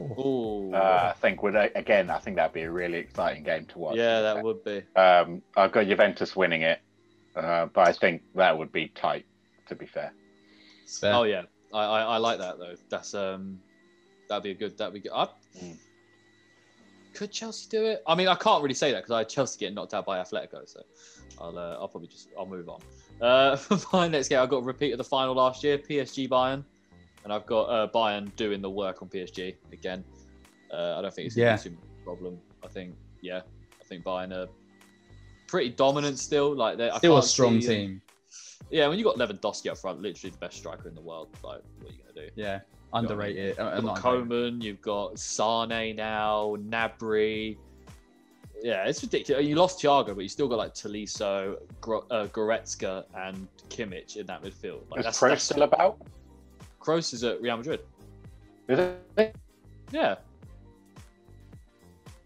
B: Ah,
A: Oh,
C: Uh, I think would again. I think that'd be a really exciting game to watch.
A: yeah, that would be.
C: Um, I've got Juventus winning it. Uh, but I think that would be tight, to be fair.
B: It's fair.
A: Oh yeah, I, I I like that though. That's um, that'd be a good. That'd be good. I,
C: Mm.
A: Could Chelsea do it? I mean, I can't really say that because I had Chelsea getting knocked out by Atletico, so I'll uh, I'll probably just I'll move on. Uh, for my next game, I got a repeat of the final last year, PSG Bayern, and I've got uh, Bayern doing the work on PSG again. Uh, I don't think it's gonna
B: Yeah.
A: be too much of a problem. I think yeah, I think Bayern are pretty dominant still. Like they're I
B: Still a
A: can't
B: strong
A: see- uh,
B: team.
A: Yeah, when you got Lewandowski up front, literally the best striker in the world, like what are you gonna do?
B: Yeah. Underrated. uh,
A: You've
B: not
A: got
B: underrated.
A: Coman, you've got Sane now, Nabry. Yeah, it's ridiculous. You lost Thiago, but you still got like Tolisso, Gro- uh, Goretzka, and Kimmich in that midfield. Like
C: Is Pro still about?
A: Kroos is at Real Madrid.
C: Is it?
A: Yeah,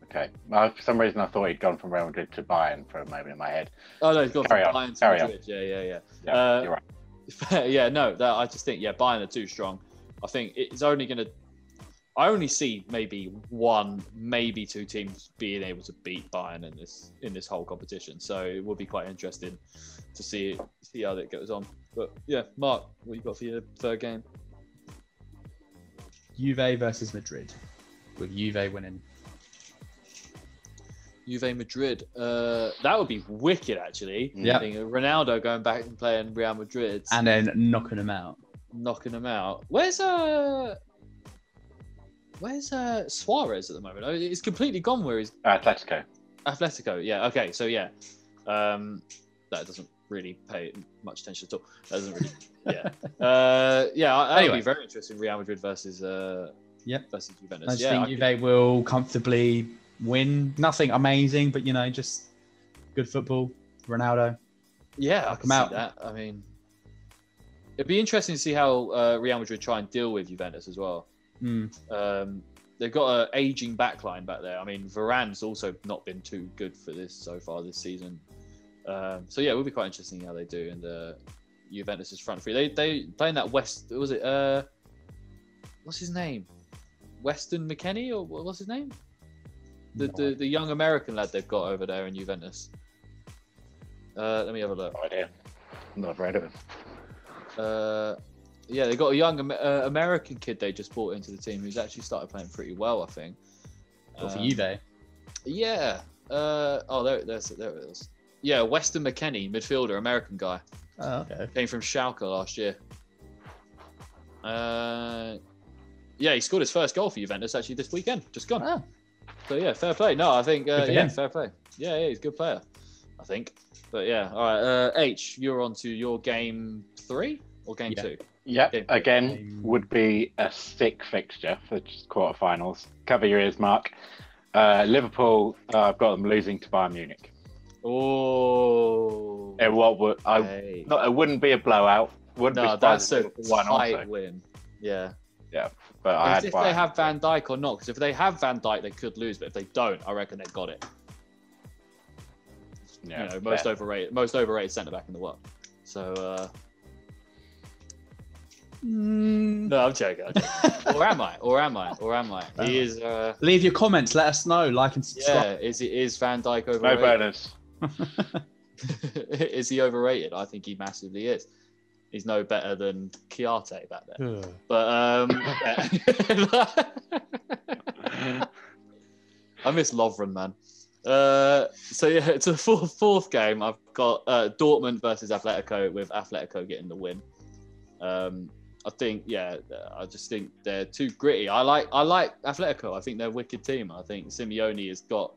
C: Okay. Well, for some reason, I thought he'd gone from Real Madrid to Bayern for a moment in my head.
A: Oh no, he's gone
C: Carry
A: from
C: on,
A: Bayern to
C: carry on.
A: Madrid. Yeah, yeah, yeah.
C: Yeah,
A: Uh,
C: you're right.
A: yeah, no, that, I just think yeah, Bayern are too strong. I think it's only going to. I only see maybe one, maybe two teams being able to beat Bayern in this in this whole competition. So it will be quite interesting to see see how that goes on. But yeah, Mark, what you got for your third game?
B: Juve versus Madrid, with Juve winning.
A: Juve Madrid. Uh, that would be wicked, actually.
C: Yeah.
A: I think Ronaldo going back and playing Real Madrid,
B: and then knocking them out.
A: knocking them out. Where's uh, where's uh Suarez at the moment? Oh, It's completely gone. Where he's
C: Atletico.
A: Atletico. Yeah. Okay. So yeah, um, that doesn't really pay much attention at all. That doesn't really. Yeah. Uh, yeah. I- That'd
B: Anyway.
A: be very interesting. Real Madrid versus uh,
B: Yep.
A: versus
B: I
A: Juventus.
B: just
A: Yeah. I could-
B: think Juve will comfortably win. Nothing amazing, but you know, just good football. Ronaldo.
A: yeah. I
B: knock
A: can
B: 'em
A: see
B: out.
A: that. I mean, it'd be interesting to see how uh, Real Madrid try and deal with Juventus as well.
B: Mm.
A: Um, they've got an aging back line back there. I mean, Varane's also not been too good for this so far this season. Um, so yeah, it will be quite interesting how they do in the Juventus's front three. They they playing that West was it uh what's his name? Weston McKenney or what- what's his name? The,
B: No
A: the the young American lad they've got over there in Juventus. Uh, let me have a look.
C: No idea. Not heard of him.
A: Uh, yeah, they got a young Am- uh, American kid they just brought into the team who's actually started playing pretty well, I think.
B: But for
A: Um,
B: Juve.
A: Yeah. Uh, oh, there, there's, there it is. Yeah, Weston McKenney, midfielder, American guy.
B: Oh,
A: uh,
B: okay.
A: Came from Schalke last year. Uh, yeah, he scored his first goal for Juventus actually this weekend, just gone.
B: Oh.
A: So, yeah, fair play. No, I think, uh,
B: Good for
A: yeah,
B: him.
A: fair play. Yeah, yeah, he's a good player, I think. But yeah, all right. Uh, H, you're on to your game three or game
B: Yeah.
A: two?
C: Yep.
A: Okay.
C: Again, would be a sick fixture for just quarterfinals. Cover your ears, Mark. Uh, Liverpool, uh, I've got them losing to Bayern Munich.
A: Oh.
C: And what would I?
A: Hey.
C: Not, it wouldn't be a blowout. Wouldn't be
A: no,
C: surprised
A: that's
C: if
A: a
C: Liverpool won
A: tight
C: also.
A: win. Yeah.
C: But I
A: It's
C: had
A: if
C: Bayern.
A: they have Van Dyke or not, because if they have Van Dyke, they could lose. But if they don't, I reckon they've got it.
C: yeah,
A: you know, most
C: fair.
A: overrated, most overrated centre back in the world. So uh,
B: Mm.
A: no, I'm joking. I'm joking. or am I? Or am I? Or am I? He is. Uh,
B: Leave your comments. Let us know. Like and subscribe.
A: yeah, is he is Van Dyke
C: no
A: overrated?
C: bonus.
A: is he overrated? I think he massively is. He's no better than Kiarte back there.
B: Ugh.
A: But um, yeah. I miss Lovren, man. Uh, so yeah, it's a fourth, fourth game. I've got uh, Dortmund versus Atletico with Atletico getting the win. Um, I think, yeah, I just think they're too gritty. I like, I like Atletico. I think they're a wicked team. I think Simeone has got,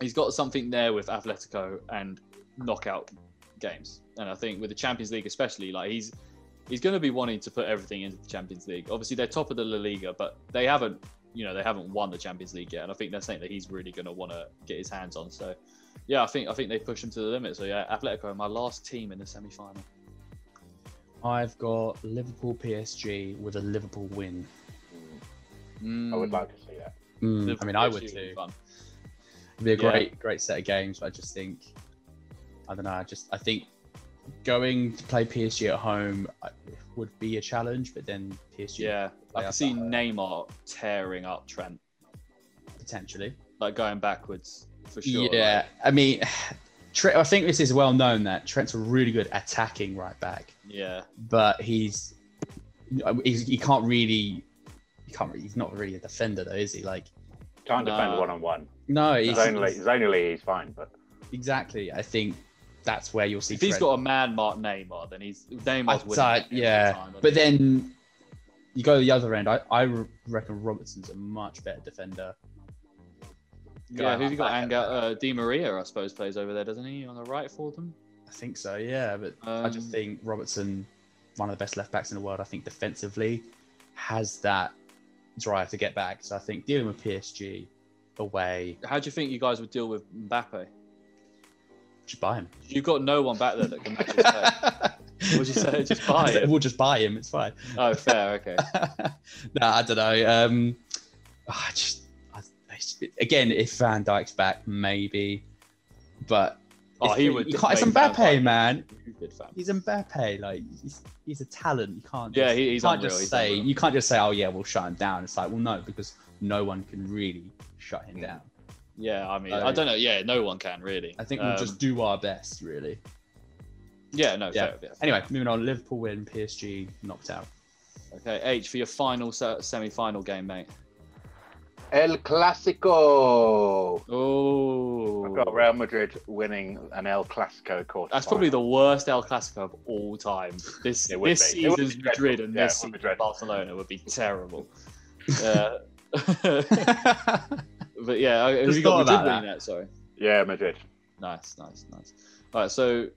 A: he's got something there with Atletico and knockout games. And I think with the Champions League, especially, like he's he's going to be wanting to put everything into the Champions League. Obviously, they're top of the La Liga, but they haven't you know they haven't won the Champions League yet, and I think that's something that he's really going to want to get his hands on. So, yeah, I think I think they push him to the limit. So yeah, Atletico are my last team in the semi final.
B: I've got Liverpool PSG with a Liverpool win.
C: I would like to see that.
A: Hmm.
B: Mm, I mean, I would too. It'd be
A: Yeah.
B: a great, great set of games. but I just think, I don't know. I just, I think going to play PSG at home uh, would be a challenge, but then PSG
A: Yeah, I
B: Yeah,
A: can see
B: but, uh,
A: Neymar tearing up Trent,
B: potentially.
A: like going backwards for sure.
B: yeah, I mean, Trent, I think this is well known that Trent's a really good attacking right back,
A: Yeah.
B: but he's, he's he can't really he can't really, he's not really a defender though, is he? Like
C: Can't defend
A: No.
C: one on one.
B: no, he's,
C: Zonally, zonally, he's fine, but
B: exactly. I think that's where you'll see.
A: If he's
B: Trent.
A: got a man mark Neymar, then he's Neymar's
B: I'd
A: winning.
B: say-
A: it every
B: yeah,
A: time, isn't
B: But
A: he?
B: then you go to the other end. I, I reckon Robertson's a much better defender.
A: yeah, who've you got?
B: Back at
A: Anger,
B: the
A: uh, Di Maria, I suppose, plays over there, doesn't he? On the right for them.
B: I think so. Yeah, but I just
A: Um,
B: think Robertson, one of the best left backs in the world. I think defensively has that drive to get back. So I think dealing with PSG away,
A: How do you think you guys would deal with Mbappe?
B: just buy him.
A: You've got no one back there that can match his play. What'd you say? Just buy him?
B: We'll just buy him. It's fine.
A: Oh, fair. Okay.
B: no, I don't know. Um, I just I, it's- again, if Van Dyke's back, maybe, but
A: Oh,
B: it's-
A: he would.
B: you can't- It's
A: make Van
B: Mbappe,
A: Dijk
B: man.
A: stupid, fam.
B: He's Mbappe. Like he's, he's a talent. You can't.
A: Yeah,
B: just,
A: he-
B: you
A: he's
B: can't
A: unreal,
B: just
A: he's
B: say
A: unreal.
B: you can't just say, oh yeah, we'll shut him down. It's like, well, no, because no one can really shut him
A: Hmm.
C: Mm.
B: down.
A: Yeah, I mean,
B: Oh,
A: I don't know. Yeah, no one can really.
B: I think we'll
A: Um,
B: just do our best, really.
A: Yeah, no.
B: Yeah.
A: Fair, yeah.
B: Anyway, moving on. Liverpool win. PSG knocked out.
A: Okay, H for your final se- semi-final game, mate.
C: El Clasico.
A: Oh,
C: I've got Real Madrid winning an El Clasico quarter.
A: That's probably the worst El Clasico of all time. This
C: It would
A: this
C: be. It would
A: season's
C: be dreadful.
A: Madrid and
C: Yeah, it
A: this
C: would be
A: season's
C: dreadful.
A: Barcelona would be terrible. uh,
B: That's
A: but yeah, have
B: Just
A: you got
B: thought about
A: Madrid winning that? Sorry.
C: yeah Madrid.
A: Nice, nice, nice. All right, so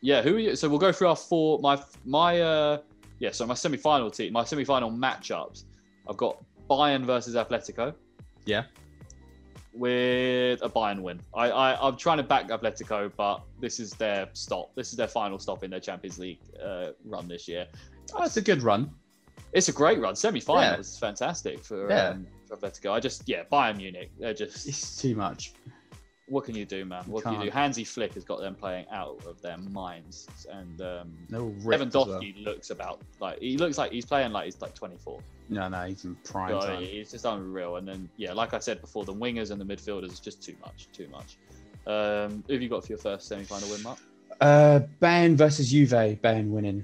A: yeah, who are you? So we'll go through our four. My my uh yeah, so my semi-final team, my semi-final matchups. I've got Bayern versus Atletico.
B: Yeah.
A: With a Bayern win, I, I I'm trying to back Atletico, but this is their stop. This is their final stop in their Champions League uh, run this year.
B: Oh, a good run.
A: It's a great run. Semi-final
B: Yeah.
A: is fantastic for,
B: Yeah.
A: um, for Atletico. I just yeah, Bayern Munich. They're just
B: It's too much.
A: what can you do, man?
B: You
A: What can you do? Hansi Flick has got them playing out of their minds, and um,
B: They're all ripped as well.
A: Lewandowski looks about like he looks like he's playing like he's like 24.
B: No, no, he's in prime
A: God,
B: time.
A: it's just unreal. And then yeah, like I said before, the wingers and the midfielders is just too much, too much. Um, who have you got for your first semi-final win, Mark?
B: Uh, Bayern versus Juve. Bayern winning.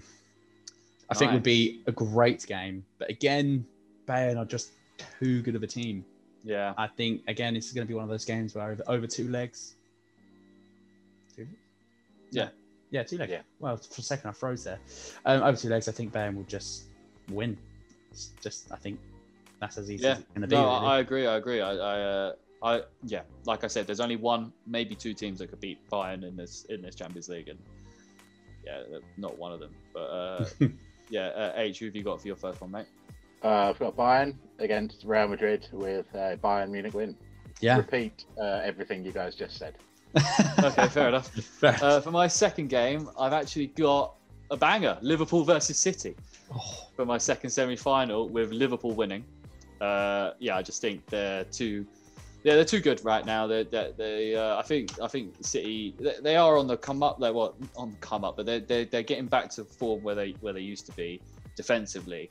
B: I think
A: Nice.
B: would be a great game, but again, Bayern are just too good of a team.
A: Yeah,
B: I think again, this is going to be one of those games where over, over two legs. Two?
A: Yeah.
B: yeah, two legs.
C: Yeah.
B: Well, for a second I froze there. Um, over two legs, I think Bayern will just win. It's just, I think that's as easy
A: Yeah.
B: as it's going to be.
A: no,
B: really.
A: I, I agree, I agree. I, I, uh, I, yeah, like I said, there's only one, maybe two teams that could beat Bayern in this in this Champions League, and yeah, not one of them. But uh, yeah, uh, H, who have you got for your first one, mate?
C: Uh, I've got Bayern against Real Madrid with uh, Bayern Munich win.
B: yeah.
C: Repeat uh, everything you guys just said.
A: okay, fair enough.
B: Fair.
A: Uh, for my second game, I've actually got a banger: Liverpool versus City
B: Oh,
A: for my second semi-final with Liverpool winning. Uh, yeah, I just think they're too, yeah, they're too good right now. They, they, they uh, I think, I think City, they, they are on the come up. They're well, on the come up, but they're, they're they're getting back to form where they where they used to be defensively.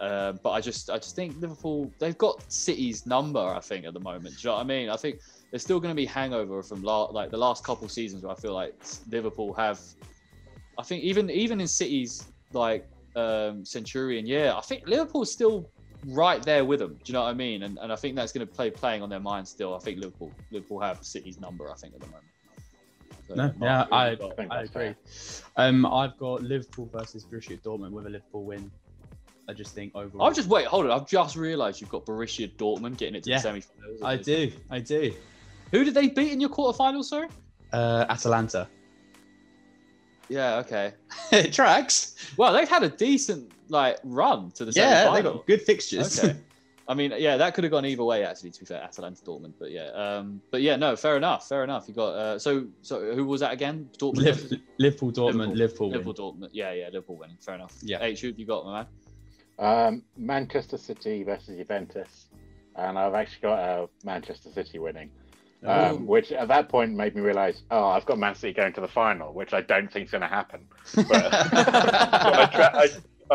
A: Um, but I just I just think Liverpool they've got City's number I think at the moment. Do you know what I mean? I think there's still going to be hangover from la- like the last couple seasons where I feel like Liverpool have. I think even even in City's like um, Centurion, yeah, I think Liverpool's still right there with them. Do you know what I mean? And, and I think that's going to play playing on their mind still. I think Liverpool Liverpool have City's number. I think at the moment. So,
B: No,
A: Mark,
B: yeah,
A: who have you
C: I
A: got?
C: think
B: I
C: that's
B: agree. Um, I've got Liverpool versus Borussia Dortmund with a Liverpool win. I just think overall.
A: I've just wait, hold on. I've just realised you've got Borussia Dortmund getting it to
B: Yeah,
A: the semi-finals.
B: I do. I do.
A: Who did they beat in your quarterfinals, sir?
B: Uh, Atalanta.
A: Yeah, okay.
B: it tracks.
A: Well, they've had a decent like run to the
B: yeah, they
A: semi-final.
B: got good fixtures.
A: Okay. I mean, yeah, that could have gone either way actually. To be fair, Atalanta Dortmund, but yeah, um, but yeah, no, fair enough, fair enough. You got uh, so so who was that again? Dortmund, versus-
B: Liv- Liverpool, Dortmund,
A: Liverpool.
B: Liverpool. win.
A: Liverpool, Dortmund. Yeah, yeah, Liverpool winning. Fair enough.
B: Yeah.
A: H, who have you got, my man?
C: Um, Manchester City versus Juventus, and I've actually got uh, Manchester City winning,
B: Oh.
C: um, which at that point made me realise, oh, I've got Man City going to the final, which I don't think's going to happen. But so I, tra- I,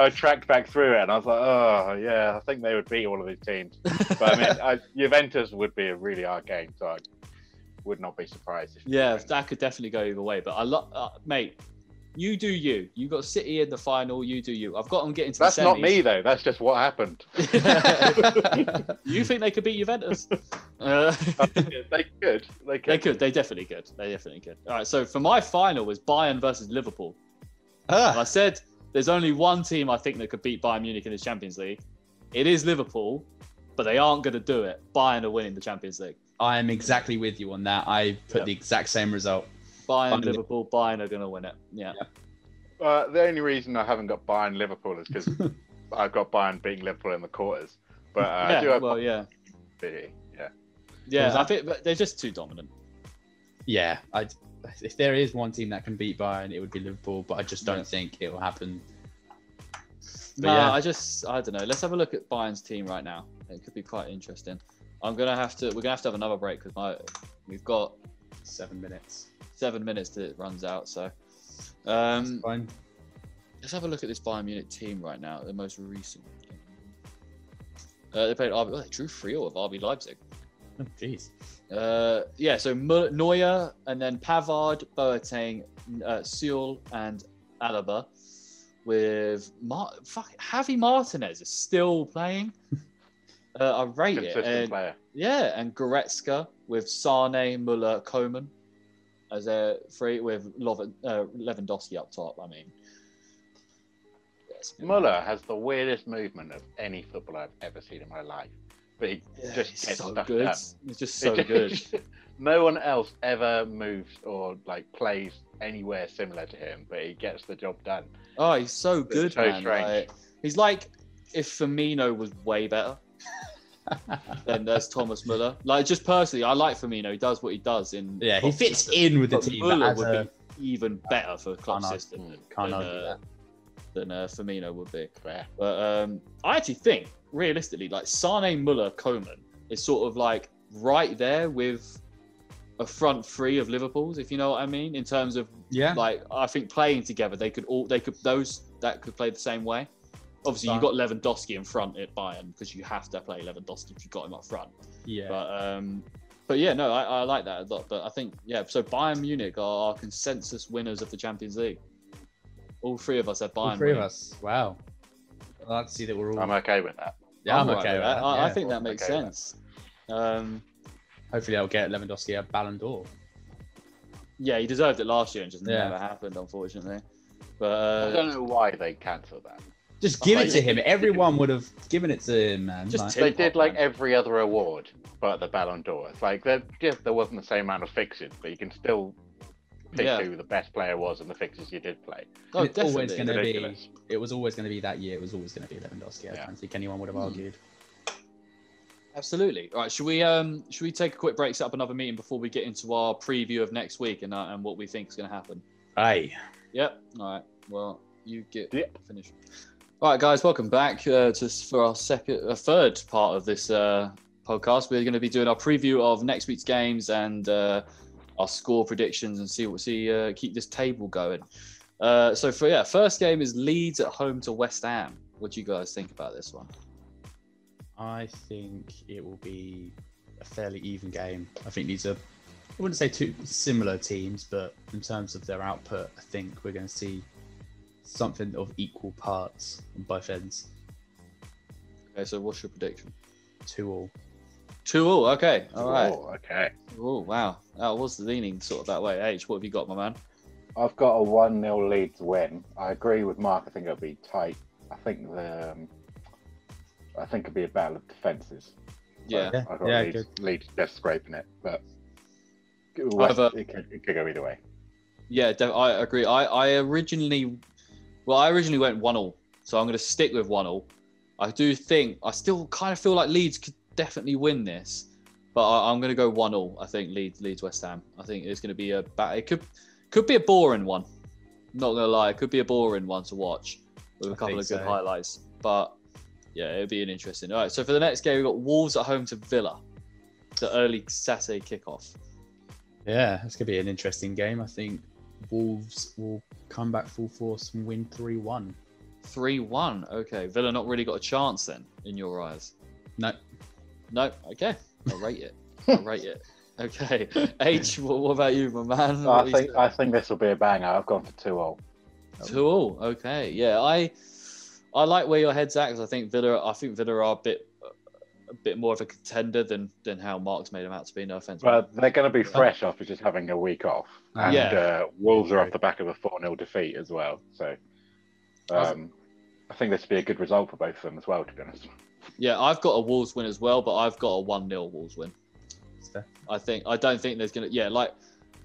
C: I tracked back through it, and I was like, oh yeah, I think they would beat all of these teams. But I mean, I, Juventus would be a really hard game, so I would not be surprised if.
A: Yeah, that could definitely go either way. But I love, uh, mate. You do you. You got City in the final. You do you. I've got them getting to
C: that's
A: the
C: not me
A: semis.
C: though. That's just what happened.
A: you think they could beat Juventus? Uh,
C: they could. They could.
A: they could. They definitely could. They definitely could. All right. So for my final was Bayern versus Liverpool. And I
B: Ah,
A: said there's only one team I think that could beat Bayern Munich in the Champions League. It is Liverpool, but they aren't going to do it. Bayern are winning the Champions League.
B: I am exactly with you on that. I put
A: Yeah.
B: the exact same result.
A: Bayern,
B: Finally.
A: Liverpool, Bayern are going to win it. Yeah.
C: Uh, the only reason I haven't got Bayern Liverpool is because I've got Bayern beating Liverpool in the quarters. But uh, I do
A: yeah.
C: have
A: Well, yeah.
C: City, yeah.
A: Yeah.
B: that-
A: I think but they're just too dominant.
B: Yeah, I, if there is one team that can beat Bayern, it would be Liverpool. But I just don't
A: Yeah.
B: think it will happen. But
A: Nah,
B: yeah.
A: Uh, I just I don't know. Let's have a look at Bayern's team right now. It could be quite interesting. I'm gonna have to. We're gonna have to have another break because my we've got
B: Seven minutes.
A: seven minutes till it runs out. So. Um,
B: Fine.
A: Let's have a look at this Bayern Munich team right now. The most recent. Uh, they played RB. Oh, they drew three all of RB Leipzig.
B: Oh, Jeez.
A: Uh, yeah, so Mu- Neuer and then Pavard, Boateng, uh, Sewell, and Alaba. With Mar- fuck, Javi Martinez is still playing. Uh, I rate it.
C: Consistent
A: And-
C: player.
A: yeah, and Goretzka with Sane, Muller, Koeman as their three with Lov- uh, Lewandowski up top. I mean, yes,
C: Muller has the weirdest movement of any footballer I've ever seen in my life. But he
A: Yeah,
C: just
A: he's
C: gets
A: so
C: stuff
A: good.
C: done.
A: It's just so good.
C: no one else ever moves or like plays anywhere similar to him, but he gets the job done.
A: Oh, he's so good,
C: so
A: man.
C: strange.
A: Like, he's like if Firmino was way better. then there's Thomas Muller. Like just personally, I like Firmino. He does what he does in.
B: Yeah, he
A: Klopp's
B: fits
A: system.
B: in with the
A: But
B: team. but
A: Muller
B: as
A: would
B: a-
A: be even better for Klopp's
B: Can't argue-
A: system than,
B: can't
A: than,
B: argue
A: uh, than uh, Firmino would be.
C: Fair.
A: But um, I actually think, realistically, like Sane, Muller, Coman is sort of like right there with a front three of Liverpool's, if you know what I mean, in terms of
B: yeah.
A: like I think playing together, they could all they could those that could play the same way. Obviously, you
B: Right.
A: got Lewandowski in front at Bayern because you have to play Lewandowski if you got him up front.
B: yeah.
A: But um, but yeah, no, I, I like that a lot. But I think yeah, so Bayern Munich are our consensus winners of the Champions League. All three of us have Bayern.
B: all three of
A: winning.
B: us. Wow. I'd like to see that we're
A: Mm.
B: all.
C: I'm okay with that.
B: yeah, I'm,
A: all right
B: okay
A: with
B: with that.
A: I, I
B: yeah.
A: think that
C: I'm
A: makes
C: okay with that.
A: sense. Um,
B: Hopefully, I'll get Lewandowski a Ballon d'Or.
A: yeah, he deserved it last year and just
B: Yeah.
A: never happened, unfortunately. But
C: I
A: uh,
C: don't know why they cancelled that.
B: Just give
A: Oh,
B: it to
A: yeah.
B: him. Everyone would have given it to him, man.
A: Just
B: Like,
A: Tim
C: they did like
A: Hofmann.
C: every other award, but the Ballon d'Or. It's like there, yeah, there wasn't the same amount of fixes, but you can still pick
A: Yeah.
C: who the best player was and the fixes you did play.
A: oh,
B: it's always
A: definitely.
B: gonna- be-
C: Ridiculous.
B: it was always going to be that year. It was always going to be Lewandowski. I
C: Yeah.
B: don't think anyone would have
A: Hmm.
B: argued.
A: Absolutely. All right. Should we um should we take a quick break, set up another meeting before we get into our preview of next week and uh, and what we think is going to happen?
B: Aye.
A: Yep. All right. Well, you get
C: Yep.
A: finished. All right, guys. Welcome back uh, to for our second, uh, third part of this uh, podcast. We're going to be doing our preview of next week's games and uh, our score predictions and see what see uh, keep this table going. Uh, so for yeah, first game is Leeds at home to West Ham. What do you guys think about this one?
B: I think it will be a fairly even game. I think these are, I wouldn't say two similar teams, but in terms of their output, I think we're going to see something of equal parts on both ends.
A: Okay, so what's your prediction?
B: Two all.
A: Two all. Okay. All right.
C: Oh, okay.
A: Oh wow, that was leaning sort of that way. H, what have you got, my man?
C: I've got a 1 0 Leeds win. I agree with Mark. I think it'll be tight. I think the. Um, I think it'll be a battle of defences.
A: Yeah,
B: Yeah,
C: I've got
B: yeah,
C: Leeds,
B: good.
C: Leeds just scraping it, but
A: I've, uh,
C: it, could, it could go either way.
A: yeah, def- I agree. I, I originally, well, I originally went one all, so I'm going to stick with one all. I do think I still kind of feel like Leeds could definitely win this, but I, I'm going to go one all. I think Leeds, Leeds, West Ham. I think it's going to be a bat. It could, could be a boring one. Not going to lie, it could be a boring one to watch with a
B: I
A: couple
B: think
A: of good
B: so.
A: highlights. But yeah, it'd be an interesting. All right, so for the next game, we've got Wolves at home to Villa. The early Saturday kickoff.
B: Yeah, that's going to be an interesting game. I think Wolves will come back full force and win 3 1.
A: Three one. Okay, Villa not really got a chance then in your eyes.
B: No,
A: No. Okay, I rate it. I rate it. Okay. H, what, what about you, my man? What
C: I
A: do you
C: think I think this will be a banger. I've gone for two all.
A: Two all. Okay. Yeah, I I like where your head's at 'cause I think Villa. I think Villa are a bit a bit more of a contender than than how Mark's made them out to be. No offense.
C: Well, uh, they're going to be fresh off just having a week off, and
A: Yeah.
C: uh, Wolves are off the back of a four 0 defeat as well. So, um, I think this would be a good result for both of them as well. To be honest,
A: yeah, I've got a Wolves win as well, but I've got a one 0 Wolves win. I think I don't think there's gonna yeah like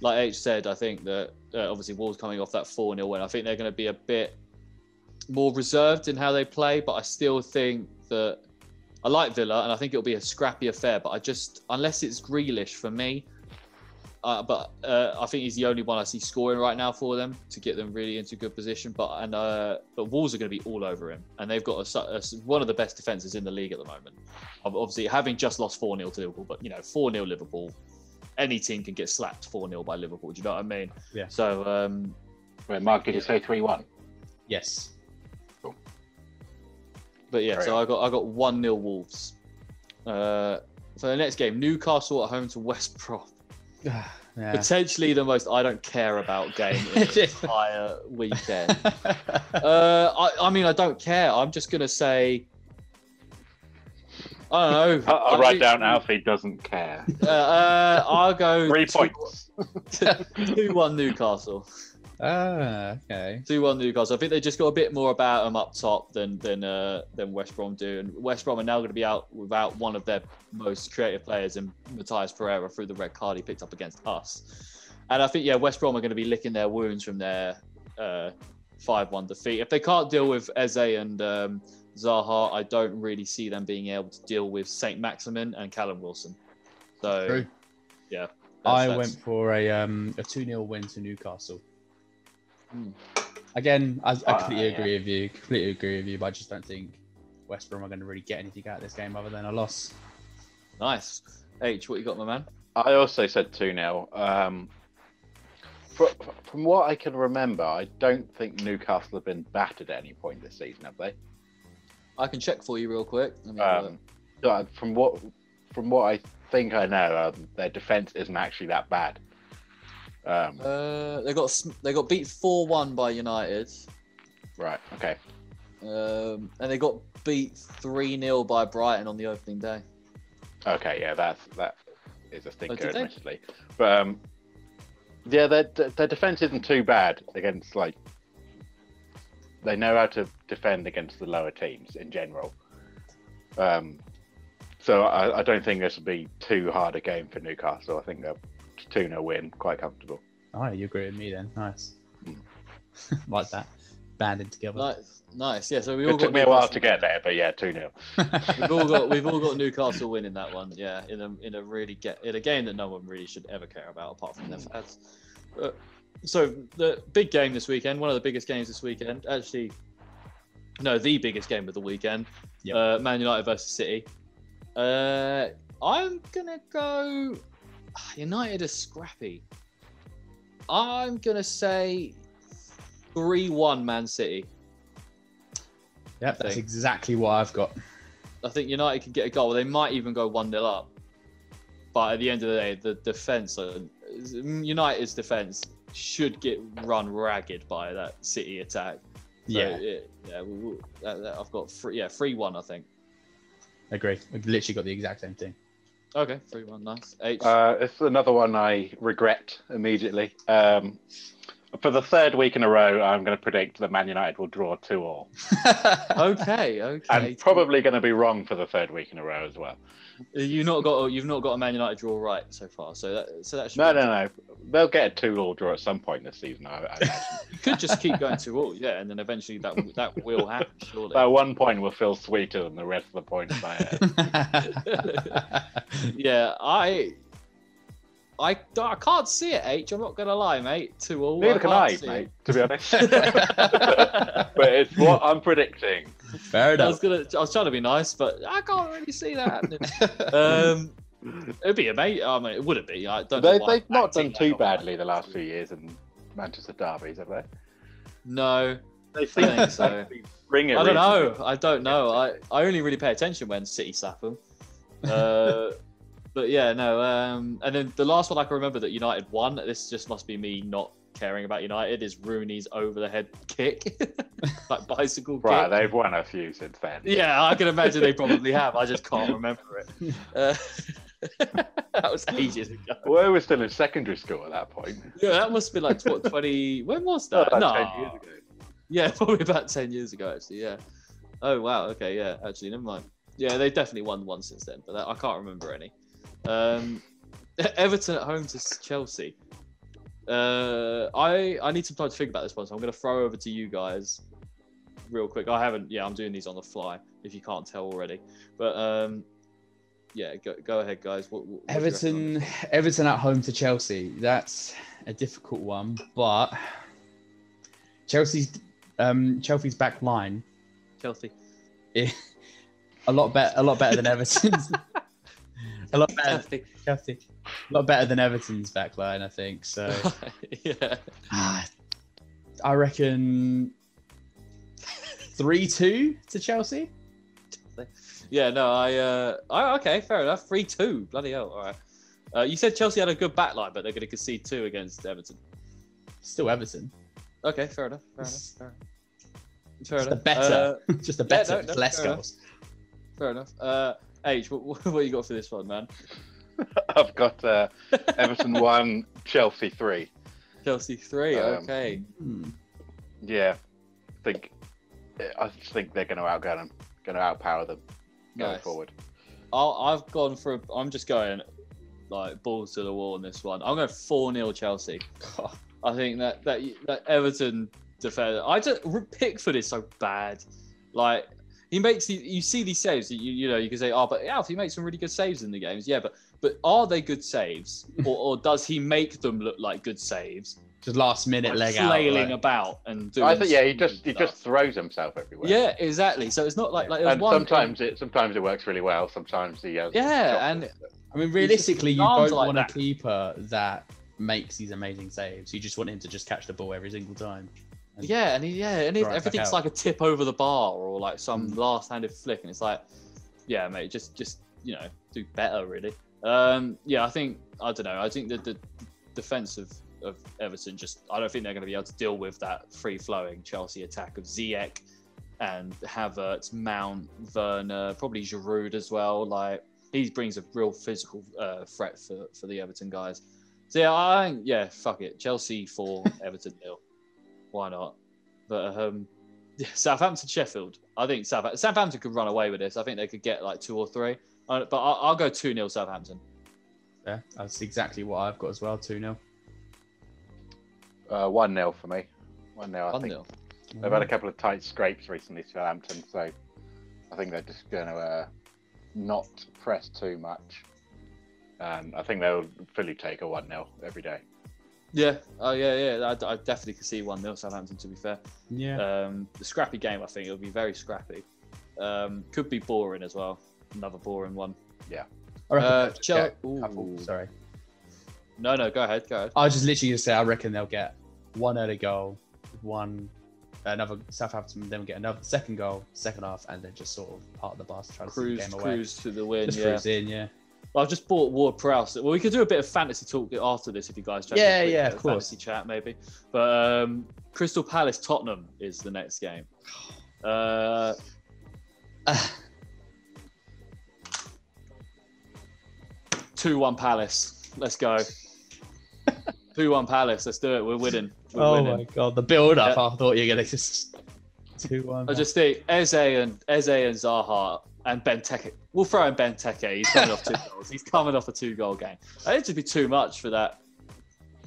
A: like H said I think that uh, obviously Wolves coming off that four 0 win I think they're gonna be a bit more reserved in how they play but I still think that I like Villa and I think it'll be a scrappy affair but I just unless it's Grealish for me uh, but uh, I think he's the only one I see scoring right now for them to get them really into good position but and uh, but Wolves are gonna be all over him and they've got a su- a s one of the best defenses in the league at the moment ob- obviously having just lost 4 0 to Liverpool, but you know, 4 0 Liverpool, any team can get slapped 4 0 by Liverpool. Do you know what I mean?
B: Yeah.
A: So, um,
C: Wait, Mark, did you say three one?
B: Yes.
A: but yeah,
C: Carry
A: so I got I got 1 0 Wolves. Uh, for the next game, Newcastle at home to West Brom.
B: yeah.
A: Potentially the most I don't care about game in the entire weekend. Uh, I, I mean, I don't care. I'm just going to say. I don't know.
C: I'll, I'll write
A: think-
C: down Alfie doesn't care.
A: Uh, uh, I'll go
C: Three
A: two-
C: points.
A: 2 1 Newcastle.
B: ah, okay.
A: Two one Newcastle. I think they just got a bit more about them up top than than uh, than West Brom do, and West Brom are now going to be out without one of their most creative players in Matthias Pereira through the red card he picked up against us. And I think yeah, West Brom are going to be licking their wounds from their uh, five one defeat. If they can't deal with Eze and um, Zaha, I don't really see them being able to deal with Saint Maximin and Callum Wilson. So
B: True.
A: yeah, that's-
B: I
A: that's-
B: went for a um a two 0 win to Newcastle.
A: Hmm.
B: Again, I, I
C: Ah,
B: completely
C: yeah.
B: agree with you. Completely agree with you. But I just don't think West Brom are going to really get anything out of this game other than a loss.
A: nice. H, what you got, my man?
C: I also said 2 0. Um, fr- fr- from what I can remember, I don't think Newcastle have been battered at any point this season, have they?
A: I can check for you real quick. Let me have a look.
C: Um, uh, from what from what I think I know, um, their defence isn't actually that bad. Um,
A: Uh, they got sm- they got beat four one by United,
C: right, okay.
A: um, and they got beat three 0 by Brighton on the opening day.
C: Okay, yeah, that's that is a
A: Oh,
C: stinker,
A: did they?
C: admittedly. But um, yeah, their their defense isn't too bad against like they know how to defend against the lower teams in general. Um, so I, I don't think this will be too hard a game for Newcastle. I think they'll two 0 win quite comfortable.
B: Oh, you agree with me then? Nice.
C: Hmm.
B: like that, banded together.
A: Nice, nice. Yeah, so we all
C: It
A: got
C: took me a while to
A: Newcastle-
C: get there, but yeah, two 0
A: We've all got we've all got Newcastle winning that one. Yeah, in a in a really get in a game that no one really should ever care about apart from their fans. But, so the big game this weekend, one of the biggest games this weekend, actually, no, the biggest game of the weekend.
B: Yep.
A: Uh, Man United versus City. Uh, I'm gonna go. United are scrappy. I'm gonna say three-one Man City.
B: Yep, that's
A: Thanks.
B: exactly what I've got.
A: I think United could get a goal. They might even go 1 0 up. But at the end of the day, the defence, uh, United's defence should get run ragged by that City attack. So
B: Yeah,
A: it- yeah we, we, that, that- I've got three, yeah, 3 1, I think.
B: agree. I literally got the exact same thing.
A: Okay, 3 1, nice. H.
C: Uh, it's another one I regret immediately. Um, for the third week in a row, I'm going to predict that Man United will draw two all.
A: okay, okay.
C: I'm probably going to be wrong for the third week in a row as well.
A: You've not got, a- you've not got a Man United draw right so far. So that, so that should
C: No,
A: be-
C: no, no. They'll get a two-all draw at some point this season. I, I,
A: You could just keep going to all, yeah, and then eventually that that will happen, surely.
C: that one point will feel sweeter than the rest of the points I had.
A: yeah, I, I, I can't see it, H. I'm not gonna lie, mate. Two all.
C: Neither can
A: can't
C: I,
A: see
C: mate.
A: it.
C: To be honest, but it's what I'm predicting.
B: Fair
A: I was
B: enough.
A: gonna, I was trying to be nice, but I can't really see that happening. um, it'd be amazing. I mean, it wouldn't be. I don't. know
C: They,
A: why
C: they've
A: I'm
C: not
A: acting
C: done
A: like
C: too
A: I'm like-
C: badly the last few years in Manchester derbies, have they?
A: No,
C: They
A: seem to so. actually
C: Bring it
A: I don't know. I don't know. I, I only really pay attention when City slap them. Uh, But yeah, no. Um, and then the last one I can remember that United won. This just must be me not caring about United. Is Rooney's over the head kick, like bicycle
C: Right,
A: kick.
C: they've won a few since then.
A: Yeah, I can imagine they probably have. I just can't remember it. Uh, that was ages ago.
C: Well, we were still in secondary school at that point.
A: Yeah, that must be like tw- 20. When was
C: About
A: that?
C: 10
A: no.
C: years ago.
A: Yeah, probably about 10 years ago, actually. Yeah. Oh, wow. Okay. Yeah. Actually, never mind. Yeah, they've definitely won one since then, but that, I can't remember any. Um, Everton at home to s- Chelsea. Uh, I I need some time to think about this one, so I'm going to throw over to you guys real quick. I haven't. Yeah, I'm doing these on the fly. If you can't tell already, but um, yeah, go, go ahead, guys. What, what, what do you reckon on
B: Everton, Everton at home to Chelsea. That's a difficult one, but Chelsea's um, Chelsea's back line
A: Chelsea.
B: is a lot better, a lot better than Everton's. a lot better,
A: Chelsea.
B: Chelsea, a lot better than Everton's back line, I think. So
A: yeah.
B: ah, I reckon three-two to Chelsea.
A: Yeah, no, I, uh, I okay, fair enough. Three two, bloody hell. All right. Uh, you said Chelsea had a good back line, but they're going to concede two against Everton.
B: Still Everton,
A: Okay, fair enough. Fair enough.
B: It's-
A: Fair enough. Fair
B: it's the
A: enough.
B: better. just a
A: yeah,
B: better,
A: no, no,
B: less
A: fair enough.
B: goals.
A: Uh, fair enough. Uh, H, what, what, what you got for this one, man?
C: I've got uh, Everton 1, Chelsea 3.
A: Chelsea three.
C: Um,
A: okay.
B: Hmm.
C: Yeah, I think I just think they're going to outgun them, going to outpower them going
A: Nice.
C: forward.
A: I'll, I've gone for. A, I'm just going like balls to the wall on this one. I'm going four 0 Chelsea.
B: God.
A: I think that that, that Everton defender. I just Pickford is so bad. Like he makes the, you see these saves. You you know you can say oh but Alf he makes some really good saves in the games. Yeah, but but are they good saves or, or does he make them look like good saves?
B: Just last minute
A: Like,
B: leg out.
A: flailing
B: like-
A: about and doing.
C: I think yeah, he
A: stupid
C: just he
A: stuff.
C: just throws himself everywhere.
A: Yeah, exactly. So it's not like like there was
C: and
A: one-
C: sometimes it sometimes it works really well. Sometimes he has
A: Yeah,
C: shots
A: and-
C: that-
B: I mean, realistically, you
A: arms
B: don't
A: like
B: want a
A: that.
B: keeper that makes these amazing saves. You just want him to just catch the ball every single time. and-
A: Yeah, and he, yeah, and it,
B: Right, back
A: everything's
B: out.
A: like a tip over the bar or like some
B: Mm.
A: last-handed flick, and it's like, yeah, mate, just just you know, do better, really. Um, yeah, I think I don't know. I think that the, the defense of, of Everton just, I don't think they're going to be able to deal with that free-flowing Chelsea attack of Ziyech and Havertz, Mount, Werner, probably Giroud as well. Like he brings a real physical uh, threat for for the Everton guys. So yeah, I think- yeah, fuck it, Chelsea four, Everton nil. Why not? But um, yeah, Southampton, Sheffield. I think South, Southampton could run away with this. I think they could get like two or three. Uh, but I'll, I'll go 2 0 Southampton.
B: Yeah, that's exactly what I've got as well. Two 0
C: Uh, one 0 for me. One 0 I
A: 1
C: think
A: 0.
C: they've had a couple of tight scrapes recently, Southampton. So I think they're just going to uh, not press too much, and I think they'll fully take a one 0 every day.
A: Yeah. Oh, yeah, yeah. I, I definitely could see 1 0 Southampton, to be fair.
B: Yeah,
A: Um, the scrappy game, I think it'll be very scrappy. Um, could be boring as well. Another boring one.
B: I reckon,
A: Uh, Chel-
C: couple,
A: Ooh.
B: sorry,
A: No, no, go ahead. Go ahead.
B: I was just literally gonna say I reckon they'll get one early goal, one another Southampton, then we get another second goal, second half, and then just sort of part of the bus trying to see the
A: Cruise,
B: game away.
A: cruise to the win.
B: Just
A: yeah.
B: cruise in, yeah.
A: Well, I've just bought Ward Prowse. Well, we could do a bit of fantasy talk after this if you guys.
B: Yeah,
A: a quick
B: yeah,
A: bit
B: of course.
A: Fantasy chat maybe, but um, Crystal Palace Tottenham is the next game. Uh, two one Palace. Let's go. two one Palace. Let's do it. We're winning. We're
B: oh
A: winning.
B: my god, the build up! I thought you were gonna just two one.
A: I just think Eze and Eze and Zaha and Benteke. We'll throw in Benteke. He's coming off two goals. He's coming off a two-goal game. It'd just be too much for that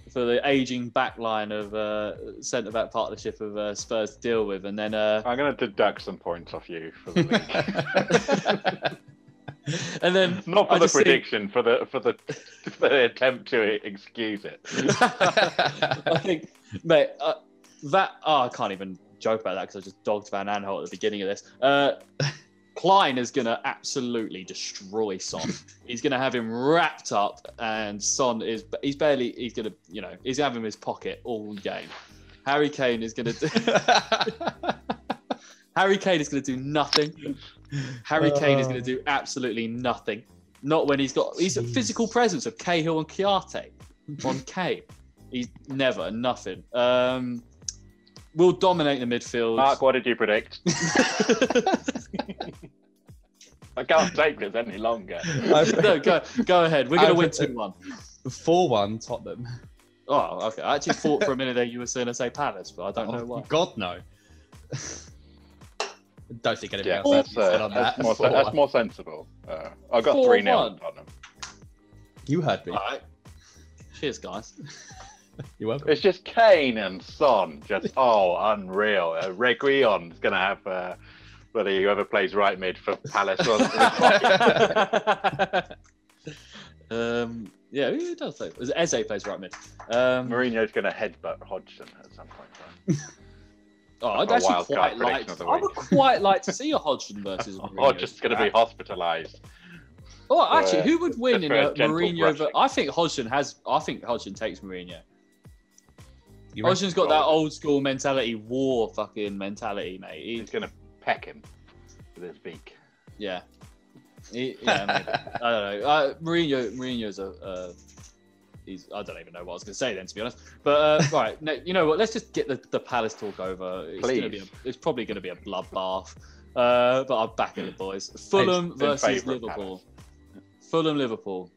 A: for the aging back line of uh, centre back partnership of uh, Spurs to deal with, and then uh,
C: I'm going to deduct some points off you for the
A: and then
C: Not for
A: I
C: the
A: just think-
C: prediction, for the for the for the attempt to excuse it.
A: I think, mate, uh, that oh, I can't even joke about that because I just dogged Van Aanholt at the beginning of this. Uh, Klein is gonna absolutely destroy Son. he's gonna have him wrapped up, and Son is he's barely he's gonna you know he's having him in his pocket all game. Harry Kane is gonna do, Harry Kane is gonna do nothing. Harry Kane is
B: Uh.
A: gonna do absolutely nothing. Not when he's got he's a
B: Jeez.
A: physical presence of Cahill and Kiarte on K. He's never nothing. Um, will dominate the midfield.
C: Mark, what did you predict? I can't take this any longer.
A: no, go go ahead. We're gonna
B: I've-
A: win two one.
B: Four one Tottenham.
A: Oh, okay. I actually thought for a minute there you were saying to say Palace, but I don't
C: Oh,
A: know why.
B: Oh, God no. Don't think anybody
C: Yeah,
B: else has
C: that's,
B: said
C: uh,
B: on
C: that's,
B: that.
C: more,
B: Four
C: that's
B: one.
C: more sensible. Uh, I got
A: 4-1.
C: three 0 Tottenham.
B: You heard me.
A: All right. Cheers, guys.
B: You're welcome.
C: It's just Kane and Son. Just oh, unreal. Uh, Reguilon's gonna have uh, bloody whoever plays right mid for Palace. wants to-
A: um, yeah, who does play? Eze plays right mid. Um,
C: Mourinho's gonna headbutt Hodgson at some point. right?
A: oh, I'd
C: That's my
A: actually
C: wild
A: quite
C: card prediction
A: like.
C: of the
A: I would
C: week.
A: quite like to see a Hodgson versus Mourinho.
C: Hodgson's gonna be hospitalised.
A: Oh, actually,
C: uh,
A: who would win in
C: for a
A: a
C: gentle
A: Mourinho? Ver-
C: brushing.
A: I think Hodgson has. I think Hodgson takes Mourinho.
B: You reckon?
A: Hodgson's got that old school mentality, war fucking mentality, mate. He,
C: He's gonna peck him with his beak.
A: yeah. He, yeah, maybe. I don't know. Uh, Mourinho, Mourinho's a. Uh, he's. I don't even know what I was going to say then, to be honest. But uh, right, no, you know what? Let's just get the, the Palace talk over. It's Gonna be a,
C: Please.
A: it's probably going to be a bloodbath. Uh, but I'm backing the boys. Fulham
C: in
A: versus
C: favour of
A: Liverpool. Fulham, Liverpool.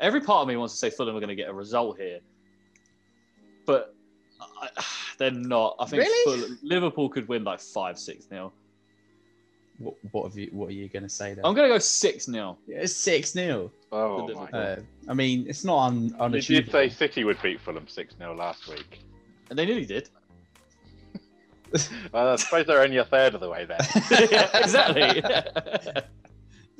A: Every part of me wants to say Fulham are going to get a result here, but I, they're not. I think
B: Really?
A: Fulham, Liverpool could win like five, six nil.
B: what, what have you? What are you going to say then?
A: I'm going to go six nil.
B: Yeah, it's six 0
C: Oh
A: Good
C: my!
A: little-
B: uh, I mean, it's not un-
C: Did you
B: unachievable.
C: say City would beat Fulham six 0 last week?
A: And they nearly did.
C: Well, I suppose they're only a third of the way there.
A: Yeah, exactly.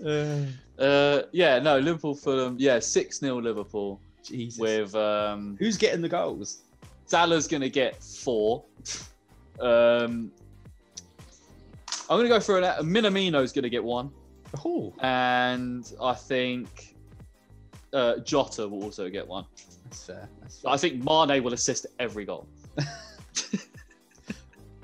B: Uh,
A: uh, yeah, no, Liverpool, Fulham. Yeah, 6 0 Liverpool
B: Jesus.
A: with um,
B: Who's getting the goals?
A: Salah's going to get four. Um, I'm going to go for an. uh, Minamino's going to get one.
B: Oh,
A: And I think uh, Jota will also get one.
B: that's fair. That's fair.
A: I think Mane will assist every goal.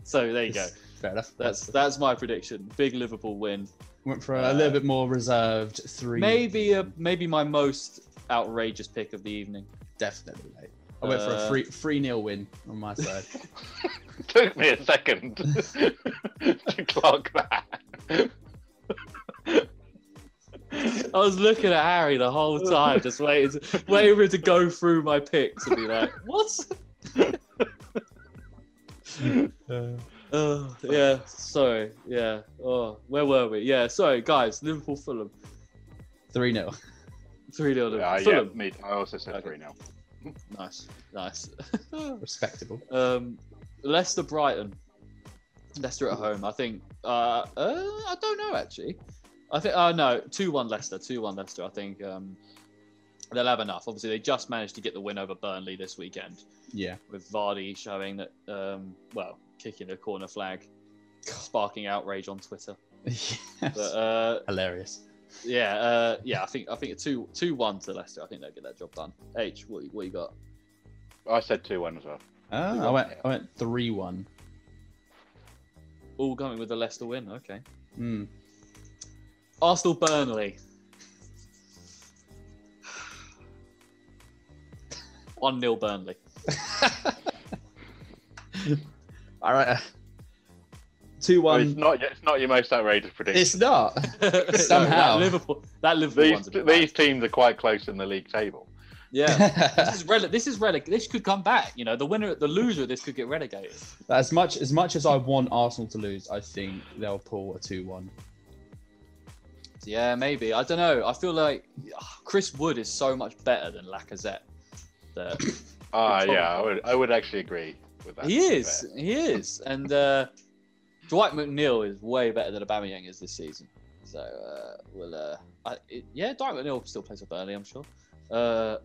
A: so there you go.
B: Fair enough.
A: That's that's my prediction. Big Liverpool win.
B: went for a little bit more reserved three.
A: Maybe a, maybe my most outrageous pick of the evening.
B: definitely. Mate. I went for a
A: Uh,
B: three three nil win on my side.
C: Took me a second to clock that.
A: I was looking at Harry the whole time, just waiting, to, waiting for him to go through my picks and be like, "What?" Oh, yeah. Sorry. Yeah. Oh, where were we? Yeah. Sorry, guys. Liverpool, Fulham,
B: Three 0
A: three 0
C: Uh, yeah,
A: Fulham.
C: me, I also said
A: Okay.
C: three 0
A: Nice. Nice.
B: respectable.
A: um, Leicester, Brighton. Leicester at home. I think. Uh, uh, I don't know actually. I think. Oh no, two one Leicester. Two one Leicester. I think um, they'll have enough. Obviously, they just managed to get the win over Burnley this weekend
B: Yeah,
A: with Vardy showing that. Um, well, kicking the corner flag, sparking outrage on Twitter. But uh,
B: hilarious.
A: yeah, uh, yeah. I think I think a two two one to Leicester. I think they'll get that job done. H, what what you got?
C: I said two one as well.
B: Ah, I went I went three one.
A: All coming with the Leicester win. Okay.
B: Mm.
A: Arsenal, Burnley. One 0 Burnley.
B: All right, uh, two
C: Well,
B: one.
C: it's not. It's not your most outrageous prediction.
B: It's not.
A: that
B: Somehow.
A: Liverpool. That Liverpool
C: These
A: one's a bit
C: these
A: bad.
C: teams are quite close in the league table.
A: Yeah. this is rele- This is rele- This could come back. You know, the winner, the loser, of this could get relegated.
B: as much as much as I want Arsenal to lose, I think they'll pull a two one.
A: Yeah, maybe. I don't know. I feel like ah, Chris Wood is so much better than Lacazette. That
C: Ah,
A: Good
C: yeah, I
A: call.
C: would. I would actually agree with that.
A: he
C: to be
A: is. He is. And uh, Dwight McNeil is way better than Aubameyang is this season. So uh, we'll. Uh, I, it, yeah, Dwight McNeil still plays for Burnley, I'm sure. Uh,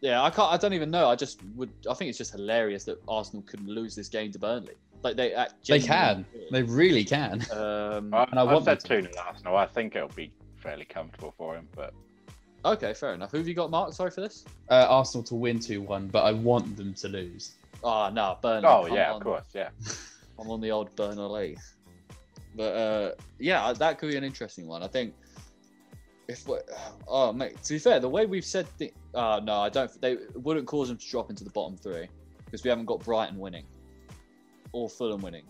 A: yeah, I can't. I don't even know. I just would. I think it's just hilarious that Arsenal couldn't lose this game to Burnley. Like they. act
B: They
A: genuinely
B: can. They really can.
A: Um,
C: fair.
B: And I
C: I, I
B: want
C: said
B: them
C: two 0 Arsenal. I think it'll be fairly comfortable for him, but
A: okay, fair enough. Who have you got, Mark? Sorry for this.
B: Uh, Arsenal to win two one, but I want them to lose.
A: Ah, no, Burnley.
C: oh
A: come
C: yeah,
A: on.
C: of course, yeah.
A: I'm on the old Bernalay. But uh, yeah, that could be an interesting one. I think if we oh mate, to be fair, the way we've said the oh no, I don't. They it wouldn't cause them to drop into the bottom three because we haven't got Brighton winning or Fulham winning.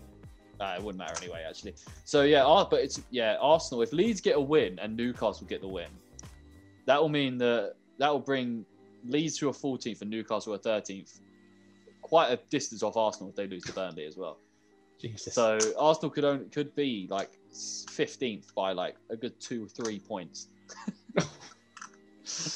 A: Uh, it wouldn't matter anyway, actually. So yeah, Ar- but it's yeah Arsenal. If Leeds get a win and Newcastle get the win, that will mean that that will bring Leeds to a 14th and Newcastle a 13th, quite a distance off Arsenal if they lose to Burnley as well.
B: Jesus.
A: So Arsenal could only could be like 15th by like a good two three points,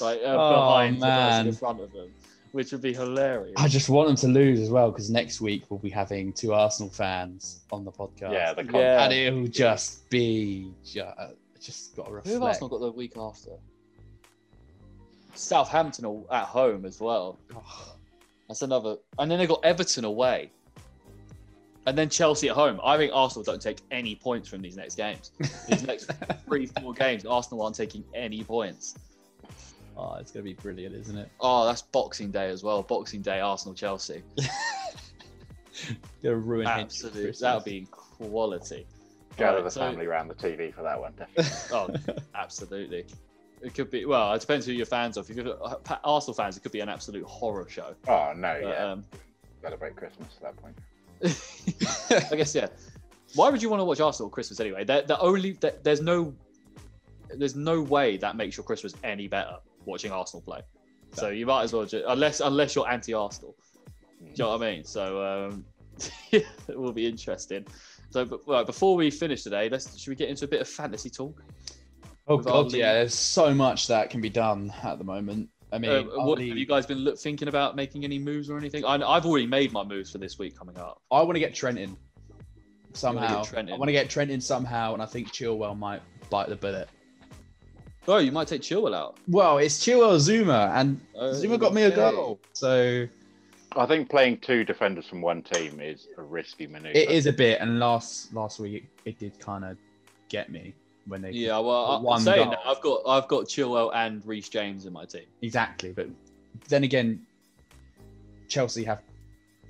A: like uh,
B: Oh,
A: behind the person
B: man.
A: in front of them, which would be hilarious.
B: I just want them to lose as well because next week we'll be having two Arsenal fans on the podcast.
C: Yeah, the con-
A: Yeah.
B: and it'll just be just, just got to
A: Who have
B: reflect.
A: Arsenal got the week after? Southampton are at home as well.
B: Oh,
A: That's another. And then they got Everton away. And then Chelsea at home. I think Arsenal don't take any points from these next games. These next three, four games, Arsenal aren't taking any points.
B: oh, it's gonna be brilliant, isn't it?
A: Oh, that's Boxing Day as well. Boxing Day, Arsenal, Chelsea.
B: Gonna ruin Hinch's
A: Absolutely.
B: Christmas.
A: That would be quality.
C: Gather
A: Right,
C: the
A: so-
C: family round the TV for that one. definitely.
A: Oh, absolutely. It could be, well, it depends who your fans are. If you're uh, Arsenal fans, it could be an absolute horror show.
C: Oh no, yeah.
A: um,
C: Celebrate Christmas at that point.
A: I guess yeah. Why would you want to watch Arsenal Christmas anyway? They're, the only they there's no there's no way that makes your Christmas any better watching Arsenal play. So you might as well just, unless unless you're anti Arsenal. Do you know what I mean? So um, it will be interesting. So but, right, before we finish today, let's should we get into a bit of fantasy talk?
B: Oh
A: with our
B: god, yeah.
A: league.
B: There's so much that can be done at the moment. I mean,
A: Uh,
B: our
A: what, have
B: league-
A: you guys been look, thinking about making any moves or anything? I, I've already made my moves for this week coming up.
B: I want to get Trent in somehow.
A: Trent in?
B: I want to get Trent in somehow, and I think Chilwell might bite the bullet.
A: Oh, you might take Chilwell out.
B: Well, it's Chilwell Zuma, and
A: Oh,
B: Zuma got me a
A: okay.
B: goal, so
C: Mm. I think playing two defenders from one team is a risky maneuver.
B: it is a bit. And last last week, it did kind of get me when they
A: Yeah, well,
B: But
A: I- I'm
B: one
A: saying
B: goal.
A: that I've got I've got Chilwell and Reece James in my team.
B: Exactly, but then again, Chelsea have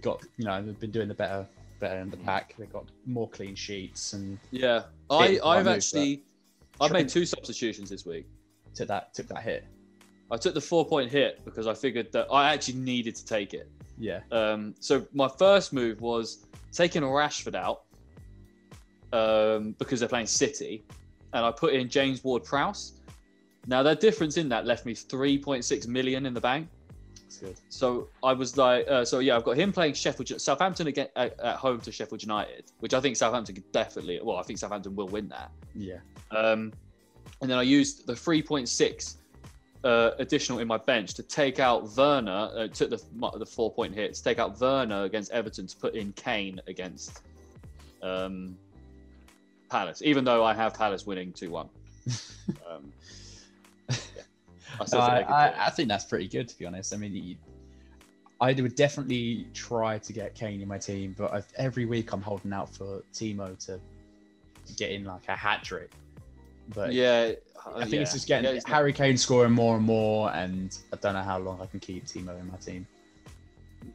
B: got you know they've been doing the better better in the pack. They've got more clean sheets and
A: Yeah, I
B: Bit of a
A: I've
B: move,
A: actually I've
B: Trent-
A: made two substitutions this week.
B: took that took that hit.
A: I took the four point hit because I figured that I actually needed to take it.
B: Yeah,
A: Um, so my first move was taking Rashford out um, because they're playing City, and I put in James Ward Prowse. Now their difference in that left me 3.6 million in the bank.
B: that's good.
A: So I was like, uh, so yeah, I've got him playing Sheffield, Southampton again uh, at, at home to Sheffield United, which I think Southampton could definitely. Well, I think Southampton will win that.
B: Yeah,
A: Um, and then I used the 3.6 uh, additional in my bench to take out Werner. Uh, took the the four point hit to take out Werner against Everton to put in Kane against um, Palace. Even though I have Palace winning two one. um, yeah. I
B: No,
A: still
B: I,
A: think they could do it.
B: Uh, I, I think that's pretty good to be honest. I mean, you, I would definitely try to get Kane in my team, but i every week I'm holding out for Timo to get in like a hat trick. But
A: yeah, uh,
B: I think it's just getting
A: Yeah, it's not-
B: Harry Kane scoring more and more, and I don't know how long I can keep Timo in my team.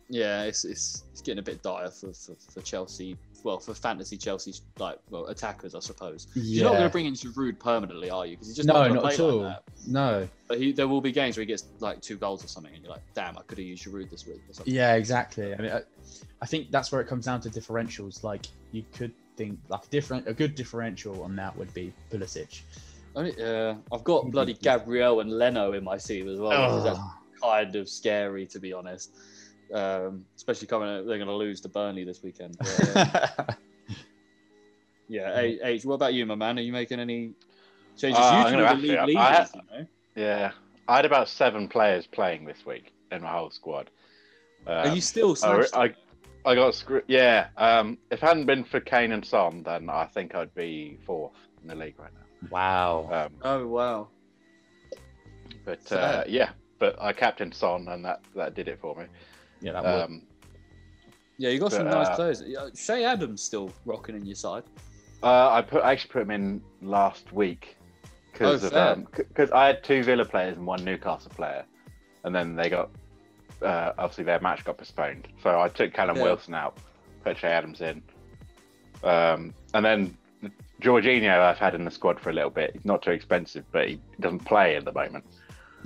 A: yeah, it's, it's it's getting a bit dire for, for, for Chelsea. Well, for fantasy Chelsea like well attackers, I suppose. You're not going to bring in Giroud permanently, are you? Because he's just
B: No,
A: not, gonna
B: not
A: play
B: at all.
A: Like that.
B: no.
A: But he, there will be games where he gets like two goals or something, and you're like, damn, I could have used Giroud this week or something.
B: Yeah, exactly. I mean, I, I think that's where it comes down to differentials. Like you could think like different a good differential on that would be Pulisic.
A: Only- yeah, uh, I've got bloody Gabriel and Leno in my team as well. which is
B: Ugh.
A: actually kind of scary to be honest. Um, especially coming, out- they're going to lose to Burnley this weekend. But, uh, yeah, H, H, what about you, my man? Are you making any changes?
C: Uh,
A: you
C: I'm
A: two
C: gonna
A: are
C: have
A: the
C: to.
A: league
C: I-
A: leaders, you know?
C: Yeah, I had about seven players playing this week in my whole squad. Um,
A: Are you still smashed?
C: I- I got screwed. Yeah. Um, if it hadn't been for Kane and Son, then I think I'd be fourth in the league right
B: wow.
C: now. Um,
A: oh wow!
C: but uh,
A: Fair.
C: yeah, but I captained Son, and that that did it for me.
B: yeah, that would.
C: Um,
A: Yeah, you got some
C: But,
A: nice
C: uh,
A: players. Yeah, Shay Adams still rocking in your side.
C: uh, I put I actually put him in last week because
A: Oh,
C: of
A: fair.
C: um, c- 'cause I had two Villa players and one Newcastle player, and then they got uh, obviously their match got postponed. So I took Callum
A: Yeah.
C: Wilson out, put Shay Adams in, um, and then Jorginho, I've had in the squad for a little bit. He's not too expensive, but he doesn't play at the moment.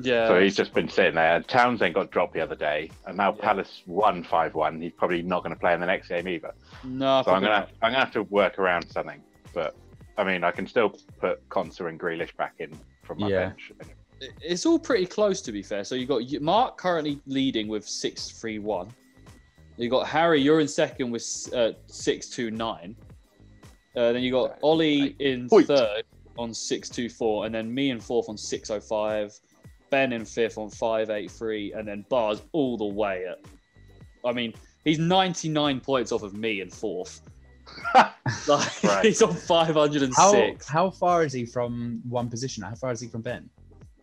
A: Yeah.
C: so he's just been sitting there. Townsend got dropped the other day, and now
A: Uh, Yeah.
C: Palace won 5 1. He's probably not going to play in the next game either.
A: no,
C: So I'm
A: probably
C: gonna
A: not.
C: I'm gonna have to work around something. But I mean, I can still put Conser and Grealish back in from my
B: Yeah.
C: bench.
A: It- It's all pretty close, to be fair. So you've got y- Mark currently leading with six three one. You got Harry. You're in second with s- uh, six two nine. Uh, then you got Ollie in
C: Point.
A: third on six two four, and then me in fourth on six oh five. Ben in fifth on five eight three, and then Bars all the way at. I mean, he's ninety nine points off of me in fourth. like
C: Right.
A: he's on five hundred and
B: How
A: six.
B: how far is he from one position? How far is he from Ben?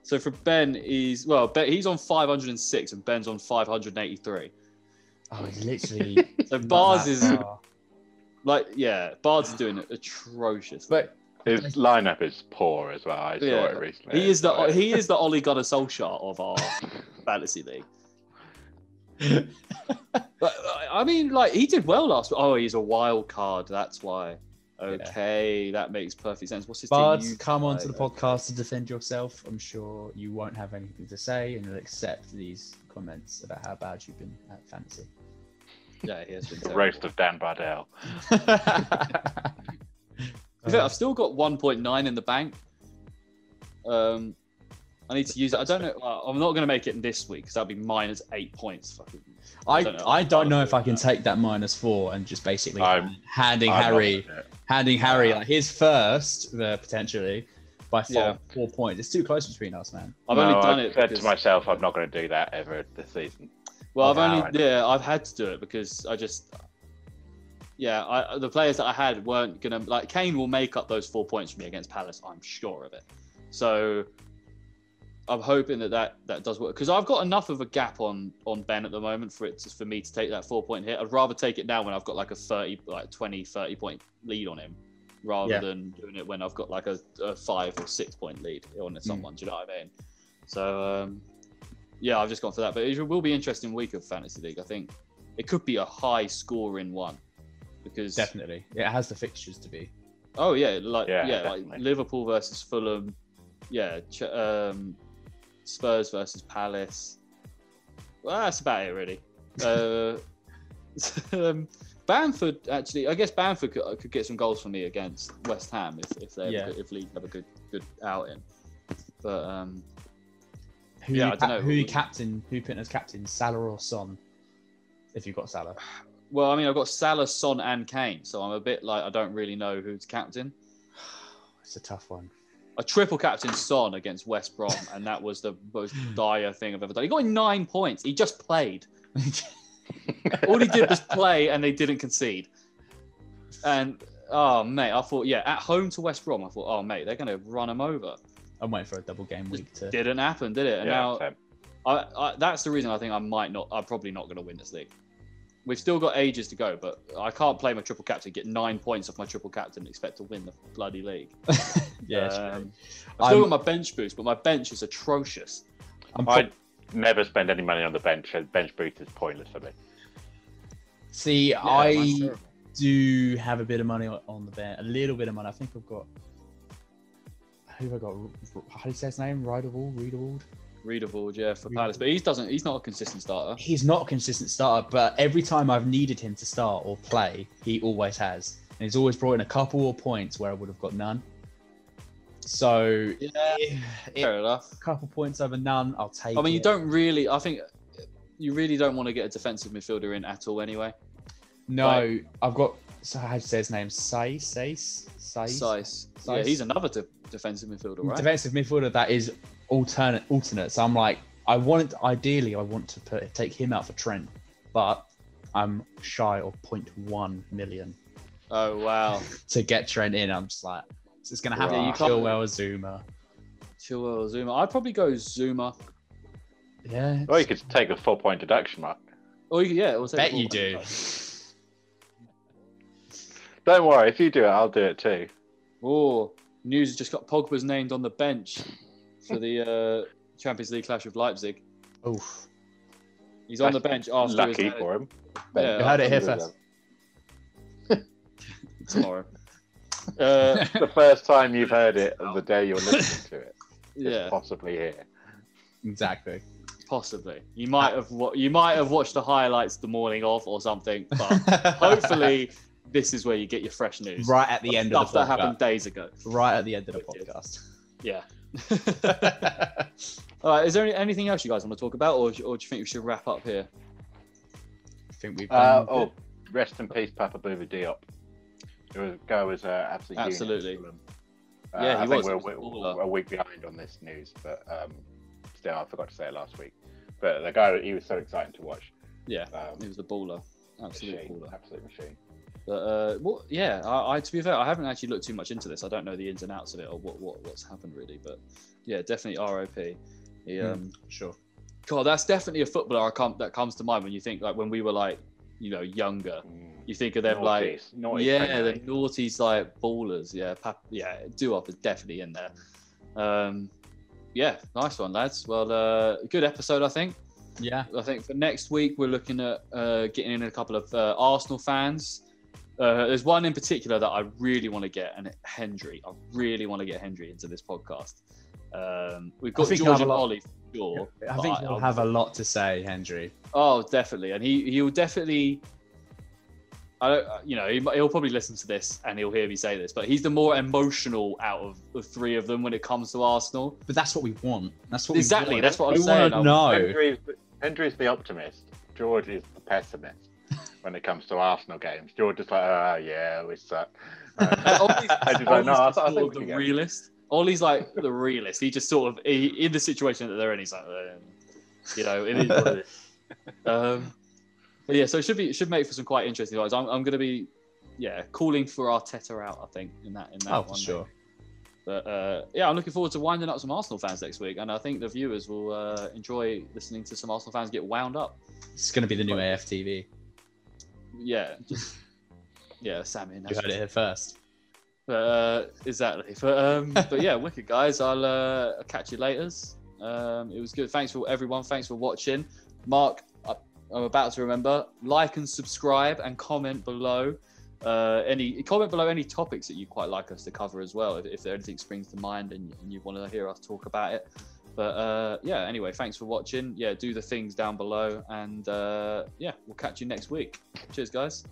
A: So for Ben, he's well, ben, he's on 506 and Ben's on 583.
B: Oh, he's literally
A: So Bars
B: that
A: is
B: far.
A: like, yeah, Bars is doing it atrocious.
B: But
C: His lineup is poor as well. I saw
A: Yeah.
C: it recently.
A: he is the
C: So-
A: he is the Ole Gunnar Solskjaer of our fantasy league. But I- I mean, like he did well last. Oh, he's a wild card. That's why. Okay, that makes perfect sense. What's his team?
B: Bards,
A: You-
B: come onto the
A: play,
B: podcast to defend yourself. I'm sure you won't have anything to say and you'll accept these comments about how bad you've been at fantasy.
A: yeah, he has been
C: the
A: terrible.
C: roast of Dan Bardell.
A: In
C: Uh-huh.
B: Um,
A: fact, I've still got 1.9 in the bank. Um, I need to use it. I don't know. uh, I'm not going to make it this week because that'd be minus eight points. Fucking.
B: I,
A: don't know.
B: I don't know if I can take that minus four and just basically
C: I'm-
B: handing
C: I'm not
B: Harry
C: gonna do it.
B: handing Harry
C: Uh,
B: like his first uh, potentially by four,
A: Yeah.
B: four points. It's too close between us, man.
A: I've
C: No,
A: only done
C: I've
A: it.
C: Said
A: because-
C: to myself, I'm not going to do that ever this season.
A: well, I've
C: Wow.
A: only yeah, I've had to do it because I just yeah, I, the players that I had weren't gonna like Kane will make up those four points for me against Palace. I'm sure of it. So I'm hoping that that, that does work because I've got enough of a gap on on Ben at the moment for it to, for me to take that four point hit. I'd rather take it now when I've got like a 30 like 20 30 point lead on him rather
B: Yeah.
A: than doing it when I've got like a, a 5 or 6 point lead on
B: Hmm.
A: someone, do you know what I mean? So um yeah, I've just gone for that, but it will be an interesting week of fantasy league. I think it could be a high scoring one because
B: Definitely, it has the fixtures to be.
A: Oh yeah, like yeah,
C: Yeah,
A: like
C: definitely.
A: Liverpool versus Fulham, yeah, Ch- um, Spurs versus Palace. Well, that's about it really. Uh, um, Bamford actually, I guess Bamford could, could get some goals for me against West Ham if if they
B: Yeah.
A: have a good- if Leeds have a good good outing. But um,
B: Who
A: Yeah,
B: you
A: I
B: cap-
A: dunno.
B: Who you captain? Who you putting as captain? Salah or Son? If you've got Salah,
A: well, I mean, I've got Salah, Son, and Kane, so I'm a bit like I don't really know who's captain.
B: it's a tough one.
A: a triple captain Son against West Brom, and that was the most dire thing I've ever done. He got in nine points. He just played. All he did was play, and they didn't concede. And oh mate, I thought yeah, at home to West Brom, I thought oh mate, they're gonna run him over.
B: I'm waiting for a double game week to.
A: Didn't happen, did it? And now
C: same.
A: I, I, that's the reason I think I might not. I'm probably not going to win this league. We've still got ages to go, but I can't play my triple captain, get nine points off my triple captain, and expect to win the bloody league.
B: yeah, it's
A: Um,
B: true.
A: I've still
B: I'm-
A: got my bench boost, but my bench is atrocious.
B: I'm
C: I never spend any money on the bench. so Bench boost is pointless for me.
B: pro- see.
A: Yeah,
B: I
A: mine's terrible.
B: do have a bit of money on- on the bench, a little bit of money. I think I've got. Who have I got? R- R- How do you say his name? Rideable, Readable.
A: readable, yeah, for
B: Readable.
A: Palace. But he doesn't. He's not a consistent starter.
B: He's not a consistent starter, but every time I've needed him to start or play, he always has, and he's always brought in a couple of points where I would have got none. So,
A: Yeah,
B: a
A: fair enough.
B: couple points over none, I'll take.
A: I mean, you
B: it.
A: don't really. I think you really don't want to get a defensive midfielder in at all, anyway.
B: No,
A: like-
B: I've got. So how do you say his name? Sais, Sais, Sais.
A: Size. Yeah,
B: Saiz.
A: he's another de- defensive midfielder, right?
B: defensive midfielder that is alternate alternate. So I'm like, I want ideally I want to put take him out for Trent, but I'm shy of 0.1 million
A: oh wow,
B: to get Trent in. I'm just like, so it's gonna have
C: Yeah,
B: to
C: you
B: be
A: can't-
B: Chilwell, Zuma.
A: Chilwell, Zuma. I'd probably go Zuma.
B: Yeah,
C: Or you could take a four point deduction, Mark.
A: Or you- Oh, yeah, we'll take
B: bet
A: the ball
B: you
A: back.
B: do.
C: Don't worry, if you do it, I'll do it too.
A: Oh, news has just got Pogba's named on the bench for the uh, Champions League clash with Leipzig.
B: Oof.
A: He's on the
C: That's
A: bench after his
C: Lucky
A: manager-
C: for him.
A: Yeah,
B: You heard it here first.
A: tomorrow. Uh,
C: the first time you've heard it of the day you're listening to it. It's
A: yeah,
C: possibly here.
B: exactly.
A: possibly. You might have wa- you might have watched the highlights the morning of or something, but hopefully this is where you get your fresh news.
B: right at the end of
A: stuff
B: the
A: that happened
B: podcast.
A: days ago.
B: Right at the end of the
A: Wicked.
B: podcast.
A: Yeah. All right. Is there any, anything else you guys want to talk about, or, or do you think we should wrap up here?
B: I think
A: Um,
B: we've
C: Uh,
B: done
C: oh, rest in peace, Papa Booba Diop. The guy was uh, absolutely genius.
A: Absolutely.
C: Uh,
A: Yeah, he
C: I think
A: was.
C: We're,
A: He was a
C: we're
A: baller.
C: a week behind on this news, but um, still, I forgot to say it last week. But the guy, he was so exciting to watch.
A: Yeah,
C: Um,
A: he was a baller, absolute
C: machine,
A: baller.
C: absolute machine.
A: But uh, well, yeah, I, I to be fair, I haven't actually looked too much into this. I don't know the ins and outs of it or what, what what's happened really. But yeah, definitely ROP. He,
B: Hmm.
A: um,
B: sure.
A: God, that's definitely a footballer I can't, that comes to mind when you think like when we were like, you know, younger.
C: Mm.
A: You think of them like
C: Naughties, naughty
A: yeah, the
C: friendly.
A: naughty like ballers. Yeah, Pap- yeah, Duop is definitely in there. Um, yeah, nice one, lads. Well, uh, good episode, I think.
B: Yeah.
A: I think for next week we're looking at uh, getting in a couple of uh, Arsenal fans. Uh, there's one in particular that I really want to get, and Hendry. I really want to get Hendry into this podcast. Um, we've got
B: think
A: George
B: he'll have
A: and
B: a lot-
A: Ollie for sure.
B: I
A: but
B: think we'll have a lot to say, Hendry.
A: Oh, definitely, and he he'll definitely. I don't, uh, you know, he, he'll probably listen to this and he'll hear me say this, but he's the more emotional out of the three of them when it comes to Arsenal.
B: But that's what we want. That's what
A: Exactly,
B: We want.
A: that's what I'm
B: we
A: saying.
B: want to know.
C: Hendry's, Hendry's the optimist. George is the pessimist when it comes to Arsenal games. George is like, oh, yeah, we suck. Uh,
A: And Ollie's-
C: I just like, no, I,
A: Ollie's
C: th- I
A: sort of
C: think we
A: the
C: can get
A: realist. Ollie's like the realist. He just sort of he, in the situation that they're in. He's like, "Um, you know, it is what it is. Um, but yeah, so it should be it should make for some quite interesting guys. I'm, I'm going to be, yeah, calling for Arteta out. I think in that in that
B: Oh,
A: one.
B: for sure.
A: But uh, yeah, I'm looking forward to winding up some Arsenal fans next week, and I think the viewers will uh, enjoy listening to some Arsenal fans get wound up.
B: It's going to be the new AFTV.
A: Yeah, just yeah, Sammy.
B: You heard it here first.
A: But, uh, exactly. But um, but yeah, wicked guys. I'll uh, I'll catch you later. Um, it was good. Thanks for everyone. Thanks for watching. Mark, I- I'm about to remember. Like and subscribe and comment below. Uh, any comment below any topics that you quite like us to cover as well. If, if there anything springs to mind and, and you want to hear us talk about it. But uh, yeah, anyway, thanks for watching. Yeah, do the things down below, and uh, yeah, we'll catch you next week. Cheers, guys.